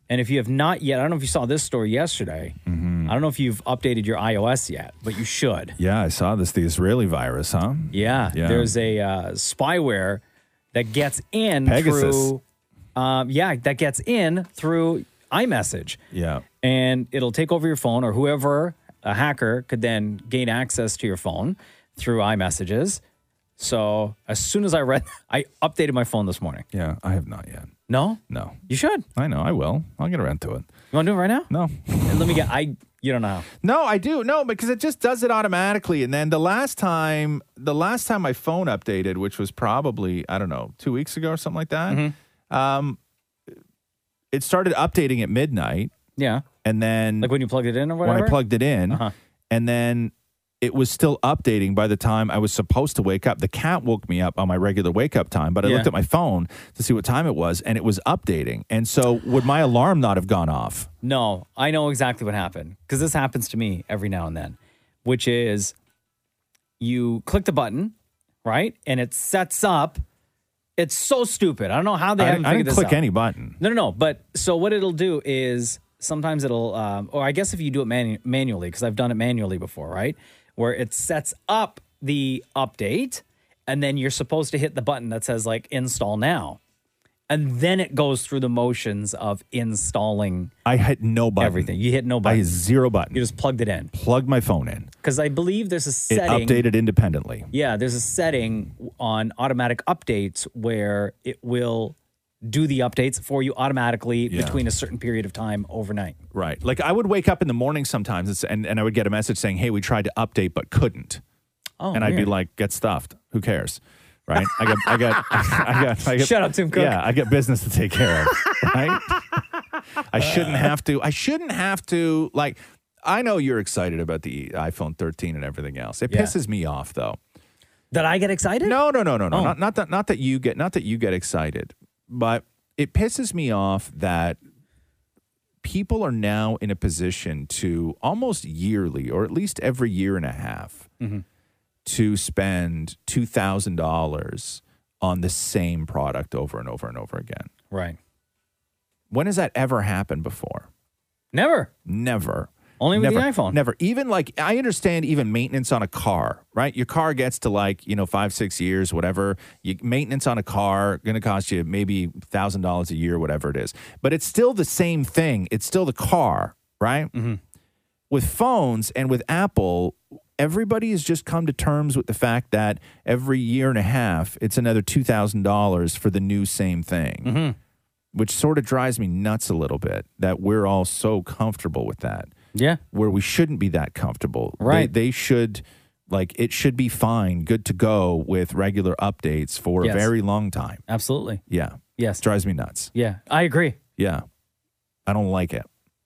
Speaker 2: And if you have not yet, I don't know if you saw this story yesterday. I don't know if you've updated your iOS yet, but you should.
Speaker 5: Mm-hmm. Yeah, I saw this the Israeli virus, huh?
Speaker 2: Yeah,
Speaker 5: Yeah.
Speaker 2: there's a uh, spyware that gets in
Speaker 5: Pegasus.
Speaker 2: through. Um, yeah, that gets in through iMessage,
Speaker 5: Yeah.
Speaker 2: and it'll take over your phone, or whoever a hacker could then gain access to your phone through iMessages. So as soon as I read, I updated my phone this morning.
Speaker 5: Yeah, I have not yet.
Speaker 2: No,
Speaker 5: No.
Speaker 2: you should.
Speaker 5: I know. I will. I'll get around to it.
Speaker 2: You want to do it right now?
Speaker 5: No.
Speaker 2: Let me get. I you don't know. How.
Speaker 5: No, I do. No, because it just does it automatically. And then the last time, the last time my phone updated, which was probably I don't know two weeks ago or something like that,
Speaker 2: Mm-hmm.
Speaker 5: um, it started updating at midnight,
Speaker 2: Yeah,
Speaker 5: and then
Speaker 2: like when you plugged it in or
Speaker 5: when
Speaker 2: whatever. Uh-huh.
Speaker 5: I plugged it in, and then it was still updating by the time I was supposed to wake up. The cat woke me up on my regular wake up time, but I
Speaker 4: Yeah.
Speaker 5: looked at my phone to see what time it was, and it was updating. And so, would my alarm not have gone off?
Speaker 2: No, I know exactly what happened because this happens to me every now and then, which is you click the button, right? And it sets up. It's so stupid. I don't know how Oh, they
Speaker 4: I
Speaker 2: haven't
Speaker 4: didn't, I
Speaker 2: figured
Speaker 4: didn't
Speaker 2: this
Speaker 4: click
Speaker 2: out.
Speaker 4: any button.
Speaker 2: No, no, no. But so what it'll do is sometimes it'll, um, or I guess if you do it manu- manually, because I've done it manually before, right? Where it sets up the update and then you're supposed to hit the button that says like install now. And then it goes through the motions of installing
Speaker 5: I hit no button.
Speaker 2: everything. You hit no button.
Speaker 5: I hit zero button. You
Speaker 2: just plugged it in.
Speaker 5: Plugged my phone in.
Speaker 2: Because I believe there's a
Speaker 5: It
Speaker 2: setting.
Speaker 5: updated independently.
Speaker 2: Yeah, there's a setting on automatic updates where it will do the updates for you automatically
Speaker 5: Yeah.
Speaker 2: between a certain period of time overnight.
Speaker 5: Right. Like I would wake up in the morning sometimes and, s- and, and I would get a message saying, hey, we tried to update but couldn't.
Speaker 2: Oh,
Speaker 5: and I'd be
Speaker 2: weird.
Speaker 5: like, get stuffed. Who cares? Right. I got, I got, I got, I got,
Speaker 2: Shut up, Tim Cook.
Speaker 5: Yeah. I got business to take care of. Right. I shouldn't have to, I shouldn't have to, like, I know you're excited about the iPhone 13 and everything else. It
Speaker 2: Yeah.
Speaker 5: pisses me off though.
Speaker 2: That I get excited?
Speaker 5: No, no, no, no, no.
Speaker 2: Oh.
Speaker 5: Not, not that, not that you get, not that you get excited, but it pisses me off that people are now in a position to almost yearly or at least every year and a half
Speaker 3: Mm-hmm.
Speaker 5: to spend $2,000 on the same product over and over and over again.
Speaker 2: Right.
Speaker 5: When has that ever happened before?
Speaker 2: Never.
Speaker 5: Never.
Speaker 2: Only with the
Speaker 5: Never.
Speaker 2: iPhone.
Speaker 5: Never. Even like, I understand even maintenance on a car, right? Your car gets to like, you know, five, six years, whatever. You, maintenance on a car going to cost you maybe $1,000 a year, whatever it is. But it's still the same thing. It's still the car, right?
Speaker 2: Mm-hmm.
Speaker 5: With phones and with Apple, everybody has just come to terms with the fact that every year and a half, it's another $2,000 for the new same thing
Speaker 2: Mm-hmm.
Speaker 5: which sort of drives me nuts a little bit that we're all so comfortable with that.
Speaker 2: Yeah.
Speaker 5: Where we shouldn't be that comfortable. They-
Speaker 2: Right.
Speaker 5: They, should, like, it should be fine, good to go with regular updates for
Speaker 2: Yes.
Speaker 5: a very long time.
Speaker 2: Absolutely.
Speaker 5: Yeah.
Speaker 2: Yes.
Speaker 5: Drives me nuts.
Speaker 2: Yeah, I agree.
Speaker 5: Yeah. I don't like it.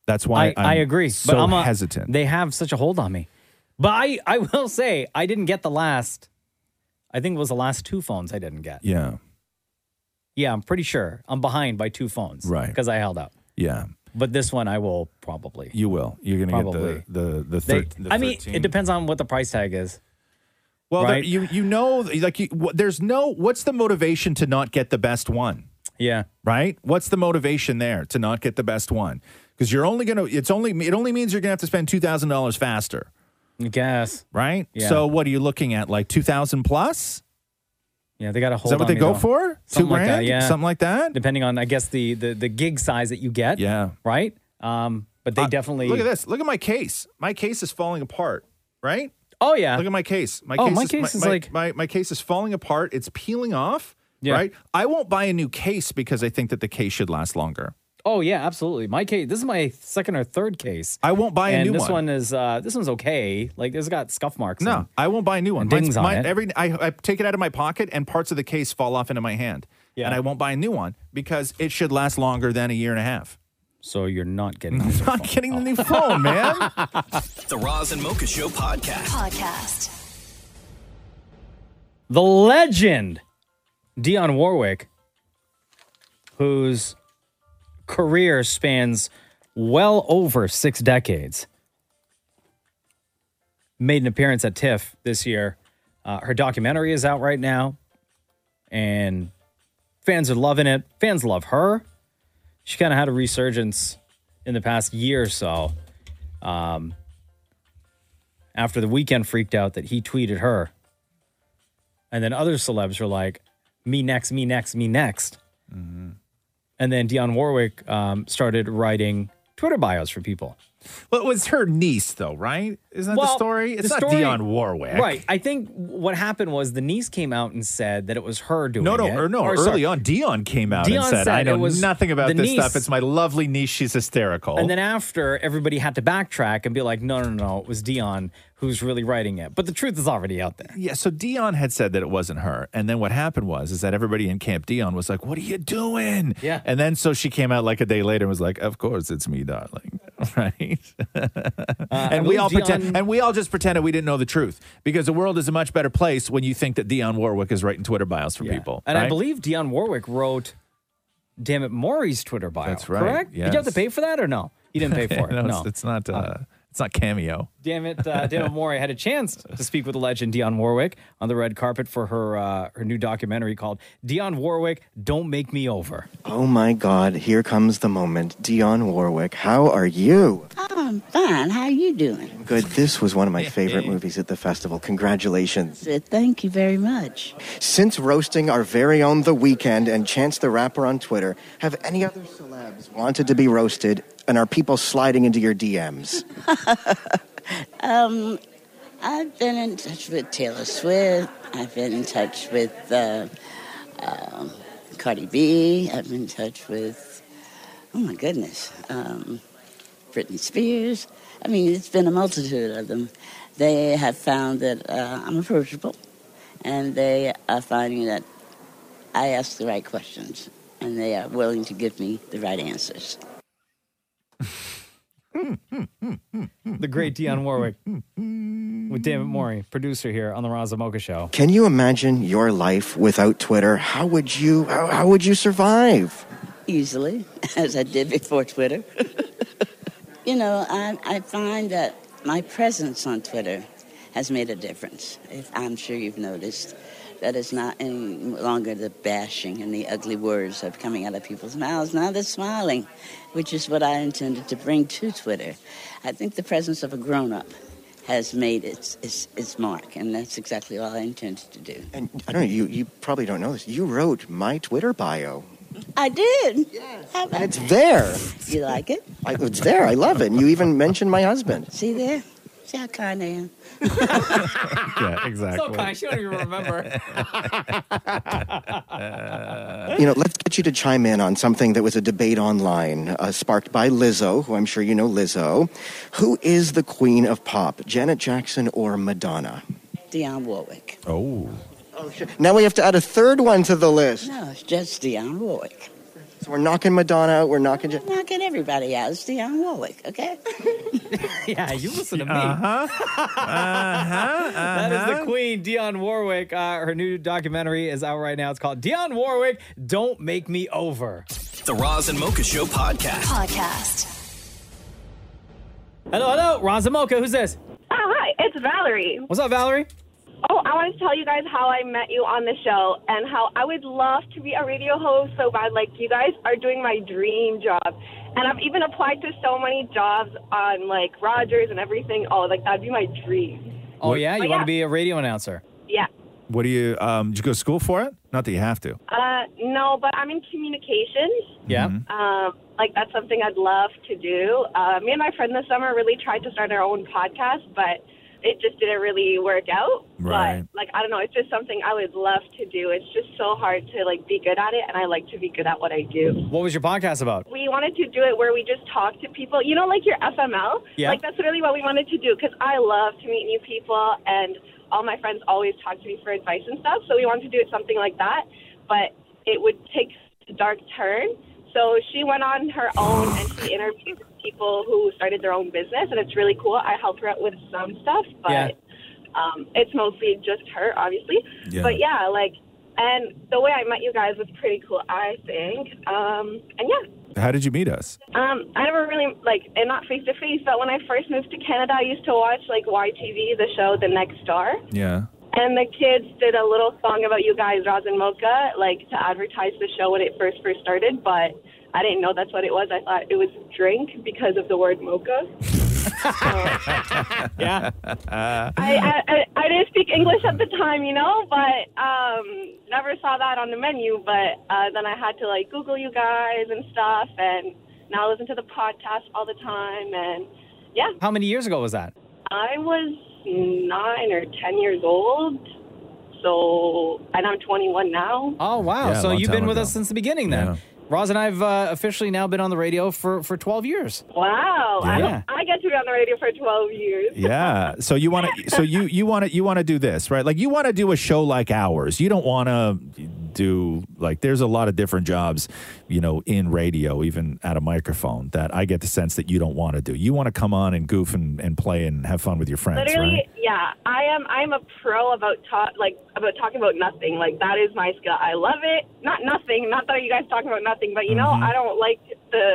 Speaker 5: That's why
Speaker 2: I, I
Speaker 5: I'm
Speaker 2: agree.
Speaker 5: So
Speaker 2: but I'm a-
Speaker 5: hesitant.
Speaker 2: They have such a hold on me. But I, I will say, I didn't get the last, I think it was the last two phones I didn't get.
Speaker 5: yeah.
Speaker 2: Yeah, I'm pretty sure. I'm behind by two phones.
Speaker 5: Right.
Speaker 2: Because I held out.
Speaker 5: Yeah.
Speaker 2: But this one I will probably.
Speaker 5: You will. You're going to
Speaker 2: Probably.
Speaker 5: get the, the, the,
Speaker 2: They-
Speaker 5: thir- the
Speaker 2: I mean,
Speaker 5: 13.
Speaker 2: it depends on what the price tag is.
Speaker 5: Well, there-
Speaker 2: right?
Speaker 5: you you know, like you, wh- there's no what's the motivation to not get the best one?
Speaker 2: Yeah.
Speaker 5: Right. What's the motivation there to not get the best one? Because you're only gonna. It's only. It only means you're gonna have to spend two thousand dollars faster.
Speaker 2: I guess.
Speaker 5: Right.
Speaker 2: Yeah.
Speaker 5: So what are you looking at? Like two thousand plus?
Speaker 2: Yeah, they got a hold.
Speaker 5: Is that what
Speaker 2: on
Speaker 5: they
Speaker 2: me,
Speaker 5: go
Speaker 2: though.
Speaker 5: for?
Speaker 2: Something
Speaker 5: two
Speaker 2: like
Speaker 5: grand?
Speaker 2: that, yeah,
Speaker 5: Something like that.
Speaker 2: Depending on, I guess the the the gig size that you get.
Speaker 5: Yeah.
Speaker 2: Right. Um. But they definitely
Speaker 5: Look at this. Look at my case. My case is falling apart. Right.
Speaker 2: Oh yeah.
Speaker 5: Look at my case. My
Speaker 2: Oh,
Speaker 5: case
Speaker 2: my
Speaker 5: is,
Speaker 2: case is
Speaker 5: my,
Speaker 2: like-
Speaker 5: my, my case is falling apart. It's peeling off.
Speaker 2: Yeah.
Speaker 5: Right. I won't buy a new case because I think that the case should last longer.
Speaker 2: Oh yeah, absolutely. My case. This is my second or third case.
Speaker 5: I won't buy a
Speaker 2: and
Speaker 5: new
Speaker 2: this
Speaker 5: one.
Speaker 2: one is uh this one's okay. Like it's got scuff marks.
Speaker 5: No, I won't buy a new one. Mine's-
Speaker 2: Dings on
Speaker 5: mine-
Speaker 2: it.
Speaker 5: Every I, I take it out of my pocket, and parts of the case fall off into my hand.
Speaker 2: Yeah.
Speaker 5: And I won't buy a new one because it should last longer than a year and a half.
Speaker 2: So you're not getting.
Speaker 5: I'm not getting the new phone, man.
Speaker 1: The Roz and Mocha Show podcast.
Speaker 8: Podcast.
Speaker 2: the legend Dion Warwick, whose career spans well over six decades, made an appearance at TIFF this year. Uh, her documentary is out right now, and fans are loving it. Fans love her. She kind of had a resurgence in the past year or so. Um, after the weekend freaked out that he tweeted her. And then other celebs were like, me next, me next, me next.
Speaker 5: Mm-hmm.
Speaker 2: And then Dionne Warwick um, started writing Twitter bios for people.
Speaker 5: Well, it was her niece, though, right? Isn't that the story? It's not Dionne Warwick.
Speaker 2: Right. I think what happened was the niece came out and said that it was her doing
Speaker 5: No, no,
Speaker 2: it.
Speaker 5: or no.
Speaker 2: Or,
Speaker 5: early
Speaker 2: sorry,
Speaker 5: on, Dion came out
Speaker 2: Dion
Speaker 5: and said,
Speaker 2: said
Speaker 5: "I know
Speaker 2: it was
Speaker 5: nothing about
Speaker 2: the
Speaker 5: this stuff.
Speaker 2: niece-
Speaker 5: It's my lovely niece. She's hysterical."
Speaker 2: And then after, everybody had to backtrack and be like, no, no, no, it was Dion who's really writing it. But the truth is already out there.
Speaker 5: yeah, so Dion had said that it wasn't her, and then what happened was is that everybody in Camp Dion was like, "What are you doing?"
Speaker 2: Yeah.
Speaker 5: and then so she came out like a day later and was like, "Of course, it's me, darling." right?
Speaker 2: Uh,
Speaker 4: I
Speaker 5: and we
Speaker 4: believe
Speaker 5: all pretend,
Speaker 4: Dionne-
Speaker 5: and we all just pretended we didn't know the truth because the world is a much better place when you think that Dion Warwick is writing Twitter bios for people.
Speaker 2: And I
Speaker 5: right?
Speaker 2: believe Dionne Warwick wrote, damn it, Maury's Twitter bio.
Speaker 5: That's right,
Speaker 2: Correct? Did you have to
Speaker 5: yes.
Speaker 2: pay for that or no? You didn't pay for it.
Speaker 5: no,
Speaker 2: no.
Speaker 5: It's, it's not. Uh, it's not cameo.
Speaker 2: Damn it, uh, Dana Mori had a chance to speak with the legend Dionne Warwick on the red carpet for her uh, her new documentary called Dionne Warwick, Don't Make Me Over.
Speaker 3: Oh my God, here comes the moment. Dionne Warwick, how are you?
Speaker 13: I'm fine. How you doing?
Speaker 3: Good. This was one of my favorite movies at the festival. Congratulations.
Speaker 13: Said thank you very much.
Speaker 3: Since roasting our very own The Weekend and Chance the Rapper on Twitter, have any other celebs wanted to be roasted and are people sliding into your DMs?
Speaker 13: Um, I've been in touch with Taylor Swift. I've been in touch with uh, um, Cardi B. I've been in touch with oh my goodness, um, Britney Spears. I mean, it's been a multitude of them. They have found that uh, I'm approachable, and they are finding that I ask the right questions, and they are willing to give me the right answers.
Speaker 2: The great Dionne Warwick with Dammit Mori, producer here on the Raza Mocha Show.
Speaker 3: Can you imagine your life without Twitter? How would you how, how would you survive?
Speaker 13: easily, as I did before Twitter. you know, I, I find that my presence on Twitter has made a difference. If I'm sure you've noticed that it's not any longer the bashing and the ugly words that are coming out of people's mouths. Now they're smiling, which is what I intended to bring to Twitter. I think the presence of a grown up has made its, its, its mark, and that's exactly all I intended to do.
Speaker 3: And I don't know, you, you probably don't know this. You wrote my Twitter bio.
Speaker 13: I did. Yes.
Speaker 3: And it's there.
Speaker 13: You like it?
Speaker 3: I, it's there. I love it. And you even mentioned my husband.
Speaker 13: See there? See how kind I am?
Speaker 5: yeah, exactly.
Speaker 2: she don't even remember.
Speaker 3: You know, let's get you to chime in on something that was a debate online uh, sparked by Lizzo, who I'm sure you know Lizzo. Who is the queen of pop, Janet Jackson or Madonna?
Speaker 13: Dionne Warwick.
Speaker 5: Oh.
Speaker 13: Oh, sure.
Speaker 3: Now we have to add a third one to the list.
Speaker 13: No, it's just Dionne Warwick.
Speaker 3: So we're knocking Madonna out, we're knocking. Ja-
Speaker 13: Knocking everybody out. It's Dionne Warwick, okay?
Speaker 2: yeah, you listen to me.
Speaker 5: Uh huh. Uh-huh,
Speaker 2: That is
Speaker 5: uh-huh.
Speaker 2: the queen, Dionne Warwick. Uh, her new documentary is out right now. It's called Dionne Warwick, Don't Make Me Over.
Speaker 1: The Roz and Mocha Show podcast.
Speaker 8: Podcast.
Speaker 2: Hello, hello, Raza Mocha. Who's this?
Speaker 14: Oh, hi. It's Valerie.
Speaker 2: What's up, Valerie?
Speaker 14: Oh, I wanted to tell you guys how I met you on the show and how I would love to be a radio host so bad. Like, you guys are doing my dream job. And I've even applied to so many jobs on, like, Rogers and everything. Oh, like, that'd be my dream.
Speaker 2: Oh, yeah, you want
Speaker 14: Oh, yeah.
Speaker 2: to be a radio announcer?
Speaker 14: Yeah.
Speaker 5: What do you? Um, did you go to school for it? Not that you have to.
Speaker 14: Uh, no, but I'm in communications.
Speaker 2: Yeah.
Speaker 14: Um, like, that's something I'd love to do. Uh, me and my friend this summer really tried to start our own podcast, but it just didn't really work out.
Speaker 5: Right.
Speaker 14: like I don't know, it's just something I would love to do. It's just so hard to like be good at it, and I like to be good at what I do.
Speaker 2: What was your podcast about?
Speaker 14: We wanted to do it where we just talk to people, you know, like your FML.
Speaker 2: Yeah.
Speaker 14: Like that's really what we wanted to do because I love to meet new people, and all my friends always talk to me for advice and stuff. So we wanted to do it something like that, but it would take a dark turn. So she went on her own and she interviewed people who started their own business, and it's really cool. I helped her out with some stuff, but
Speaker 18: Yeah.
Speaker 14: um, it's mostly just her, obviously.
Speaker 18: Yeah.
Speaker 14: But yeah, like, and the way I met you guys was pretty cool, I think. Um, and yeah,
Speaker 5: Mm-hmm. How did you meet us?
Speaker 14: um, I never really like, and not face to face, but when I first moved to Canada, I used to watch like YTV, the show The Next Door,
Speaker 5: Yeah.
Speaker 14: and the kids did a little song about you guys, Roz and Mocha, like to advertise the show when it first first started, but. I didn't know that's what it was. I thought it was drink because of the word mocha.
Speaker 2: yeah.
Speaker 14: I, I, I- I didn't speak English at the time, you know, but um, never saw that on the menu. But uh, then I had to like Google you guys and stuff, and now I listen to the podcast all the time. And yeah,
Speaker 2: How many years ago was that?
Speaker 14: I was nine or ten years old, so and I'm 21 now.
Speaker 2: Oh wow!
Speaker 14: Yeah, a
Speaker 2: so
Speaker 14: long
Speaker 2: you've
Speaker 14: time
Speaker 2: been with
Speaker 14: ago.
Speaker 2: us since the beginning, then. Roz and I've uh, officially now been on the radio for for twelve years.
Speaker 14: Wow, I
Speaker 5: Yeah.
Speaker 14: I, I get to be on the radio for 12 years.
Speaker 5: Yeah. So you want to? So you you want to? You want to do this, right? Like you want to do a show like ours. You don't want to do like there's a lot of different jobs, you know, in radio, even at a microphone that I get the sense that you don't want to do. You want to come on and goof and, and play and have fun with your friends,
Speaker 14: Literally,
Speaker 5: right?
Speaker 14: yeah. I am. I'm a pro about talk, like about talking about nothing. Like that is my skill. I love it. Not nothing. Not that you guys talking about nothing, but you
Speaker 12: Mhm.
Speaker 5: Mm-hmm.
Speaker 14: know, I don't like the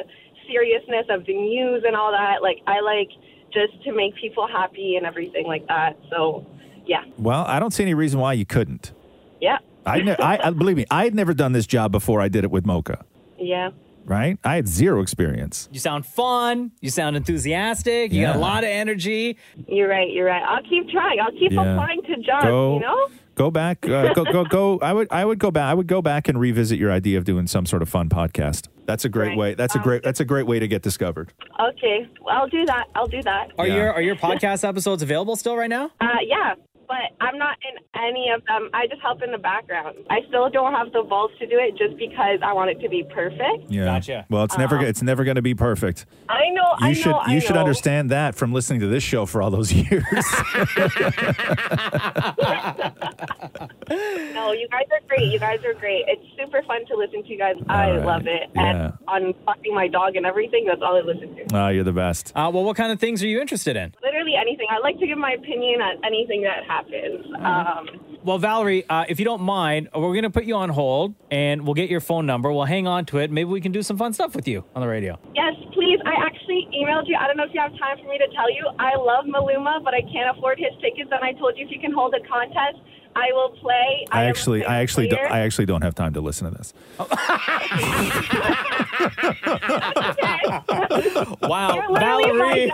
Speaker 14: seriousness of the news and all that. Like I like just to make people happy and everything like that. So, yeah,
Speaker 5: Well, I don't see any reason why you couldn't.
Speaker 14: yeah,
Speaker 5: I, ne- I, I believe me, I had never done this job before I did it with Mocha,
Speaker 14: yeah.
Speaker 5: right? I had zero experience.
Speaker 2: You sound fun. You sound enthusiastic. You got a
Speaker 5: Yeah.
Speaker 2: lot of energy.
Speaker 14: You're right. You're right. I'll keep trying. I'll keep
Speaker 5: Yeah.
Speaker 14: applying to jobs.
Speaker 5: Go-
Speaker 14: You know.
Speaker 5: Go back, uh, go, go, go. I would, I would go back. I would go back and revisit your idea of doing some sort of fun podcast. That's a great way. That's a
Speaker 14: Um,
Speaker 5: great. That's a great way to get discovered.
Speaker 14: Okay, well, I'll do that. I'll do that.
Speaker 2: Are your are your podcast episodes available still right now?
Speaker 14: Uh, yeah, but I'm not in any of them. I just help in the background. I still don't have the balls to do it just because I want it to be perfect.
Speaker 5: Yeah. Gotcha. Well, it's never. It's never going to be perfect.
Speaker 14: I know.
Speaker 5: You
Speaker 14: Um, I
Speaker 5: should.
Speaker 14: know.
Speaker 5: you
Speaker 14: I
Speaker 5: should
Speaker 14: know.
Speaker 5: understand that from listening to this show for all those years.
Speaker 14: No, you guys are great. You guys are great. It's super fun to listen to you guys. I
Speaker 5: right.
Speaker 14: love it.
Speaker 5: Yeah.
Speaker 14: And on fucking my dog and everything, that's all I listen to.
Speaker 5: Ah, you're the best.
Speaker 2: Uh, well, what kind of things are you interested in?
Speaker 14: Literally anything. I like to give my opinion on anything that happens.
Speaker 5: Mm-hmm.
Speaker 14: Um,
Speaker 2: Well, Valerie, uh, if you don't mind, we're going to put you on hold and we'll get your phone number. We'll hang on to it. Maybe we can do some fun stuff with you on the radio.
Speaker 14: yes, please. I actually emailed you. I don't know if you have time for me to tell you. I love Maluma, but I can't afford his tickets. And I told you if you can hold a contest, I will play.
Speaker 5: I actually, I actually, do,
Speaker 14: player.
Speaker 5: I actually don't have time to listen to this.
Speaker 2: Wow, Valerie.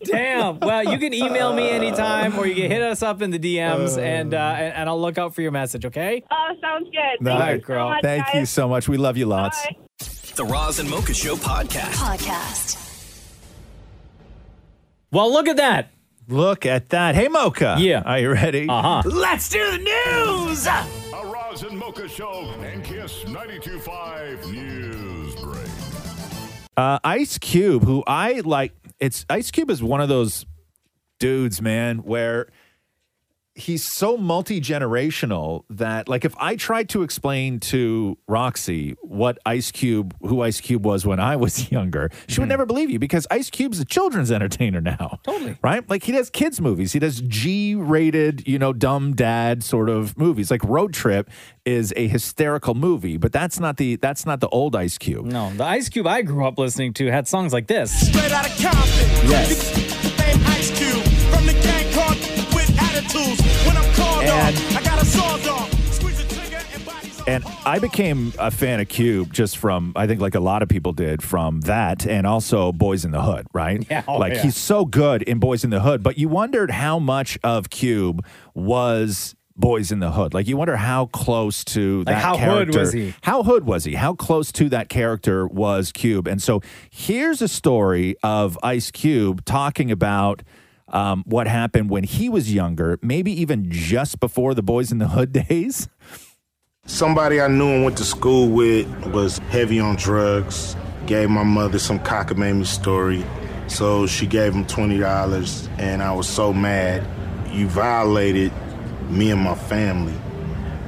Speaker 2: Damn. Well, you can email me anytime or you can hit us up in the DMs and, uh, and, and I'll look out for your message, okay?
Speaker 14: Oh, sounds good.
Speaker 2: All
Speaker 5: Nah,
Speaker 2: right, girl.
Speaker 5: Thank you so much. We love you lots.
Speaker 1: The Roz and Mocha Show podcast.
Speaker 8: Podcast.
Speaker 2: Well, look at that.
Speaker 5: Look at that. Hey, Mocha. Yeah. Are you ready?
Speaker 2: Uh-huh.
Speaker 5: Uh
Speaker 1: Let's do the news.
Speaker 18: A Roz and Mocha Show and Kiss 92.5 News Break.
Speaker 5: Uh, Ice Cube, who I like, it's Ice Cube is one of those dudes, man, where he's so multi generational that, like, if I tried to explain to Roxy what Ice Cube, who Ice Cube was when I was younger, she would never believe you because Ice Cube's a children's entertainer now. Totally. Right? Like, he does kids' movies, he does G rated, you know, dumb dad sort of movies. Like, Road Trip is a hysterical movie, but that's not the that's not the old Ice Cube.
Speaker 2: No, the Ice Cube I grew up listening to had songs like this.
Speaker 12: Straight out of Compton.
Speaker 5: Yes.
Speaker 12: Fame Ice Cube. From the gang called with attitudes. When I'm called
Speaker 5: And-
Speaker 12: on, I got a sawed on.
Speaker 5: And I became a fan of Cube just from, I think, like a lot of people did from that and also Boys in the Hood, right?
Speaker 12: Yeah, oh,
Speaker 5: like
Speaker 12: yeah.
Speaker 5: he's so good in Boys in the Hood, but you wondered how much of Cube was Boys in the Hood. Like you wonder how close to
Speaker 2: Like,
Speaker 5: that
Speaker 2: how hood
Speaker 5: character.
Speaker 2: was he?
Speaker 5: How hood was he? How close to that character was Cube? And so here's a story of Ice Cube talking about um, what happened when he was younger, maybe even just before the Boys in the Hood days.
Speaker 31: Somebody I knew and went to school with was heavy on drugs, gave my mother some cockamamie story. So she gave him $20, and I was so mad. You violated me and my family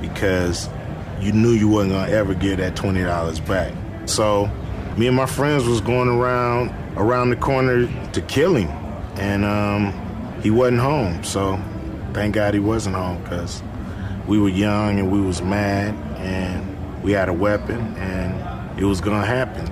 Speaker 31: because you knew you wasn't gonna ever get that $20 back. So me and my friends was going around around the corner to kill him. And um, he wasn't home, so thank God he wasn't home because we were young and we was mad and we had a weapon and it was gonna happen.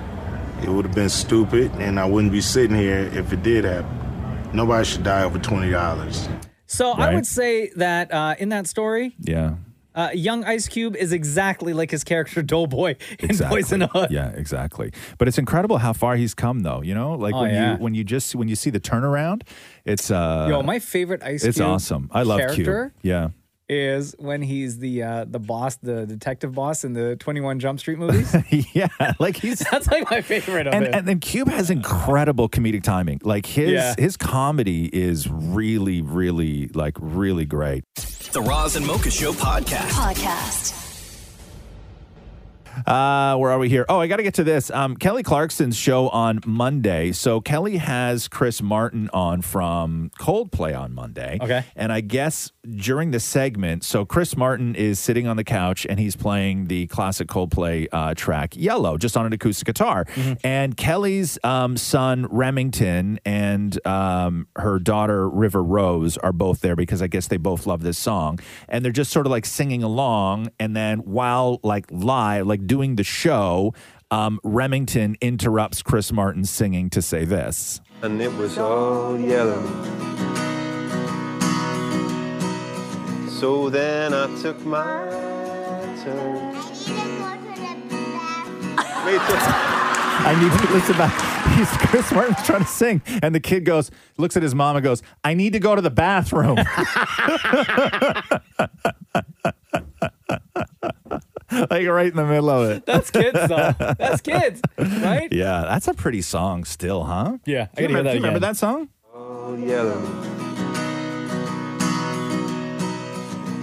Speaker 31: It would have been stupid and I wouldn't be sitting here if it did happen. Nobody should die over twenty dollars.
Speaker 2: So I
Speaker 31: Right.
Speaker 2: would say that uh, in that story,
Speaker 5: Yeah.
Speaker 2: uh, young Ice Cube is exactly like his character Doughboy in
Speaker 5: Exactly.
Speaker 2: Boys in the Hood.
Speaker 5: Yeah, exactly. But it's incredible how far he's come, though. You know, like
Speaker 2: Oh,
Speaker 5: when
Speaker 2: yeah.
Speaker 5: you when you just when you see the turnaround, it's uh,
Speaker 2: Yo, my favorite Ice
Speaker 5: it's
Speaker 2: Cube
Speaker 5: awesome. I love Cube.
Speaker 2: character
Speaker 5: Yeah,
Speaker 2: is when he's the uh, the boss, the detective boss in the Twenty One Jump Street movies.
Speaker 5: yeah, like he's
Speaker 2: that's like my favorite of
Speaker 5: and
Speaker 2: it.
Speaker 5: and then Cube has incredible comedic timing. Like his
Speaker 2: Yeah.
Speaker 5: his comedy is really, really, like really great.
Speaker 1: The Roz and Mocha Show podcast.
Speaker 8: Podcast.
Speaker 5: Uh, where are we here? Oh, I got to get to this. Um, Kelly Clarkson's show on Monday. So Kelly has Chris Martin on from Coldplay on Monday. Okay. And I guess during the segment, so Chris Martin is sitting on the couch and he's playing the classic Coldplay uh, track Yellow just on an acoustic guitar. And Kelly's um, son Remington and um, her daughter River Rose are both there because I guess they both love this song. And they're just sort of like singing along. And then while like live, like doing the show, um, Remington interrupts Chris Martin singing to say this.
Speaker 16: And it was all yellow. So then I took my turn. Wait till-
Speaker 5: I need to listen back. He's Chris Martin's trying to sing, and the kid goes, looks at his mom and goes, "I need to go to the bathroom." like right in the middle of it.
Speaker 2: That's kids, though. That's kids, right?
Speaker 5: Yeah, that's a pretty song still, huh?
Speaker 2: Yeah,
Speaker 5: Do
Speaker 2: I
Speaker 5: you
Speaker 2: gotta hear
Speaker 5: remember, do
Speaker 2: that
Speaker 5: you remember
Speaker 2: again.
Speaker 5: that song?
Speaker 16: all yellow.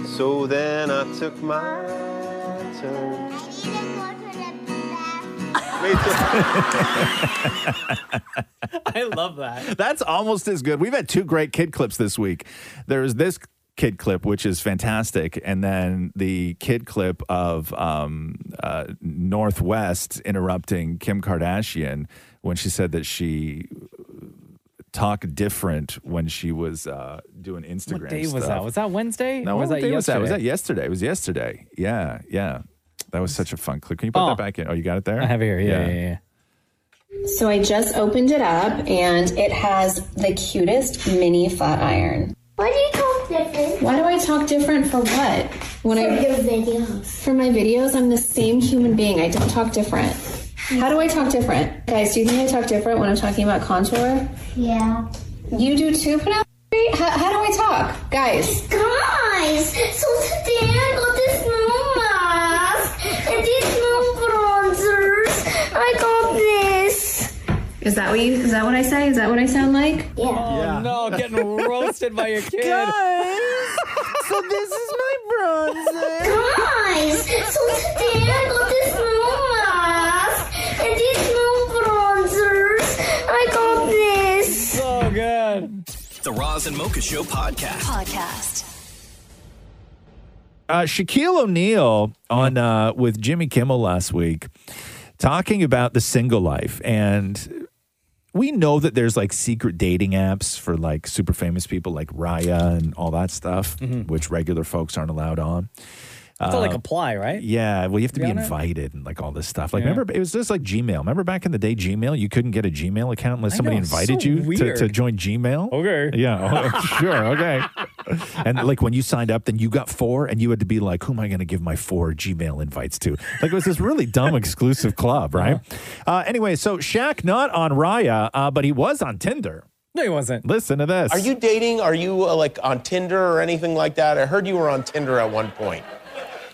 Speaker 16: So then I took my turn. Wait till-
Speaker 2: I love that.
Speaker 5: That's almost as good. We've had two great kid clips this week. There's this kid clip, which is fantastic, and then the kid clip of um, uh, Northwest interrupting Kim Kardashian when she said that she uh, talked different when she was uh, doing Instagram.
Speaker 2: What day was
Speaker 5: stuff.
Speaker 2: that? Was that Wednesday?
Speaker 5: No,
Speaker 2: Or
Speaker 5: what
Speaker 2: was that
Speaker 5: day was that? Was that
Speaker 2: yesterday?
Speaker 5: yesterday? It was yesterday. Yeah, yeah. That was such a fun clip. Can you put
Speaker 2: Oh.
Speaker 5: that back in? Oh, you got it there?
Speaker 2: I have it here. Yeah, yeah,
Speaker 15: So I just opened it up and it has the cutest mini flat iron.
Speaker 11: Why do you talk different?
Speaker 15: Why do I talk different for what? When I
Speaker 11: For your videos.
Speaker 15: for my videos, I'm the same human being. I don't talk different. How do I talk different? Guys, do you think I talk different when I'm talking about contour?
Speaker 11: Yeah.
Speaker 15: You do too, Penelope? How, how do I talk? Guys.
Speaker 11: Guys, so today I got this new mask and these new bronzers. I got this.
Speaker 15: Is that what you is that what I say? Is that what I sound like?
Speaker 2: Oh, no, getting roasted by your kid.
Speaker 11: so this is my bronzer. Guys, so today I got this new mask and these new bronzers. I got this.
Speaker 2: So good.
Speaker 1: The Roz and Mocha Show podcast.
Speaker 32: Podcast.
Speaker 5: uh, Shaquille O'Neal on uh, with Jimmy Kimmel last week, talking about the single life, and we know that there's like secret dating apps for like super famous people, like Raya and all that stuff, which regular folks aren't allowed on.
Speaker 2: Mm-hmm. It's not like
Speaker 5: Uh,
Speaker 2: apply, right?
Speaker 5: yeah, well, you have to
Speaker 2: Be
Speaker 5: be
Speaker 2: on it?
Speaker 5: invited and like all this stuff. Like, remember, it was just like Gmail. Remember back in the day, Gmail, you couldn't get a Gmail account unless
Speaker 2: I
Speaker 5: somebody
Speaker 2: know, it's
Speaker 5: invited
Speaker 2: so
Speaker 5: you to, to
Speaker 2: weird.
Speaker 5: join Gmail.
Speaker 2: Okay.
Speaker 5: Yeah, oh, sure. Okay. And like when you signed up, then you got four, and you had to be like, who am I going to give my four Gmail invites to? Like it was this really dumb exclusive club, right? Uh, anyway, so Shaq not on Raya, uh, but he was on Tinder.
Speaker 2: No, he wasn't.
Speaker 5: Listen to this.
Speaker 17: Are you dating? Are you uh, like on Tinder or anything like that? I heard you were on Tinder at one point.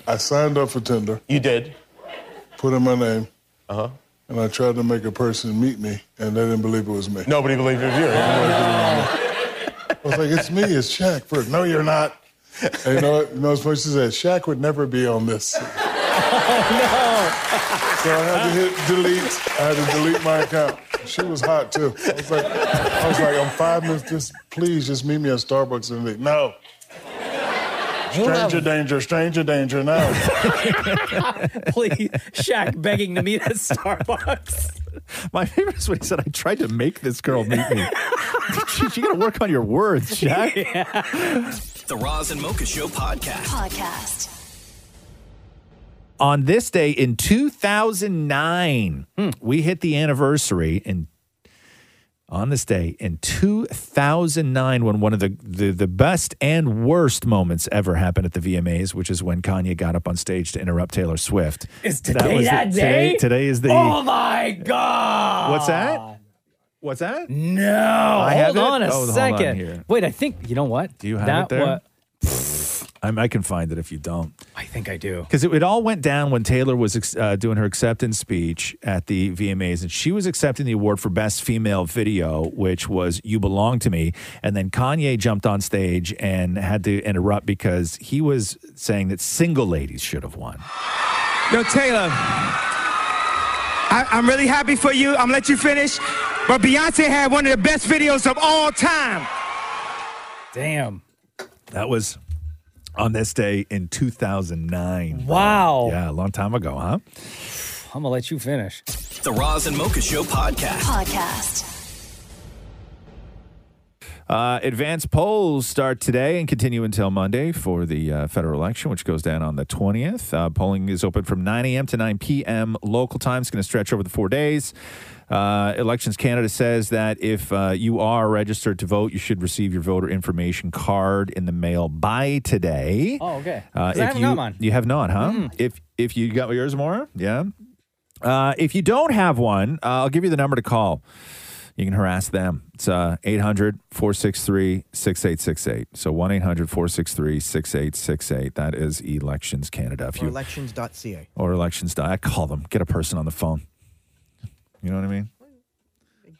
Speaker 33: I signed up for Tinder.
Speaker 17: You did? Uh-huh.
Speaker 33: Put in my name. Uh huh. And I tried to make a person meet me, and they didn't believe it was me.
Speaker 17: Nobody believed it was you.
Speaker 33: I was like, it's me, it's Shaq. First, no, you're not. And you know what? You know, as much as that, Shaq would never be on this.
Speaker 17: Oh,
Speaker 33: So I had to hit delete. I had to delete my account. She was hot too. I was like, I was like, I'm five minutes. Just please, just meet me at Starbucks and leave. No. Stranger danger, stranger danger now.
Speaker 2: Please, Shaq begging to meet at Starbucks.
Speaker 5: My favorite is when he said, I tried to make this girl meet me. Jeez, you got to work on your words, Shaq.
Speaker 1: The Roz and Mocha Show podcast.
Speaker 32: Podcast.
Speaker 5: on this day in 2009 we hit the anniversary and on this day in 2009 when one of the, the the best and worst moments ever happened at the VMAs which is when Kanye got up on stage to interrupt Taylor Swift
Speaker 2: Is
Speaker 5: That
Speaker 2: today
Speaker 5: was it.
Speaker 2: that
Speaker 5: Today-
Speaker 2: day?
Speaker 5: today is the
Speaker 2: Oh my god!
Speaker 5: What's that? What's that?
Speaker 2: No,
Speaker 5: I have
Speaker 2: hold
Speaker 5: it?
Speaker 2: on a
Speaker 5: Oh, hold on
Speaker 2: second.
Speaker 5: here.
Speaker 2: Wait, I think you know what?
Speaker 5: Do you have
Speaker 2: that
Speaker 5: it there?
Speaker 2: wa-
Speaker 5: I'm- I can find it if you don't.
Speaker 2: I think I do.
Speaker 5: Because it, it all went down when Taylor was ex- uh, doing her acceptance speech at the VMAs, and she was accepting the award for Best Female Video, which was "You Belong to Me." And then Kanye jumped on stage and had to interrupt because he was saying that single ladies should have won.
Speaker 11: Yo, Taylor, I, I'm really happy for you. I'm gonna let you finish. But Beyonce had one of the best videos of all time.
Speaker 2: Damn.
Speaker 5: That was on this day in 2009.
Speaker 2: Wow.
Speaker 5: Yeah, a long time ago, huh?
Speaker 2: I'm going to let you finish.
Speaker 1: The Roz and Mocha Show podcast.
Speaker 34: Podcast.
Speaker 5: Uh, advanced polls start today and continue until Monday for the uh, federal election, which goes down on the 20th. Uh, polling is open from 9 a.m. to 9 p.m. local time. It's going to stretch over the four days. Uh, Elections Canada says that if uh, you are registered to vote, you should receive your voter information card in the mail by today.
Speaker 2: Oh, okay.
Speaker 5: Uh,
Speaker 2: 'Cause
Speaker 5: if
Speaker 2: I Mm-hmm. haven't
Speaker 5: you,
Speaker 2: got mine.
Speaker 5: You have not, huh?
Speaker 3: Mm.
Speaker 5: If if you got yours, more, yeah. Uh, if you don't have one, uh, I'll give you the number to call. You can harass them. It's uh, 800 463 6868. So 1 800 463 6868. That is Elections Canada. If
Speaker 3: Or
Speaker 5: you,
Speaker 3: elections.ca.
Speaker 5: or elections die, call them. Get a person on the phone. You know what I mean?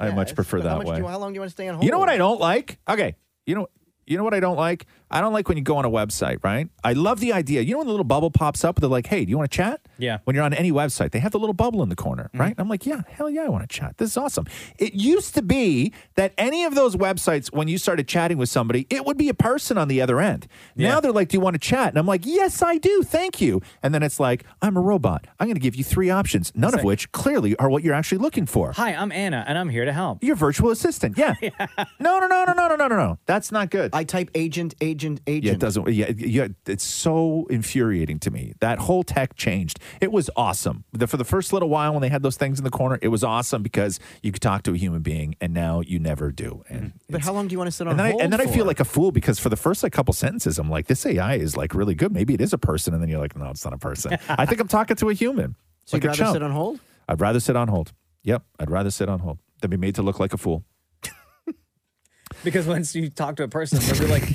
Speaker 5: I much prefer
Speaker 3: But
Speaker 5: that
Speaker 3: how much
Speaker 5: way.
Speaker 3: do you- how long do you want to stay on hold?
Speaker 5: You know what I don't like? Okay. You know you know what I don't like? I don't like when you go on a website, right? I love the idea. You know when the little bubble pops up, they're like, "Hey, do you want to chat?"
Speaker 2: Yeah.
Speaker 5: When you're on any website, they have the little bubble in the corner, right? I'm like, "Yeah, hell yeah, I want to chat. This is awesome." It used to be that any of those websites when you started chatting with somebody, it would be a person on the other end. Now they're like, "Do you want to chat?" And I'm like, "Yes, I do. Thank you." And then it's like, "I'm a robot. I'm going to give you three options, none of which clearly are what you're actually looking for."
Speaker 2: Hi, I'm Anna, and I'm here to help.
Speaker 5: Your virtual assistant. Yeah. No, no, no, no, no, no, no, no, no. That's not good.
Speaker 3: I type agent, agent, agent.
Speaker 5: Yeah, it doesn't. Yeah, it- yeah, it's so infuriating to me. That whole tech changed. It was awesome the, for the first little while when they had those things in the corner. It was awesome because you could talk to a human being, and now you never do. And
Speaker 3: But how long do you want to sit on
Speaker 5: and then, I,
Speaker 3: hold?
Speaker 5: and then I feel
Speaker 3: Mm-hmm. for?
Speaker 5: like a fool because for the first like couple sentences, I'm like, this AI is like really good. Maybe it is a person, and then you're like, no, it's not a person. I think I'm talking to a human.
Speaker 3: So
Speaker 5: like
Speaker 3: you'd
Speaker 5: a
Speaker 3: rather
Speaker 5: chump.
Speaker 3: sit on hold?
Speaker 5: I'd rather sit on hold. Yep, I'd rather sit on hold than be made to look like a fool.
Speaker 2: Because once you talk to a person, they'll be like,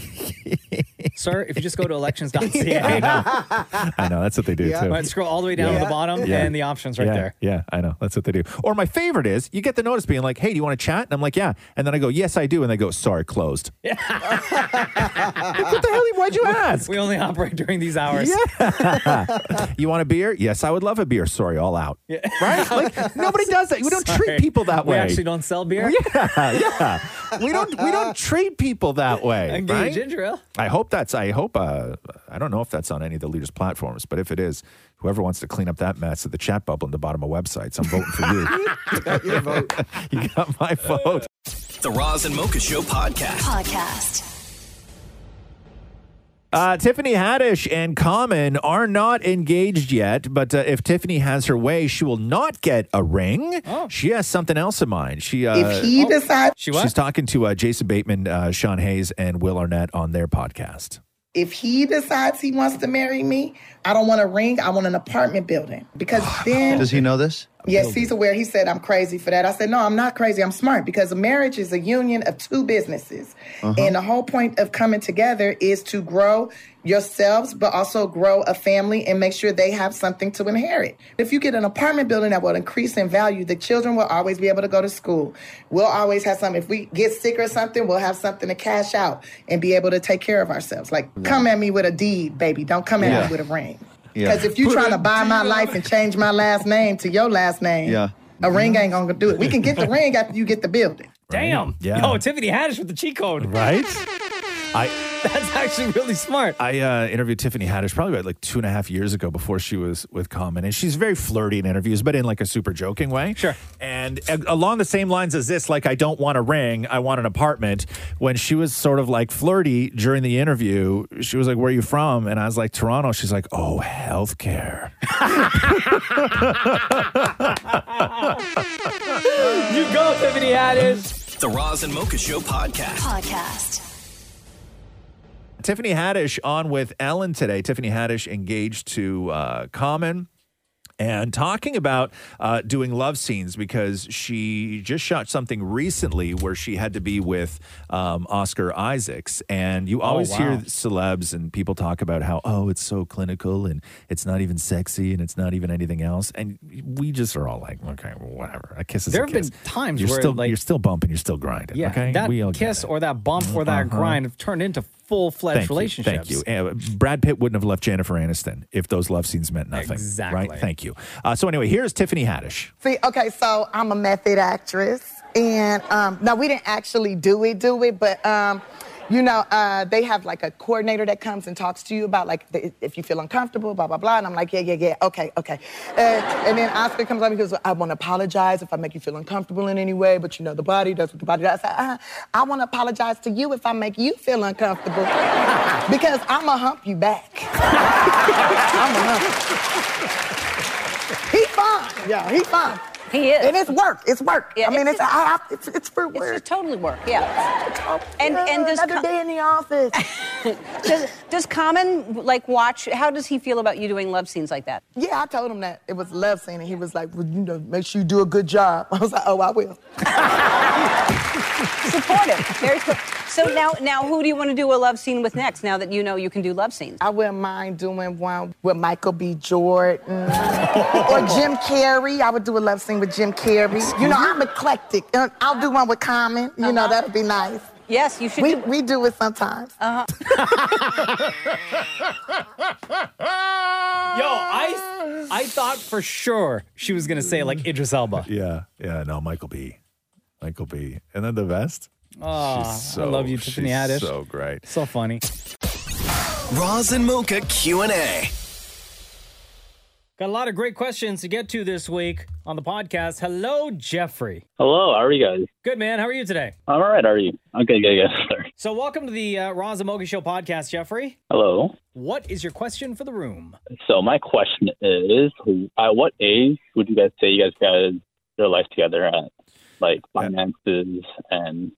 Speaker 2: sir, if you just go to elections.ca,
Speaker 5: I know that's what they do
Speaker 2: Yeah.
Speaker 5: too.
Speaker 2: Right, scroll all the way down to the bottom, and the options right
Speaker 5: Yeah,
Speaker 2: there.
Speaker 5: Yeah, I know that's what they do. Or my favorite is you get the notice being like, "Hey, do you want to chat?" And I'm like, "Yeah," and then I go, "Yes, I do," and they go, "Sorry, closed." what the hell? Why'd you ask?
Speaker 2: We only operate during these hours.
Speaker 5: you want a beer? Yes, I would love a beer. Sorry, all out.
Speaker 2: Yeah.
Speaker 5: Right? Like nobody does that. We don't
Speaker 2: Sorry.
Speaker 5: treat people that
Speaker 2: We
Speaker 5: way.
Speaker 2: actually don't sell beer.
Speaker 5: Yeah, yeah. We don't we don't treat people that way.
Speaker 2: Engage
Speaker 5: right?
Speaker 2: ginger ale.
Speaker 5: I hope that's. I hope. Uh, I don't know if that's on any of the leaders' platforms, but if it is, whoever wants to clean up that mess at the chat bubble in the bottom of websites, I'm voting for you. you got my vote.
Speaker 1: The Roz and Mocha Show podcast.
Speaker 34: Podcast.
Speaker 5: Uh, Tiffany Haddish and Common are not engaged yet, but uh, if Tiffany has her way, she will not get a ring. She has something else in mind. She uh,
Speaker 7: Oh. If he Oh. decides- She what?
Speaker 5: she's talking to uh, Jason Bateman, uh, Sean Hayes, and Will Arnett on their podcast.
Speaker 7: If he decides he wants to marry me, I don't want a ring. I want an apartment building because then.
Speaker 12: Does he know this?
Speaker 7: Yes, he's aware. He said, I'm crazy for that. I said, No, I'm not crazy. I'm smart because a marriage is a union of two businesses.
Speaker 12: Uh-huh.
Speaker 7: And the whole point of coming together is to grow yourselves, but also grow a family and make sure they have something to inherit. If you get an apartment building that will increase in value, the children will always be able to go to school. We'll always have something. If we get sick or something, we'll have something to cash out and be able to take care of ourselves. Like, come at me with a deed, baby. Don't come at
Speaker 12: Yeah.
Speaker 7: me with a ring.
Speaker 12: Yeah.
Speaker 7: Because if you
Speaker 12: Put
Speaker 7: trying to
Speaker 12: a
Speaker 7: buy my
Speaker 12: deed on
Speaker 7: life and change my last name to your last name,
Speaker 12: Yeah.
Speaker 7: a ring ain't gonna do it. We can get the ring after you get the building.
Speaker 2: Damn.
Speaker 5: Yeah.
Speaker 2: Yo, Tiffany Haddish with the cheat code.
Speaker 5: Right? I
Speaker 2: That's actually really smart.
Speaker 5: I uh, interviewed Tiffany Haddish probably about like two and a half years ago before she was with Common, and she's very flirty in interviews, but in like a super joking way. Sure. And a- along the same lines as this, like I don't want a ring, I want an apartment. When she was sort of like flirty during the interview, she was like, "Where are you from?" And I was like, "Toronto." She's like, "Oh, healthcare."
Speaker 2: you go, Tiffany Haddish.
Speaker 1: The Roz and Mocha Show podcast.
Speaker 34: Podcast.
Speaker 5: Tiffany Haddish on with Ellen today. Tiffany Haddish engaged to uh, Common and talking about uh, doing love scenes because she just shot something recently where she had to be with um, Oscar Isaacs. And you
Speaker 12: Oh,
Speaker 5: always
Speaker 12: wow.
Speaker 5: hear celebs and people talk about how, oh, it's so clinical and it's not even sexy and it's not even anything else. And we just are all like, okay, whatever. A kiss is
Speaker 2: There
Speaker 5: a
Speaker 2: have been
Speaker 5: kiss.
Speaker 2: times
Speaker 5: you're
Speaker 2: where,
Speaker 5: still,
Speaker 2: like-
Speaker 5: you're still bumping, you're still grinding.
Speaker 2: Yeah,
Speaker 5: okay?
Speaker 2: that
Speaker 5: we all get
Speaker 2: kiss or that bump or that
Speaker 5: Uh-huh.
Speaker 2: grind have turned into full fledged
Speaker 5: Thank you,
Speaker 2: relationships.
Speaker 5: Thank you. Uh, Brad Pitt wouldn't have left Jennifer Aniston if those love scenes meant nothing.
Speaker 2: Exactly.
Speaker 5: Right? Thank you. Uh, so, anyway, here's Tiffany Haddish.
Speaker 7: See, okay, so I'm a method actress, and um, no, we didn't actually do it, do it, but um, you know, uh, they have like a coordinator that comes and talks to you about like the, if you feel uncomfortable, blah blah blah, and I'm like, yeah, yeah, yeah, okay, okay, uh, and then Oscar comes up and goes, I want to apologize if I make you feel uncomfortable in any way, but you know, the body does what the body does. I said, uh, I want to apologize to you if I make you feel uncomfortable, because I'ma hump you back. I'ma hump. you. He fine. Yeah, he fine. He is. And it's work. It's work. I mean, it's, I, I, it's, it's for work. It's totally work,
Speaker 29: Yeah. And and does
Speaker 7: Another day in the office.
Speaker 29: does does Common like watch? How does he feel about you doing love scenes like that?
Speaker 7: Yeah, I told him that it was love scene, and he was like, well, you know, make sure you do a good job. I was like, oh, I will.
Speaker 29: Supportive. Very supportive. So now now who do you want to do a love scene with next? Now that you know you can do love scenes.
Speaker 7: I wouldn't mind doing one with Michael B. Jordan or Jim Carrey. I would do a love scene with Jim Carrey. You know, I'm eclectic. and I'll do one with Common. You know, that'd be nice.
Speaker 29: Yes, you should.
Speaker 7: We, we do it sometimes.
Speaker 29: Uh-huh.
Speaker 2: Yo, I I thought for sure she was gonna say like Idris Elba.
Speaker 5: yeah, yeah, no, Michael B. Michael B. And then the vest.
Speaker 2: Oh, I love you, Tiffany Haddish.
Speaker 5: So great.
Speaker 2: So funny.
Speaker 1: Roz and Mocha Q&A.
Speaker 2: Got a lot of great questions to get to this week on the podcast. Hello, Jeffrey.
Speaker 11: Hello, how are you guys?
Speaker 2: Good man. How are you today?
Speaker 11: I'm all right. How are you? Okay, good, good. Sorry.
Speaker 2: So, welcome to the uh, Roz and Mocha Show podcast, Jeffrey.
Speaker 11: Hello.
Speaker 2: What is your question for the room?
Speaker 11: So my question is, at what age would you guys say you guys got your life together at, like finances and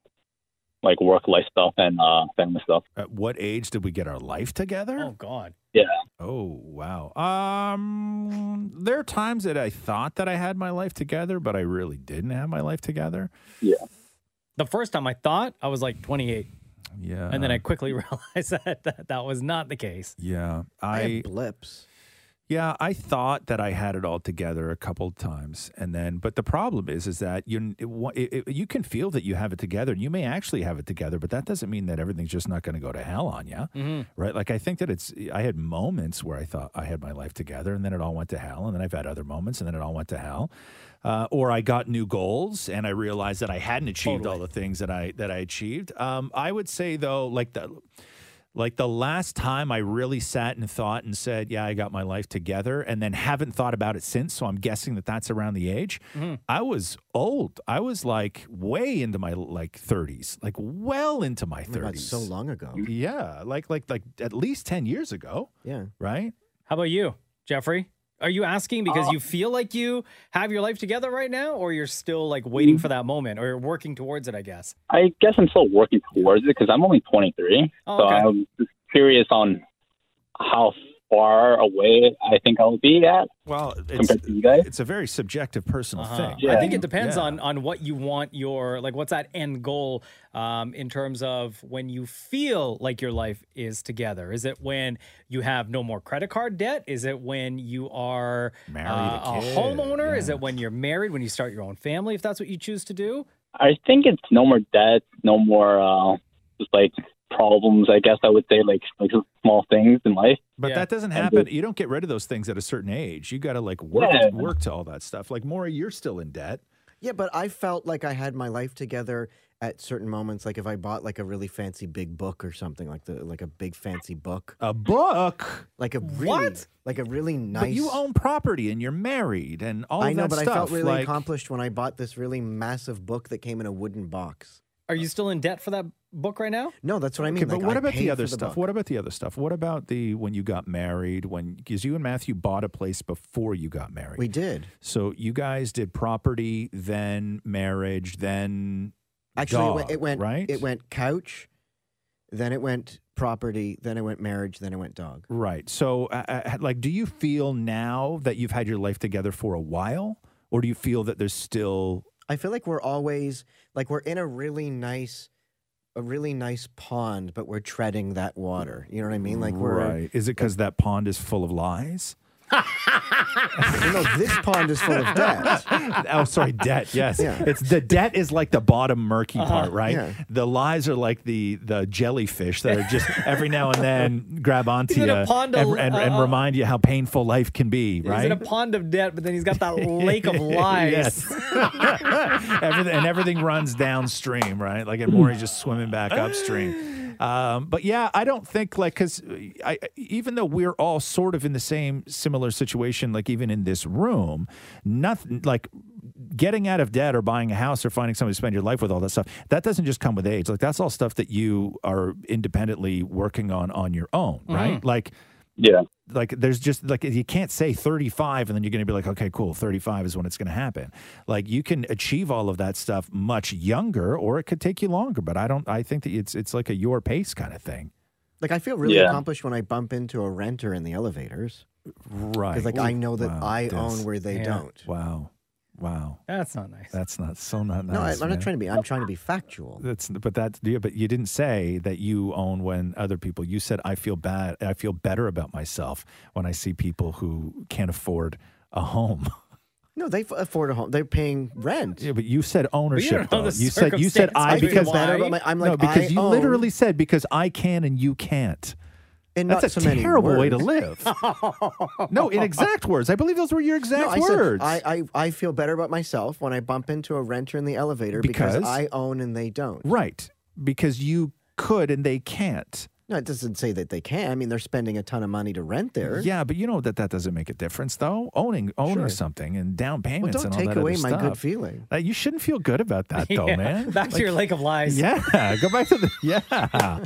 Speaker 11: like work life stuff and uh, family stuff?
Speaker 5: At what age did we get our life together? Oh,
Speaker 2: God.
Speaker 11: Yeah.
Speaker 5: Oh, wow. Um, there are times that I thought that I had my life together, but I really didn't have my life together.
Speaker 11: Yeah.
Speaker 2: The first time I thought I was like 28.
Speaker 5: Yeah.
Speaker 2: And then I quickly realized that that, that was not the case.
Speaker 5: Yeah.
Speaker 2: I
Speaker 5: I,
Speaker 2: had
Speaker 5: blips. Yeah, I thought that I had it all together a couple times, and then, but the problem is, is that you it, wa- it, it- you can feel that you have it together, and you may actually have it together, but that doesn't mean that everything's just not going to go to hell on you,
Speaker 15: Mhm.
Speaker 2: Mm-hmm.
Speaker 5: right? Like I think that it's, I had moments where I thought I had my life together, and then it all went to hell, and then I've had other moments, and then it all went to hell, uh, or I got new goals, and I realized that I hadn't achieved all the things that I that I achieved. Um, I would say though, like the like the last time I really sat and thought and said, "Yeah, I got my life together," and then haven't thought about it since. So I'm guessing that that's around the age.
Speaker 2: Mm-hmm.
Speaker 5: I was old. I was like way into my like 30s, like well into my 30s.
Speaker 3: my God, so long ago.
Speaker 5: Yeah, like like like at least 10 years ago.
Speaker 3: Yeah.
Speaker 5: Right?
Speaker 2: How about you, Jeffrey? Are you asking because you feel like you have your life together right now, or you're still like waiting for that moment, or you're working towards it? I guess.
Speaker 11: I guess I'm still working towards it because I'm only 23.
Speaker 2: Oh,
Speaker 11: so
Speaker 2: okay.
Speaker 11: I'm just curious on how far away I think I'll be at.
Speaker 5: Well,
Speaker 11: compared to you guys.
Speaker 5: It's Uh-huh. a very subjective personal
Speaker 2: Uh,
Speaker 5: thing.
Speaker 2: I think it depends on on what you want your like. What's that end goal um, in terms of when you feel like your life is together? Is it when you have no more credit card debt? Is it when you are married
Speaker 11: a
Speaker 2: a
Speaker 11: kid,
Speaker 2: homeowner? Is it when you're married? When you start your own family? If that's what you choose to do.
Speaker 11: I think it's no more debt, no more uh, just like problems. I guess I would say like like just small things in life.
Speaker 5: But that doesn't
Speaker 11: And
Speaker 5: happen.
Speaker 11: just-
Speaker 5: You don't get rid of those things at a certain age. You got to like work
Speaker 11: Yeah.
Speaker 5: work to all that stuff. Like Maury, you're still in debt.
Speaker 3: Yeah, but I felt like I had my life together at certain moments. Like if I bought like a really fancy big book or something, like the like a big fancy book.
Speaker 5: A book.
Speaker 3: Like a really,
Speaker 5: What?
Speaker 3: Like a really nice.
Speaker 5: But you own property and you're married and all
Speaker 3: I
Speaker 5: of
Speaker 3: know,
Speaker 5: that
Speaker 3: but
Speaker 5: stuff.
Speaker 3: I felt really
Speaker 5: like,
Speaker 3: accomplished when I bought this really massive book that came in a wooden box.
Speaker 2: Are you still in debt for that book right now?
Speaker 3: No, that's what I mean.
Speaker 5: Okay, but
Speaker 3: like,
Speaker 5: what
Speaker 3: I
Speaker 5: about
Speaker 3: paid
Speaker 5: the
Speaker 3: for
Speaker 5: other stuff?
Speaker 3: book.
Speaker 5: What about the other stuff? What about the when you got married? When because you and Matthew bought a place before you got married.
Speaker 3: We did.
Speaker 5: So you guys did property, then marriage, then
Speaker 3: Actually, it
Speaker 5: dog,
Speaker 3: went, it went
Speaker 5: right.
Speaker 3: It went couch, then it went property, then it went marriage, then it went dog.
Speaker 5: Right. So, uh, uh, like, do you feel now that you've had your life together for a while, or do you feel that there's still
Speaker 3: I feel like we're always like we're in a really nice, a really nice pond, but we're treading that water. You know what I mean? Like we're
Speaker 5: Right. Is it because that pond is full of lies?
Speaker 3: you know, this pond is full of debt.
Speaker 5: oh, sorry, debt. Yes,
Speaker 3: Yeah.
Speaker 5: it's the debt is like the bottom murky
Speaker 3: Uh-huh.
Speaker 5: part, right?
Speaker 3: Yeah.
Speaker 5: The lies are like the the jellyfish that are just every now and then grab onto you
Speaker 2: He's in a
Speaker 5: and,
Speaker 2: pond of-
Speaker 5: and, and
Speaker 2: uh,
Speaker 5: remind you how painful life can be,
Speaker 2: He's in
Speaker 5: right?
Speaker 2: a pond of debt, but then he's got that lake of lies.
Speaker 5: Yes. everything, and everything runs downstream, right? Like, and Maury's just swimming back upstream. Um, but yeah, I don't think like because I even though we're all sort of in the same similar situation, like even in this room, nothing like getting out of debt or buying a house or finding somebody to spend your life with all that stuff that doesn't just come with age like that's all stuff that you are independently working on on your own Mm-hmm. right
Speaker 11: Mhm.
Speaker 5: like
Speaker 11: Yeah.
Speaker 5: like there's just like you can't say 35 and then you're going to be like okay cool 35 is when it's going to happen like you can achieve all of that stuff much younger or it could take you longer but i don't i think that it's it's like a your pace kind of thing
Speaker 3: Like I feel really
Speaker 5: Yeah.
Speaker 3: accomplished when I bump into a renter in the elevators.
Speaker 5: Right.
Speaker 3: Because like
Speaker 5: Ooh,
Speaker 3: I know that
Speaker 5: wow,
Speaker 3: I
Speaker 5: this.
Speaker 3: own where they
Speaker 5: Yeah.
Speaker 3: don't.
Speaker 5: Wow. Wow.
Speaker 2: That's
Speaker 3: Oh,
Speaker 2: not nice.
Speaker 5: that's not so not
Speaker 3: No, I,
Speaker 5: nice
Speaker 3: I'm
Speaker 5: man.
Speaker 3: not trying to be. I'm trying to be factual.
Speaker 5: That's but that yeah, but you didn't say that you own when other people. You said I feel bad. I feel better about myself when I see people who can't afford a home.
Speaker 3: No, they f- afford a home. They're paying rent.
Speaker 5: Yeah, but you said ownership.
Speaker 3: don't know
Speaker 5: though.
Speaker 3: the
Speaker 5: You said you said
Speaker 3: circumstances
Speaker 5: I
Speaker 3: of
Speaker 5: because
Speaker 3: why. I feel better about my- I'm
Speaker 5: no,
Speaker 3: like,
Speaker 5: because
Speaker 3: I
Speaker 5: you
Speaker 3: own-
Speaker 5: literally said because I can and you can't.
Speaker 3: And
Speaker 5: that's
Speaker 3: not
Speaker 5: a
Speaker 3: so many
Speaker 5: terrible way to live.
Speaker 3: words.
Speaker 5: no, in exact words. I believe those were your exact
Speaker 3: No, I said,
Speaker 5: words.
Speaker 3: I, I, I feel better about myself when I bump into a renter in the elevator
Speaker 5: Because?
Speaker 3: I own and they don't.
Speaker 5: right, because you could and they can't.
Speaker 3: No, it doesn't say that they can. I mean, they're spending a ton of money to rent there.
Speaker 5: Yeah, but you know that that doesn't make a difference though. Owning owning
Speaker 3: Sure.
Speaker 5: something and down
Speaker 3: Well,
Speaker 5: payments
Speaker 3: don't
Speaker 5: and all
Speaker 3: take
Speaker 5: that
Speaker 3: away
Speaker 5: other
Speaker 3: my good
Speaker 5: stuff.
Speaker 3: feeling.
Speaker 5: Uh, you shouldn't feel good about that though,
Speaker 2: Yeah.
Speaker 5: man.
Speaker 2: Back to your lake of lies.
Speaker 5: Yeah, go back to the yeah.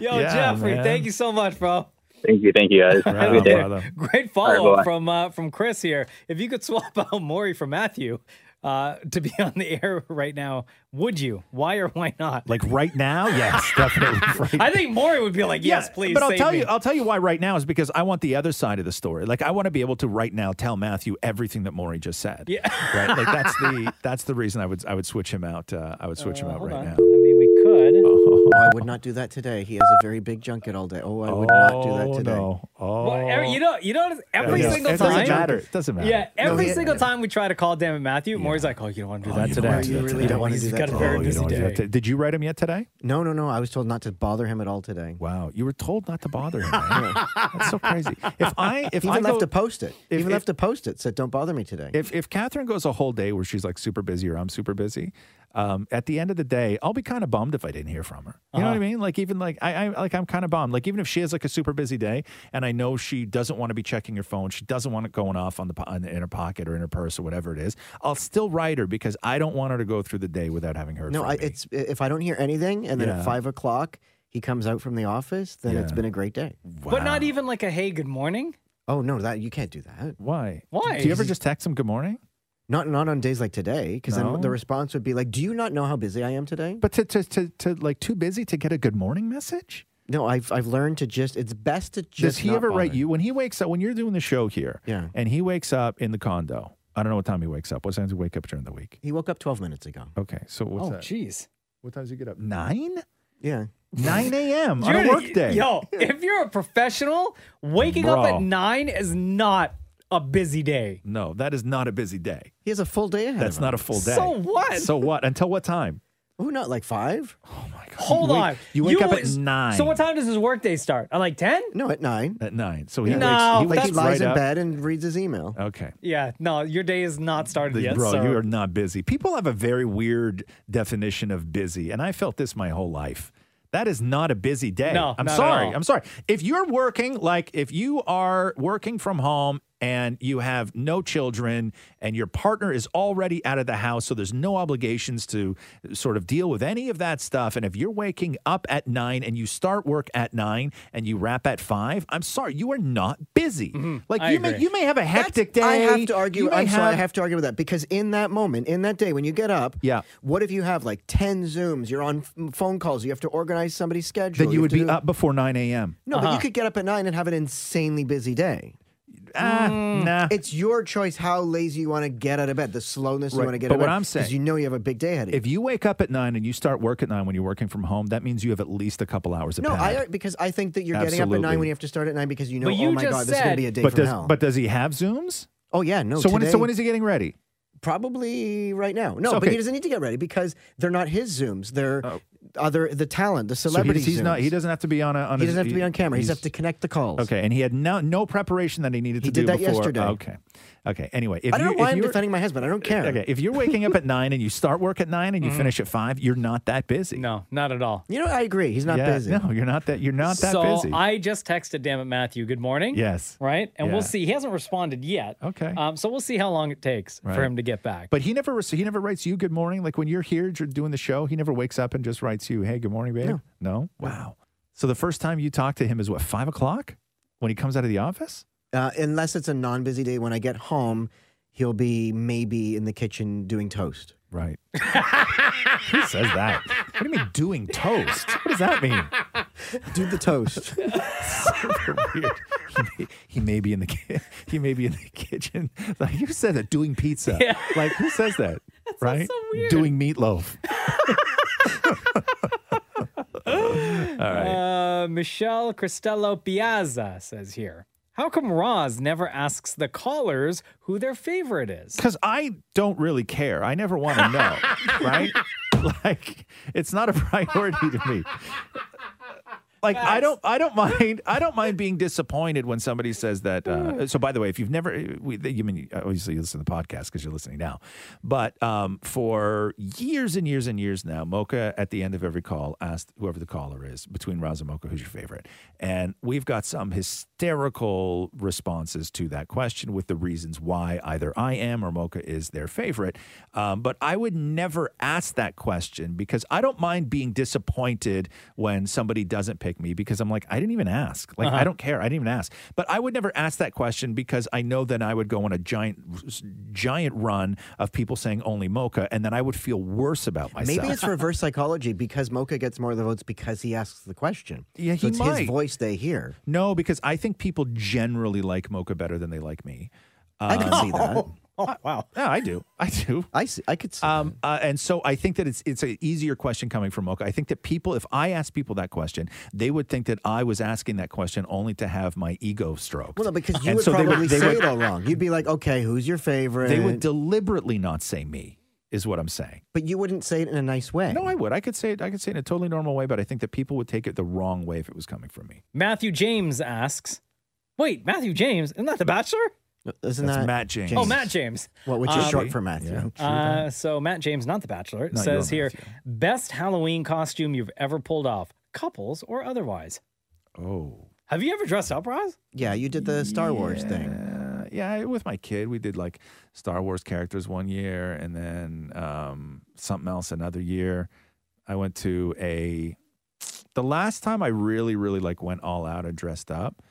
Speaker 2: Yo,
Speaker 5: Yeah,
Speaker 2: Jeffrey,
Speaker 5: man.
Speaker 2: thank you so much, bro.
Speaker 11: Thank you, thank you guys. Have a good day.
Speaker 2: Great
Speaker 11: All
Speaker 2: follow
Speaker 11: right, bye-bye.
Speaker 2: up from uh, from Chris here. If you could swap out Maury for Matthew uh, to be on the air right now, would you? Why or why not?
Speaker 5: Like right now, yes, definitely. Right
Speaker 2: I think Maury would be like,
Speaker 5: Yeah,
Speaker 2: yes, please.
Speaker 5: But I'll
Speaker 2: save
Speaker 5: tell
Speaker 2: me."
Speaker 5: you, I'll tell you why right now is because I want the other side of the story. Like I want to be able to right now tell Matthew everything that Maury just said.
Speaker 2: Yeah.
Speaker 5: right. Like that's the that's the reason I would I would switch him out. Uh, I would switch him out right now.
Speaker 2: I mean, we could.
Speaker 3: Oh, I would not do that today. He has a very big junket all day. Oh, I would not do that
Speaker 5: Oh,
Speaker 3: today.
Speaker 5: no. Oh,
Speaker 2: Well, every- you know, you know, every
Speaker 5: Yeah, yeah.
Speaker 2: single
Speaker 5: It
Speaker 2: time.
Speaker 5: doesn't matter. It doesn't matter.
Speaker 2: Yeah,
Speaker 5: No,
Speaker 2: every
Speaker 5: yeah.
Speaker 2: single time we try to call Damn it Matthew, Maury's like, oh, you don't want to do that today. He's got a
Speaker 5: Oh,
Speaker 2: very busy day.
Speaker 5: Did you write him yet today?
Speaker 3: No, no, no. I was told not to bother him at all today.
Speaker 5: Wow, you were told not to bother him. That's so crazy. If I if
Speaker 3: He
Speaker 5: I
Speaker 3: even left
Speaker 5: go-
Speaker 3: to post it. He
Speaker 5: if-
Speaker 3: even
Speaker 5: if-
Speaker 3: left to post it. Said, "Don't bother me today."
Speaker 5: If if Catherine goes a whole day where she's like super busy or I'm super busy, um, at the end of the day, I'll be kind of bummed if I didn't hear from her. You
Speaker 3: Uh-huh.
Speaker 5: know what I mean? Like even like I, I like I'm kind of bummed. Like even if she has like a super busy day and I know she doesn't want to be checking her phone, she doesn't want it going off on the po- on, in her pocket or in her purse or whatever it is. I'll still write her because I don't want her to go through the day without having heard.
Speaker 3: No,
Speaker 5: from
Speaker 3: I,
Speaker 5: me.
Speaker 3: it's if I don't hear anything, and then
Speaker 5: Yeah.
Speaker 3: at five o'clock he comes out from the office, then it's
Speaker 5: Yeah.
Speaker 3: been a great day.
Speaker 2: But not even like a hey, good morning.
Speaker 3: Oh no, that you can't do that.
Speaker 5: Why?
Speaker 2: Why?
Speaker 3: Do you ever
Speaker 5: just text him good morning?
Speaker 3: Not not on days like today, because
Speaker 5: No?
Speaker 3: then the response would be like, "Do you not know how busy I am today?"
Speaker 5: But to, to to to like too busy to get a good morning message.
Speaker 3: No, I've I've learned to just. It's best to just.
Speaker 5: Does he
Speaker 3: not
Speaker 5: ever write
Speaker 3: bother.
Speaker 5: you when he wakes up when you're doing the show here?
Speaker 3: Yeah.
Speaker 5: And he wakes up in the condo. I don't know what time he wakes up. What time does he wake up during the week?
Speaker 3: He woke up twelve minutes ago.
Speaker 5: Okay, so what's
Speaker 3: Oh,
Speaker 5: that?
Speaker 2: jeez.
Speaker 5: What time does he get up? Nine?
Speaker 3: Yeah.
Speaker 5: 9 a.m. on a
Speaker 2: You're-
Speaker 5: work day.
Speaker 2: Yo, if you're a professional, waking up
Speaker 5: Bro.
Speaker 2: at nine is not a busy day.
Speaker 5: No, that is not a busy day.
Speaker 3: He has a full day ahead.
Speaker 5: That's
Speaker 3: of him.
Speaker 5: not a full day.
Speaker 2: So what?
Speaker 5: So what? Until what time?
Speaker 3: Who not like five?
Speaker 2: Hold
Speaker 5: You wake-
Speaker 2: on.
Speaker 5: you wake up at
Speaker 2: is-
Speaker 5: nine.
Speaker 2: So what time does his workday start? At like ten?
Speaker 3: No, at nine.
Speaker 5: At nine. So he
Speaker 2: No,
Speaker 5: wakes, he
Speaker 2: that's-
Speaker 5: wakes
Speaker 3: He lies
Speaker 5: right
Speaker 3: in
Speaker 5: up.
Speaker 3: bed and reads his email.
Speaker 5: Okay.
Speaker 2: Yeah. No, your day is not started
Speaker 5: The-
Speaker 2: yet.
Speaker 5: bro,
Speaker 2: sir.
Speaker 5: you are not busy. People have a very weird definition of busy, and I felt this my whole life. That is not a busy day.
Speaker 2: No,
Speaker 5: I'm
Speaker 2: not at
Speaker 5: sorry.
Speaker 2: all.
Speaker 5: I'm sorry. If you're working, like if you are working from home and you have no children and your partner is already out of the house, so there's no obligations to uh, sort of deal with any of that stuff. And if you're waking up at nine and you start work at nine and you wrap at five, I'm sorry, you are not busy.
Speaker 2: Mm-hmm.
Speaker 5: Like
Speaker 3: I
Speaker 5: you may
Speaker 3: agree.
Speaker 5: you may have a hectic
Speaker 3: That's-
Speaker 5: day.
Speaker 3: I have to argue.
Speaker 5: You may
Speaker 3: I'm sorry. I have to argue with that because in that moment, in that day, when you get up, yeah. What if you have like ten Zooms? You're on f- phone calls. You have to organize somebody's schedule.
Speaker 5: then you
Speaker 3: have
Speaker 5: would
Speaker 3: to
Speaker 5: be
Speaker 3: do-
Speaker 5: up before 9 a.m.
Speaker 3: No, but you could get up at nine and have an insanely busy day.
Speaker 5: ah, nah.
Speaker 3: It's your choice how lazy you want to get out of bed, the slowness you
Speaker 5: Right,
Speaker 3: want to get
Speaker 5: but
Speaker 3: out of
Speaker 5: what
Speaker 3: bed.
Speaker 5: I'm
Speaker 3: 'cause
Speaker 5: saying-
Speaker 3: you know you have a big day ahead of you.
Speaker 5: If you wake up at nine and you start work at nine when you're working from home, that means you have at least a couple hours of
Speaker 3: No,
Speaker 5: pad.
Speaker 3: I because I think that you're getting up at
Speaker 5: Absolutely.
Speaker 3: nine when you have to start at nine because you know,
Speaker 5: But you
Speaker 3: oh my
Speaker 5: just
Speaker 3: god, this is gonna
Speaker 5: said-
Speaker 3: be a day
Speaker 5: But
Speaker 3: from
Speaker 5: does-
Speaker 3: hell.
Speaker 5: but does he have Zooms?
Speaker 3: Oh yeah, no.
Speaker 5: So when- so
Speaker 3: today-
Speaker 5: when is he getting ready?
Speaker 3: Probably right now.
Speaker 5: So,
Speaker 3: No, but
Speaker 5: okay. Oh.
Speaker 3: he doesn't need to get ready because they're not his zooms. They're other the talent, the
Speaker 5: So he-
Speaker 3: celebrities.
Speaker 5: he's not. He doesn't have to be on a. On
Speaker 3: He
Speaker 5: a-
Speaker 3: doesn't have to be on camera. He just
Speaker 5: he's-
Speaker 3: have to connect the calls.
Speaker 5: Okay, and he had no no preparation that he needed to
Speaker 3: He
Speaker 5: do
Speaker 3: did that
Speaker 5: before.
Speaker 3: yesterday.
Speaker 5: Okay, okay. Anyway, if
Speaker 3: I don't
Speaker 5: you,
Speaker 3: know why
Speaker 5: if
Speaker 3: I'm
Speaker 5: you're-
Speaker 3: defending my husband. I don't care.
Speaker 5: Okay, if you're waking up at nine and you start work at nine and you
Speaker 3: Mhm.
Speaker 5: finish at five, you're not that busy. Mm-hmm. No,
Speaker 2: not at all.
Speaker 3: You know, I agree. He's
Speaker 2: not busy.
Speaker 5: No, you're not that. You're not that
Speaker 2: so
Speaker 5: busy.
Speaker 2: I just texted damn it Matthew. Good morning.
Speaker 5: Yes.
Speaker 2: Right, and
Speaker 5: Yeah.
Speaker 2: we'll see. He hasn't responded yet.
Speaker 5: Okay.
Speaker 2: Um, so we'll see how long it takes
Speaker 5: Right.
Speaker 2: for him to get back.
Speaker 5: but he never so he never writes you good morning. Like when you're here you're doing the show, he never wakes up and just writes you, "Hey, good morning, babe." No. Wow. So the first time you talk to him is what five o'clock when he comes out of the office.
Speaker 3: Uh, unless it's a non-busy day, when I get home, he'll be maybe in the kitchen doing toast.
Speaker 5: Right. Who says that? What do you mean doing toast? What does that mean?
Speaker 3: Do the toast.
Speaker 5: Super weird. He may, he may be in the ki- he may be in the kitchen. Like who said that? Doing pizza.
Speaker 2: Yeah.
Speaker 5: Like who says that? right. Doing meatloaf. All right.
Speaker 2: Uh, Michelle Cristello Piazza says here. How come Roz never asks the callers who their favorite is?
Speaker 5: Because I don't really care. I never want to know, right? Like it's not a priority to me. Like I don't, I don't mind, I don't mind being disappointed when somebody says that. Uh, so, by the way, if you've never, we, you mean obviously you listen to the podcast because you're listening now, but um, for years and years and years now, Mocha at the end of every call asked whoever the caller is between Roz and Mocha, who's your favorite, and we've got some hysterical responses to that question with the reasons why either I am or Mocha is their favorite. Um, but I would never ask that question because I don't mind being disappointed when somebody doesn't pick me because I'm like, I didn't even ask. Like, I
Speaker 2: Uh-huh.
Speaker 5: don't care. I didn't even ask. But I would never ask that question because I know then I would go on a giant, giant run of people saying only Mocha, and then I would feel worse about myself.
Speaker 3: Maybe it's reverse psychology because Mocha gets more of the votes because he asks the question.
Speaker 5: Yeah, he
Speaker 3: so it's
Speaker 5: might.
Speaker 3: his voice they hear.
Speaker 5: No, because I think people generally like Mocha better than they like me.
Speaker 3: I can see that.
Speaker 5: Oh, wow. Yeah, I do. I do.
Speaker 3: I see. I could see.
Speaker 5: Um, uh, and so I think that it's it's an easier question coming from Mocha. I think that people, if I asked people that question, they would think that I was asking that question only to have my ego stroked.
Speaker 3: Well, no, because you
Speaker 5: And
Speaker 3: would
Speaker 5: so they would-
Speaker 3: probably
Speaker 5: they
Speaker 3: say
Speaker 5: would-
Speaker 3: it all wrong. You'd be like, okay, who's your favorite?
Speaker 5: They would deliberately not say me, is what I'm saying.
Speaker 3: but you wouldn't say it in a nice way.
Speaker 5: No, I would. I could say it. I could say it in a totally normal way, but I think that people would take it the wrong way if it was coming from me.
Speaker 2: Matthew James asks, "Wait, Matthew James isn't that the Bachelor?
Speaker 3: Isn't
Speaker 5: That's
Speaker 3: that
Speaker 5: Matt James?
Speaker 2: Oh, Matt James.
Speaker 3: What, which is
Speaker 2: Um,
Speaker 3: short for Matthew.
Speaker 2: Uh, so Matt James, not the Bachelor,
Speaker 3: Not
Speaker 2: says
Speaker 3: your
Speaker 2: here, best Halloween costume you've ever pulled off, couples or otherwise.
Speaker 5: Oh.
Speaker 2: Have you ever dressed up, Roz?
Speaker 3: Yeah, you did the Star Wars thing.
Speaker 5: Uh, yeah, I- with my kid, we did like Star Wars characters one year, and then um, something else another year. I went to a. The last time I really, really like went all out and dressed up,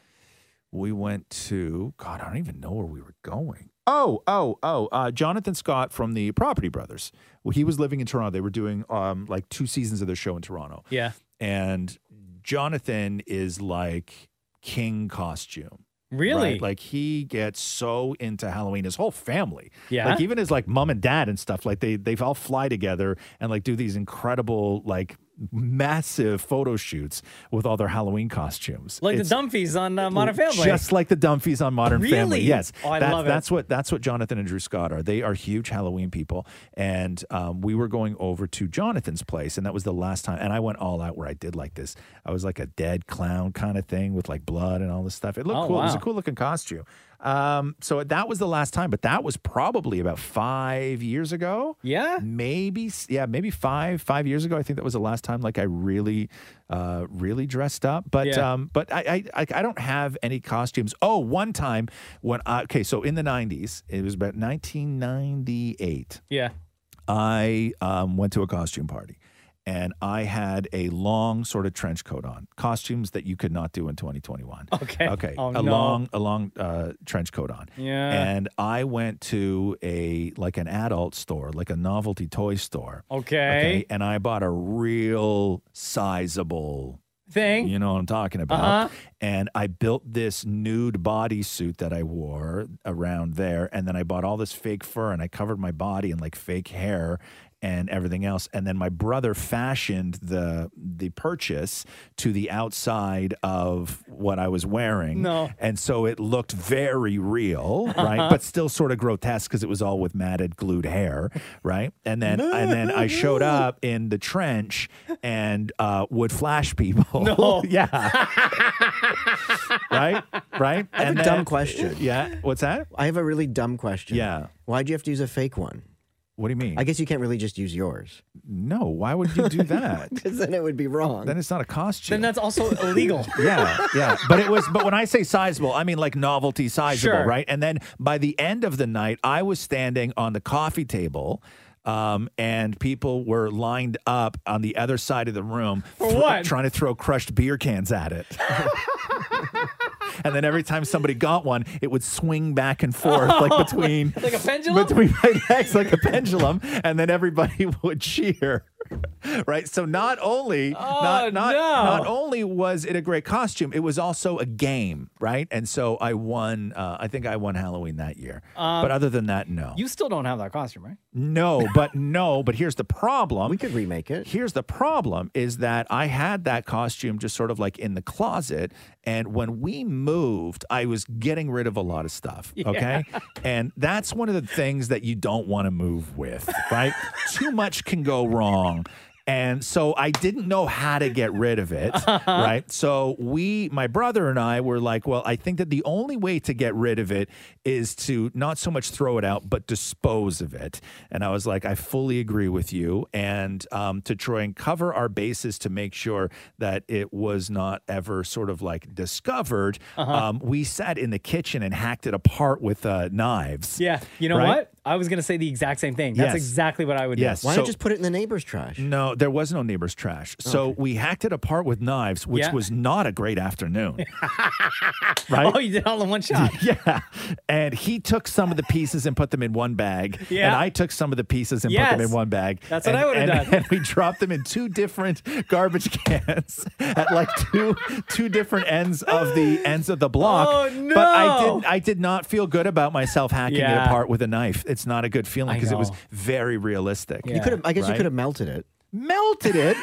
Speaker 5: we went to. God, I don't even know where we were going. Oh, oh, oh! Uh, Jonathan Scott from the Property Brothers. Well, he was living in Toronto. They were doing um, like two seasons of their show in Toronto
Speaker 2: Yeah.
Speaker 5: and Jonathan is like king costume.
Speaker 2: Really?
Speaker 5: right? Like he gets so into Halloween, his whole family.
Speaker 2: Yeah?
Speaker 5: Like even his like mom and dad and stuff. Like they they all fly together and like do these incredible like massive photo shoots with all their Halloween costumes.
Speaker 2: Like
Speaker 5: It's
Speaker 2: the Dumfies on uh, Modern Family.
Speaker 5: Just like the Dumfies on Modern Family.
Speaker 2: Really?
Speaker 5: Yes.
Speaker 2: Oh, I
Speaker 5: That-
Speaker 2: love it.
Speaker 5: That's what that's what Jonathan and Drew Scott are. They are huge Halloween people. And um, we were going over to Jonathan's place, and that was the last time. And I went all out where I did like this. I was like a dead clown kind of thing with like blood and all this stuff. It looked
Speaker 2: Oh,
Speaker 5: cool. It was a
Speaker 2: wow.
Speaker 5: cool looking costume. Um, so that was the last time, but that was probably about five years ago.
Speaker 2: Yeah,
Speaker 5: maybe. s- Yeah, maybe five five years ago. I think that was the last time like I really, uh, really dressed up. But
Speaker 2: Yeah.
Speaker 5: um, but I, I I I don't have any costumes. Oh, one time when I okay, so in the '90s, it was about 1998.
Speaker 2: yeah.
Speaker 5: I um, went to a costume party and I had a long sort of trench coat on, costumes that you could not do in 2021.
Speaker 2: Okay.
Speaker 5: Okay.
Speaker 2: Oh,
Speaker 5: a
Speaker 2: no.
Speaker 5: long, a long uh, trench coat on.
Speaker 2: Yeah.
Speaker 5: And I went to a, like an adult store, like a novelty toy store.
Speaker 2: Okay.
Speaker 5: And I bought a real sizable
Speaker 2: thing.
Speaker 5: You know what I'm talking about.
Speaker 2: Uh-huh.
Speaker 5: And I built this nude bodysuit that I wore around there. And then I bought all this fake fur and I covered my body in like fake hair and everything else. And then my brother fashioned the the purchase to the outside of what I was wearing.
Speaker 2: No.
Speaker 5: And so it looked very real,
Speaker 2: Uh-huh.
Speaker 5: right? But still sort of grotesque because it was all with matted glued hair, right? And then and then I showed up in the trench and uh, would flash people.
Speaker 2: No.
Speaker 5: yeah. right? Right?
Speaker 3: I have
Speaker 5: And
Speaker 3: a dumb
Speaker 5: then-
Speaker 3: question.
Speaker 5: Yeah. What's that?
Speaker 3: I have a really dumb question.
Speaker 5: Yeah.
Speaker 3: Why'd you have to use a fake one?
Speaker 5: What do you mean?
Speaker 3: I guess you can't really just use yours.
Speaker 5: No. Why would you do that?
Speaker 3: Because then it would be wrong.
Speaker 5: Then it's not a costume.
Speaker 2: Then that's also illegal.
Speaker 5: yeah, yeah. But it was, but when I say sizable, I mean like novelty sizable,
Speaker 2: Sure.
Speaker 5: right? And then by the end of the night, I was standing on the coffee table. Um, and people were lined up on the other side of the room
Speaker 2: For what?
Speaker 5: trying to throw crushed beer cans at it. and then every time somebody got one, it would swing back and forth
Speaker 2: Oh,
Speaker 5: like between
Speaker 2: like a pendulum?
Speaker 5: Between my legs like a pendulum, and then everybody would cheer. Right? So not only
Speaker 2: Oh,
Speaker 5: not not,
Speaker 2: no.
Speaker 5: not only was it a great costume, it was also a game, right? And so I won. Uh, I think I won Halloween that year.
Speaker 2: Um,
Speaker 5: but other than that, no.
Speaker 2: You still don't have that costume, right?
Speaker 5: No, but no, but here's the problem. We could remake it. Here's the problem is that I had that costume just sort of like in the closet. And when we moved, I was getting rid of a lot of stuff.
Speaker 2: Yeah.
Speaker 5: Okay. And that's one of the things that you don't want to move with, right? Too much can go wrong. And so I didn't know how to get rid of it, right? So we, my brother and I, were like, well, I think that the only way to get rid of it is to not so much throw it out, but dispose of it. And I was like, I fully agree with you. And um, to try and cover our bases to make sure that it was not ever sort of like discovered,
Speaker 2: Uh-huh.
Speaker 5: um, we sat in the kitchen and hacked it apart with uh, knives.
Speaker 2: Yeah. You know
Speaker 5: Right?
Speaker 2: what? I was going to say the exact same thing. That's
Speaker 5: Yes.
Speaker 2: exactly what I would
Speaker 5: Yes.
Speaker 2: do.
Speaker 5: Why not So- just
Speaker 3: Put it in the neighbor's trash.
Speaker 5: No, there was no neighbor's trash. So we hacked it apart with knives, which
Speaker 2: Yeah.
Speaker 5: was not a great afternoon.
Speaker 2: right?
Speaker 5: Right?
Speaker 2: Oh, you did all in one shot.
Speaker 5: yeah. And he took some of the pieces and put them in one bag.
Speaker 2: Yeah.
Speaker 5: And I took some of the pieces and put them
Speaker 2: Yes.
Speaker 5: in one bag.
Speaker 2: That's what
Speaker 5: And-
Speaker 2: I would've
Speaker 5: and-
Speaker 2: done.
Speaker 5: And we dropped them in two different garbage cans at like two two different ends of the ends of the block.
Speaker 2: Oh,
Speaker 5: But I
Speaker 2: no.
Speaker 5: did I did not feel good about myself hacking
Speaker 2: Yeah.
Speaker 5: it apart with a knife. It's not a good feeling
Speaker 2: I
Speaker 5: because it was
Speaker 2: know.
Speaker 5: very realistic.
Speaker 3: You could have. I guess you
Speaker 5: Right?
Speaker 3: could have melted it.
Speaker 5: Melted it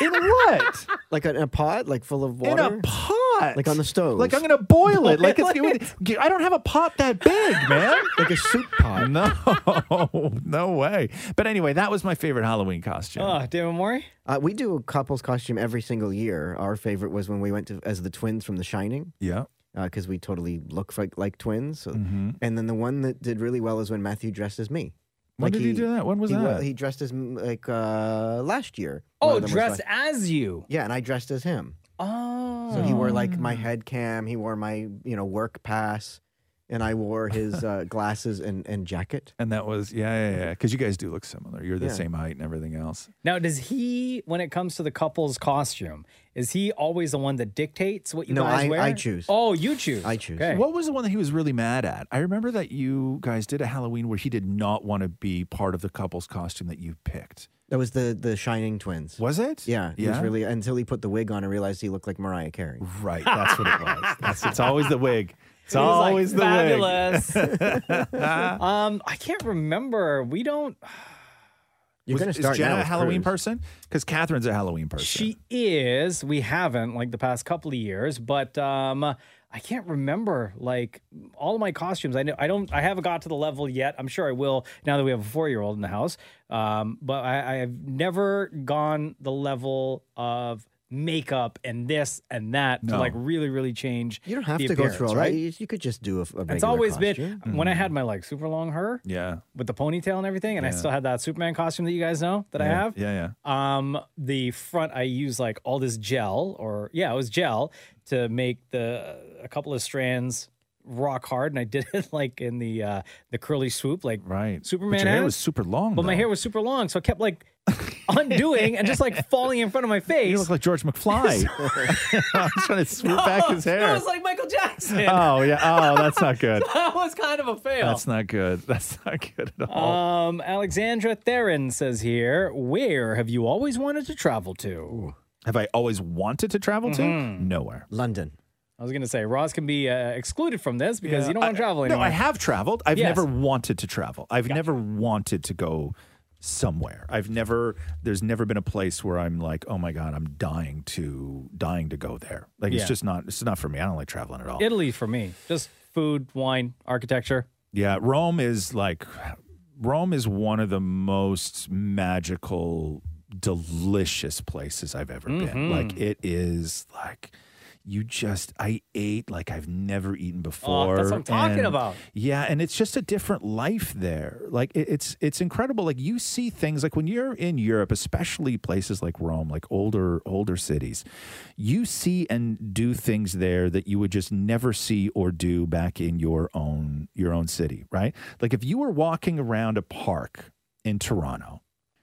Speaker 5: in what?
Speaker 3: Like in a pot, like full of
Speaker 5: In
Speaker 3: water.
Speaker 5: a pot.
Speaker 3: Like on the stove.
Speaker 5: Like I'm gonna boil it. Like it's
Speaker 3: Boil
Speaker 5: gonna, I don't have a pot that big, man.
Speaker 3: like a soup pot.
Speaker 5: No, no way. But anyway, that was my favorite Halloween costume.
Speaker 2: Oh, David Mori?
Speaker 3: Uh, we do a couple's costume every single year. Our favorite was when we went to as the twins from The Shining.
Speaker 5: Yeah.
Speaker 3: Because uh, we totally look like, like twins. So-
Speaker 5: Mhm.
Speaker 3: And then the one that did really well is when Matthew dressed as me.
Speaker 5: When did he do that? When was
Speaker 3: he wa-
Speaker 5: that?
Speaker 3: He dressed as m- like uh, last year. One
Speaker 2: Oh,
Speaker 3: of them was
Speaker 2: dressed
Speaker 3: last-
Speaker 2: as you.
Speaker 3: Yeah, and I dressed as him.
Speaker 2: Oh.
Speaker 3: So he wore like my head cam. He wore my you know work pass, and I wore his uh, glasses and, and jacket.
Speaker 5: And that was yeah, yeah, yeah. Because you guys do look similar. You're the
Speaker 3: Yeah.
Speaker 5: same height and everything else.
Speaker 2: Now, does he, when it comes to the couple's costume, is he always the one that dictates what you
Speaker 5: No,
Speaker 2: guys
Speaker 5: I-
Speaker 2: wear?
Speaker 5: I choose.
Speaker 2: Oh, you choose.
Speaker 5: I choose.
Speaker 2: Okay.
Speaker 5: What was the one that he was really mad at? I remember that you guys did a Halloween where he did not want to be part of the couple's costume that you picked.
Speaker 3: That was the the Shining twins.
Speaker 5: Was it?
Speaker 3: Yeah, he was
Speaker 5: Yeah?
Speaker 3: really until he put the wig on and realized he looked like Mariah Carey.
Speaker 5: Right, that's what it was. That's, it's always the wig. It's
Speaker 2: He was like,
Speaker 5: always the wig.
Speaker 2: Fabulous. um, I can't remember. We don't.
Speaker 5: Was-
Speaker 2: gonna
Speaker 5: is
Speaker 2: start now
Speaker 5: Jenna a
Speaker 2: with
Speaker 5: Halloween
Speaker 2: Cruz.
Speaker 5: person? Because Catherine's a Halloween person.
Speaker 2: She is. We haven't like the past couple of years, but um, I can't remember like all of my costumes. I know I don't. I haven't got to the level yet. I'm sure I will now that we have a four year old in the house. Um, but I, I have never gone the level of makeup and this and that to
Speaker 3: No.
Speaker 2: like really really change.
Speaker 3: You don't have
Speaker 2: the
Speaker 3: to go through
Speaker 2: appearance,
Speaker 3: all that. You, you could just do a, a
Speaker 2: It's
Speaker 3: regular
Speaker 2: always
Speaker 3: costume. Mm-hmm.
Speaker 2: been
Speaker 5: Hmm.
Speaker 2: when I had my like super long hair
Speaker 5: yeah.
Speaker 2: with the ponytail and everything, and I
Speaker 5: Yeah.
Speaker 2: still had that Superman costume that you guys know that I
Speaker 5: Yeah,
Speaker 2: have.
Speaker 5: yeah, yeah.
Speaker 2: Um, the front I used like all this gel, or yeah, it was gel to make the a couple of strands rock hard, and I did it like in the uh the curly swoop, like
Speaker 5: right.
Speaker 2: Superman.
Speaker 5: But your hair
Speaker 2: has.
Speaker 5: was super long.
Speaker 2: but my
Speaker 5: though.
Speaker 2: hair was super long, so I kept like undoing and just like falling in front of my face.
Speaker 5: You look like George McFly. I was trying to swoop back his hair.
Speaker 2: Oh, That was like Michael Jackson.
Speaker 5: oh yeah. Oh, that's not good.
Speaker 2: that was kind of a fail.
Speaker 5: That's not good. That's not good at all.
Speaker 2: Um, Alexandra Theron says here, where have you always wanted to travel to?
Speaker 5: Have I always wanted to travel to?
Speaker 2: Mm-hmm.
Speaker 5: Nowhere.
Speaker 2: London. I was going to say, Roz can be uh, excluded from this because
Speaker 5: Yeah.
Speaker 2: you don't want
Speaker 5: I-
Speaker 2: to travel
Speaker 5: No,
Speaker 2: anymore.
Speaker 5: I have traveled. I've
Speaker 2: Yes.
Speaker 5: never wanted to travel. I've never wanted to go somewhere. I've never. There's never been a place where I'm like, oh my god, I'm dying to dying to go there. Like
Speaker 2: Yeah.
Speaker 5: it's just not. It's not for me. I don't like traveling at all.
Speaker 2: Italy for me. Just food, wine, architecture.
Speaker 5: Yeah, Rome is like Rome is one of the most magical, delicious places I've ever been.
Speaker 4: Mhm.
Speaker 5: Like it is like you just I ate like I've never eaten before.
Speaker 2: Oh, that's what I'm talking
Speaker 5: and-
Speaker 2: about.
Speaker 5: Yeah, and it's just a different life there. Like it, it's it's incredible. Like you see things like when you're in Europe, especially places like Rome, like older older cities, you see and do things there that you would just never see or do back in your own your own city, right? Like if you were walking around a park in Toronto,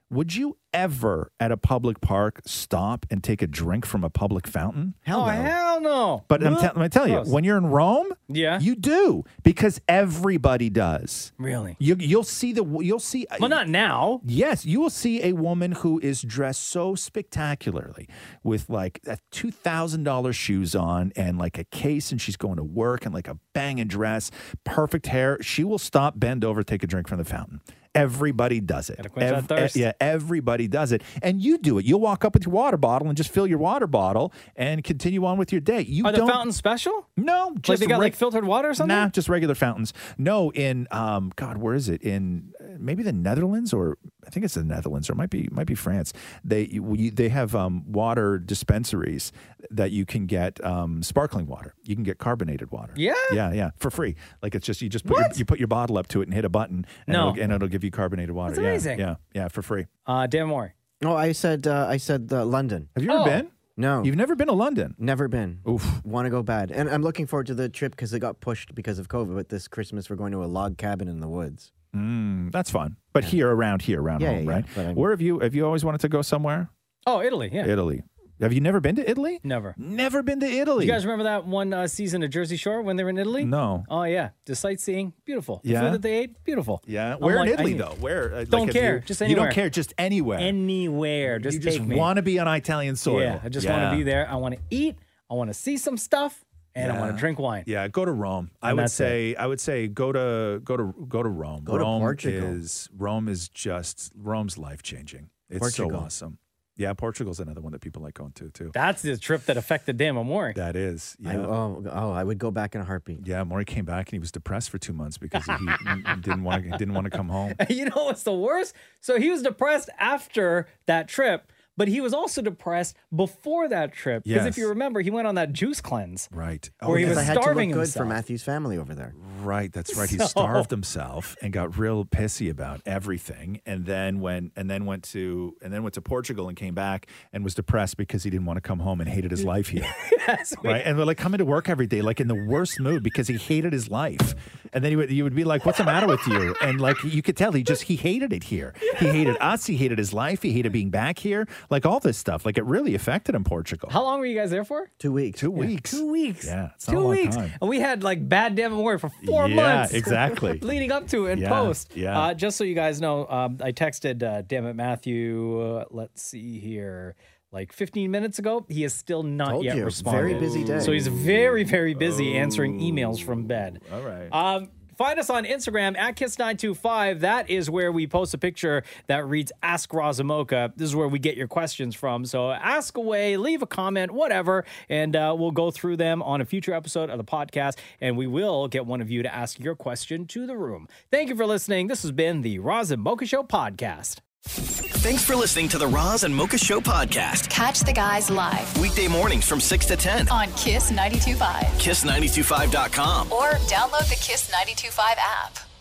Speaker 5: would you ever at a public park stop and take a drink from a public fountain?
Speaker 2: Hell oh, hell no.
Speaker 5: But I'm,
Speaker 2: Ugh.
Speaker 5: tell I'm telling you,
Speaker 2: Gross.
Speaker 5: when you're in Rome,
Speaker 2: Yeah.
Speaker 5: you do because everybody does.
Speaker 2: Really?
Speaker 5: You, you'll see the you'll see.
Speaker 2: Well, not now.
Speaker 5: Yes, you will see a woman who is dressed so spectacularly with like a two thousand dollars shoes on and like a case, and she's going to work and like a banging dress, perfect hair. She will stop, bend over, take a drink from the fountain. Everybody does it. eh,
Speaker 2: quench that thirst.
Speaker 5: yeah, everybody does it, and you do it. You'll walk up with your water bottle and just fill your water bottle and continue on with your day. You
Speaker 2: Are the
Speaker 5: don't.
Speaker 2: fountains special?
Speaker 5: No,
Speaker 2: Like they got like
Speaker 5: reg-
Speaker 2: filtered water or something?
Speaker 5: Nah, just regular fountains. No, in um, God, where is it? In uh, maybe the Netherlands, or I think it's the Netherlands, or it might be might be France. They you, you- they have um, water dispensaries that you can get um, sparkling water. You can get carbonated water.
Speaker 2: Yeah?
Speaker 5: yeah, yeah, for free. Like it's just you just put your, you put your bottle up to it and hit a button, and,
Speaker 2: No.
Speaker 5: it'll, and it'll give you carbonated water.
Speaker 2: That's
Speaker 5: Yeah,
Speaker 2: amazing.
Speaker 5: Yeah, yeah, for free.
Speaker 2: Uh, Dan Moore.
Speaker 4: No, I said uh, I said uh, London.
Speaker 5: Have you ever Oh. been?
Speaker 4: No.
Speaker 5: You've never been to London?
Speaker 4: Never been.
Speaker 5: Oof.
Speaker 4: Want to go bad. And I'm looking forward to the trip because it got pushed because of COVID. But this Christmas, we're going to a log cabin in the woods.
Speaker 5: Mm, that's fun. But here, around here, around
Speaker 4: Yeah,
Speaker 5: home,
Speaker 4: yeah, yeah.
Speaker 5: right?
Speaker 4: But I'm-
Speaker 5: Where have you have you always wanted to go somewhere?
Speaker 2: Oh, Italy. Yeah.
Speaker 5: Italy. Have you never been to Italy?
Speaker 2: Never.
Speaker 5: Never been to Italy.
Speaker 2: You guys remember that one uh, season of Jersey Shore when they were in Italy?
Speaker 5: No.
Speaker 2: Oh, yeah. Just sightseeing. Beautiful. The
Speaker 5: Yeah?
Speaker 2: food that they ate, beautiful.
Speaker 5: Yeah.
Speaker 2: I'm
Speaker 5: Where
Speaker 2: like,
Speaker 5: in
Speaker 2: I
Speaker 5: Italy
Speaker 2: need-
Speaker 5: though? Where? uh, like,
Speaker 2: Don't
Speaker 5: have
Speaker 2: care.
Speaker 5: you-
Speaker 2: Just
Speaker 5: You don't
Speaker 2: anywhere.
Speaker 5: care. Just anywhere.
Speaker 2: Anywhere. Just
Speaker 5: you just
Speaker 2: take me.
Speaker 5: want to be on Italian soil.
Speaker 2: Yeah, I just want to be there. I want to eat. I want to see some stuff, and I want
Speaker 5: Yeah.
Speaker 2: to drink wine.
Speaker 5: Yeah, go to Rome. I
Speaker 2: And
Speaker 5: would
Speaker 2: that's
Speaker 5: say I would say go to go to go to Rome.
Speaker 4: Go to
Speaker 5: Rome
Speaker 4: Portugal.
Speaker 5: is Rome is just Rome's life changing. It's so
Speaker 4: Portugal.
Speaker 5: awesome. Yeah, Portugal's another one that people like going to too.
Speaker 2: That's the trip that affected Dan Amore.
Speaker 5: That is. Yeah.
Speaker 4: I, oh, oh, I would go back in a heartbeat.
Speaker 5: Yeah, Maury came back and he was depressed for two months because he didn't want to didn't want to come home.
Speaker 2: you know what's the worst? So he was depressed after that trip, but he was also depressed before that trip. Because
Speaker 4: Yes. Oh,
Speaker 2: if you remember, he went on that juice cleanse.
Speaker 5: Right.
Speaker 2: where he was
Speaker 4: I had
Speaker 2: starving
Speaker 4: to look good
Speaker 2: himself.
Speaker 4: for Matthew's family over there.
Speaker 5: Right, that's right. He
Speaker 4: So-
Speaker 5: starved himself and got real pissy about everything, and then went and then went to and then went to Portugal and came back and was depressed because he didn't want to come home and hated his life here.
Speaker 2: yes, we-
Speaker 5: right, and we're like coming to work every day like in the worst mood because he hated his life, and then he would you would be like, "What's the matter with you?" And like you could tell he just he hated it here. He hated us. He hated his life. He hated being back here. Like all this stuff. Like it really affected him. Portugal.
Speaker 2: How long were you guys there for?
Speaker 4: Two weeks.
Speaker 5: Two weeks.
Speaker 2: Two weeks.
Speaker 5: Yeah, it's not a
Speaker 2: Two
Speaker 5: long
Speaker 2: weeks.
Speaker 5: time.
Speaker 2: And we had like bad Dan Amore for four
Speaker 5: Yeah,
Speaker 2: months.
Speaker 5: exactly.
Speaker 2: leading up to it and
Speaker 5: Yeah,
Speaker 2: post.
Speaker 5: yeah.
Speaker 2: Uh, just so you guys know, um, I texted uh, Damn It Matthew, uh, let's see here, like 15 minutes ago. He has still not
Speaker 4: Told
Speaker 2: yet
Speaker 4: you,
Speaker 2: responded.
Speaker 4: very busy day. Oh,
Speaker 2: So he's very, very busy answering emails from bed.
Speaker 5: All right.
Speaker 2: Um, find us on Instagram at Kiss925. That is where we post a picture that reads Ask Razamoka. This is where we get your questions from. So ask away, leave a comment, whatever, and uh, we'll go through them on a future episode of the podcast. And we will get one of you to ask your question to the room. Thank you for listening. This has been the Razamoka Show podcast.
Speaker 1: Thanks for listening to the Roz and Mocha Show podcast.
Speaker 10: Catch the guys live
Speaker 1: Weekday mornings from 6 to 10.
Speaker 10: on Kiss 92.5
Speaker 1: Kiss925.com.
Speaker 10: or download the Kiss 92.5 app.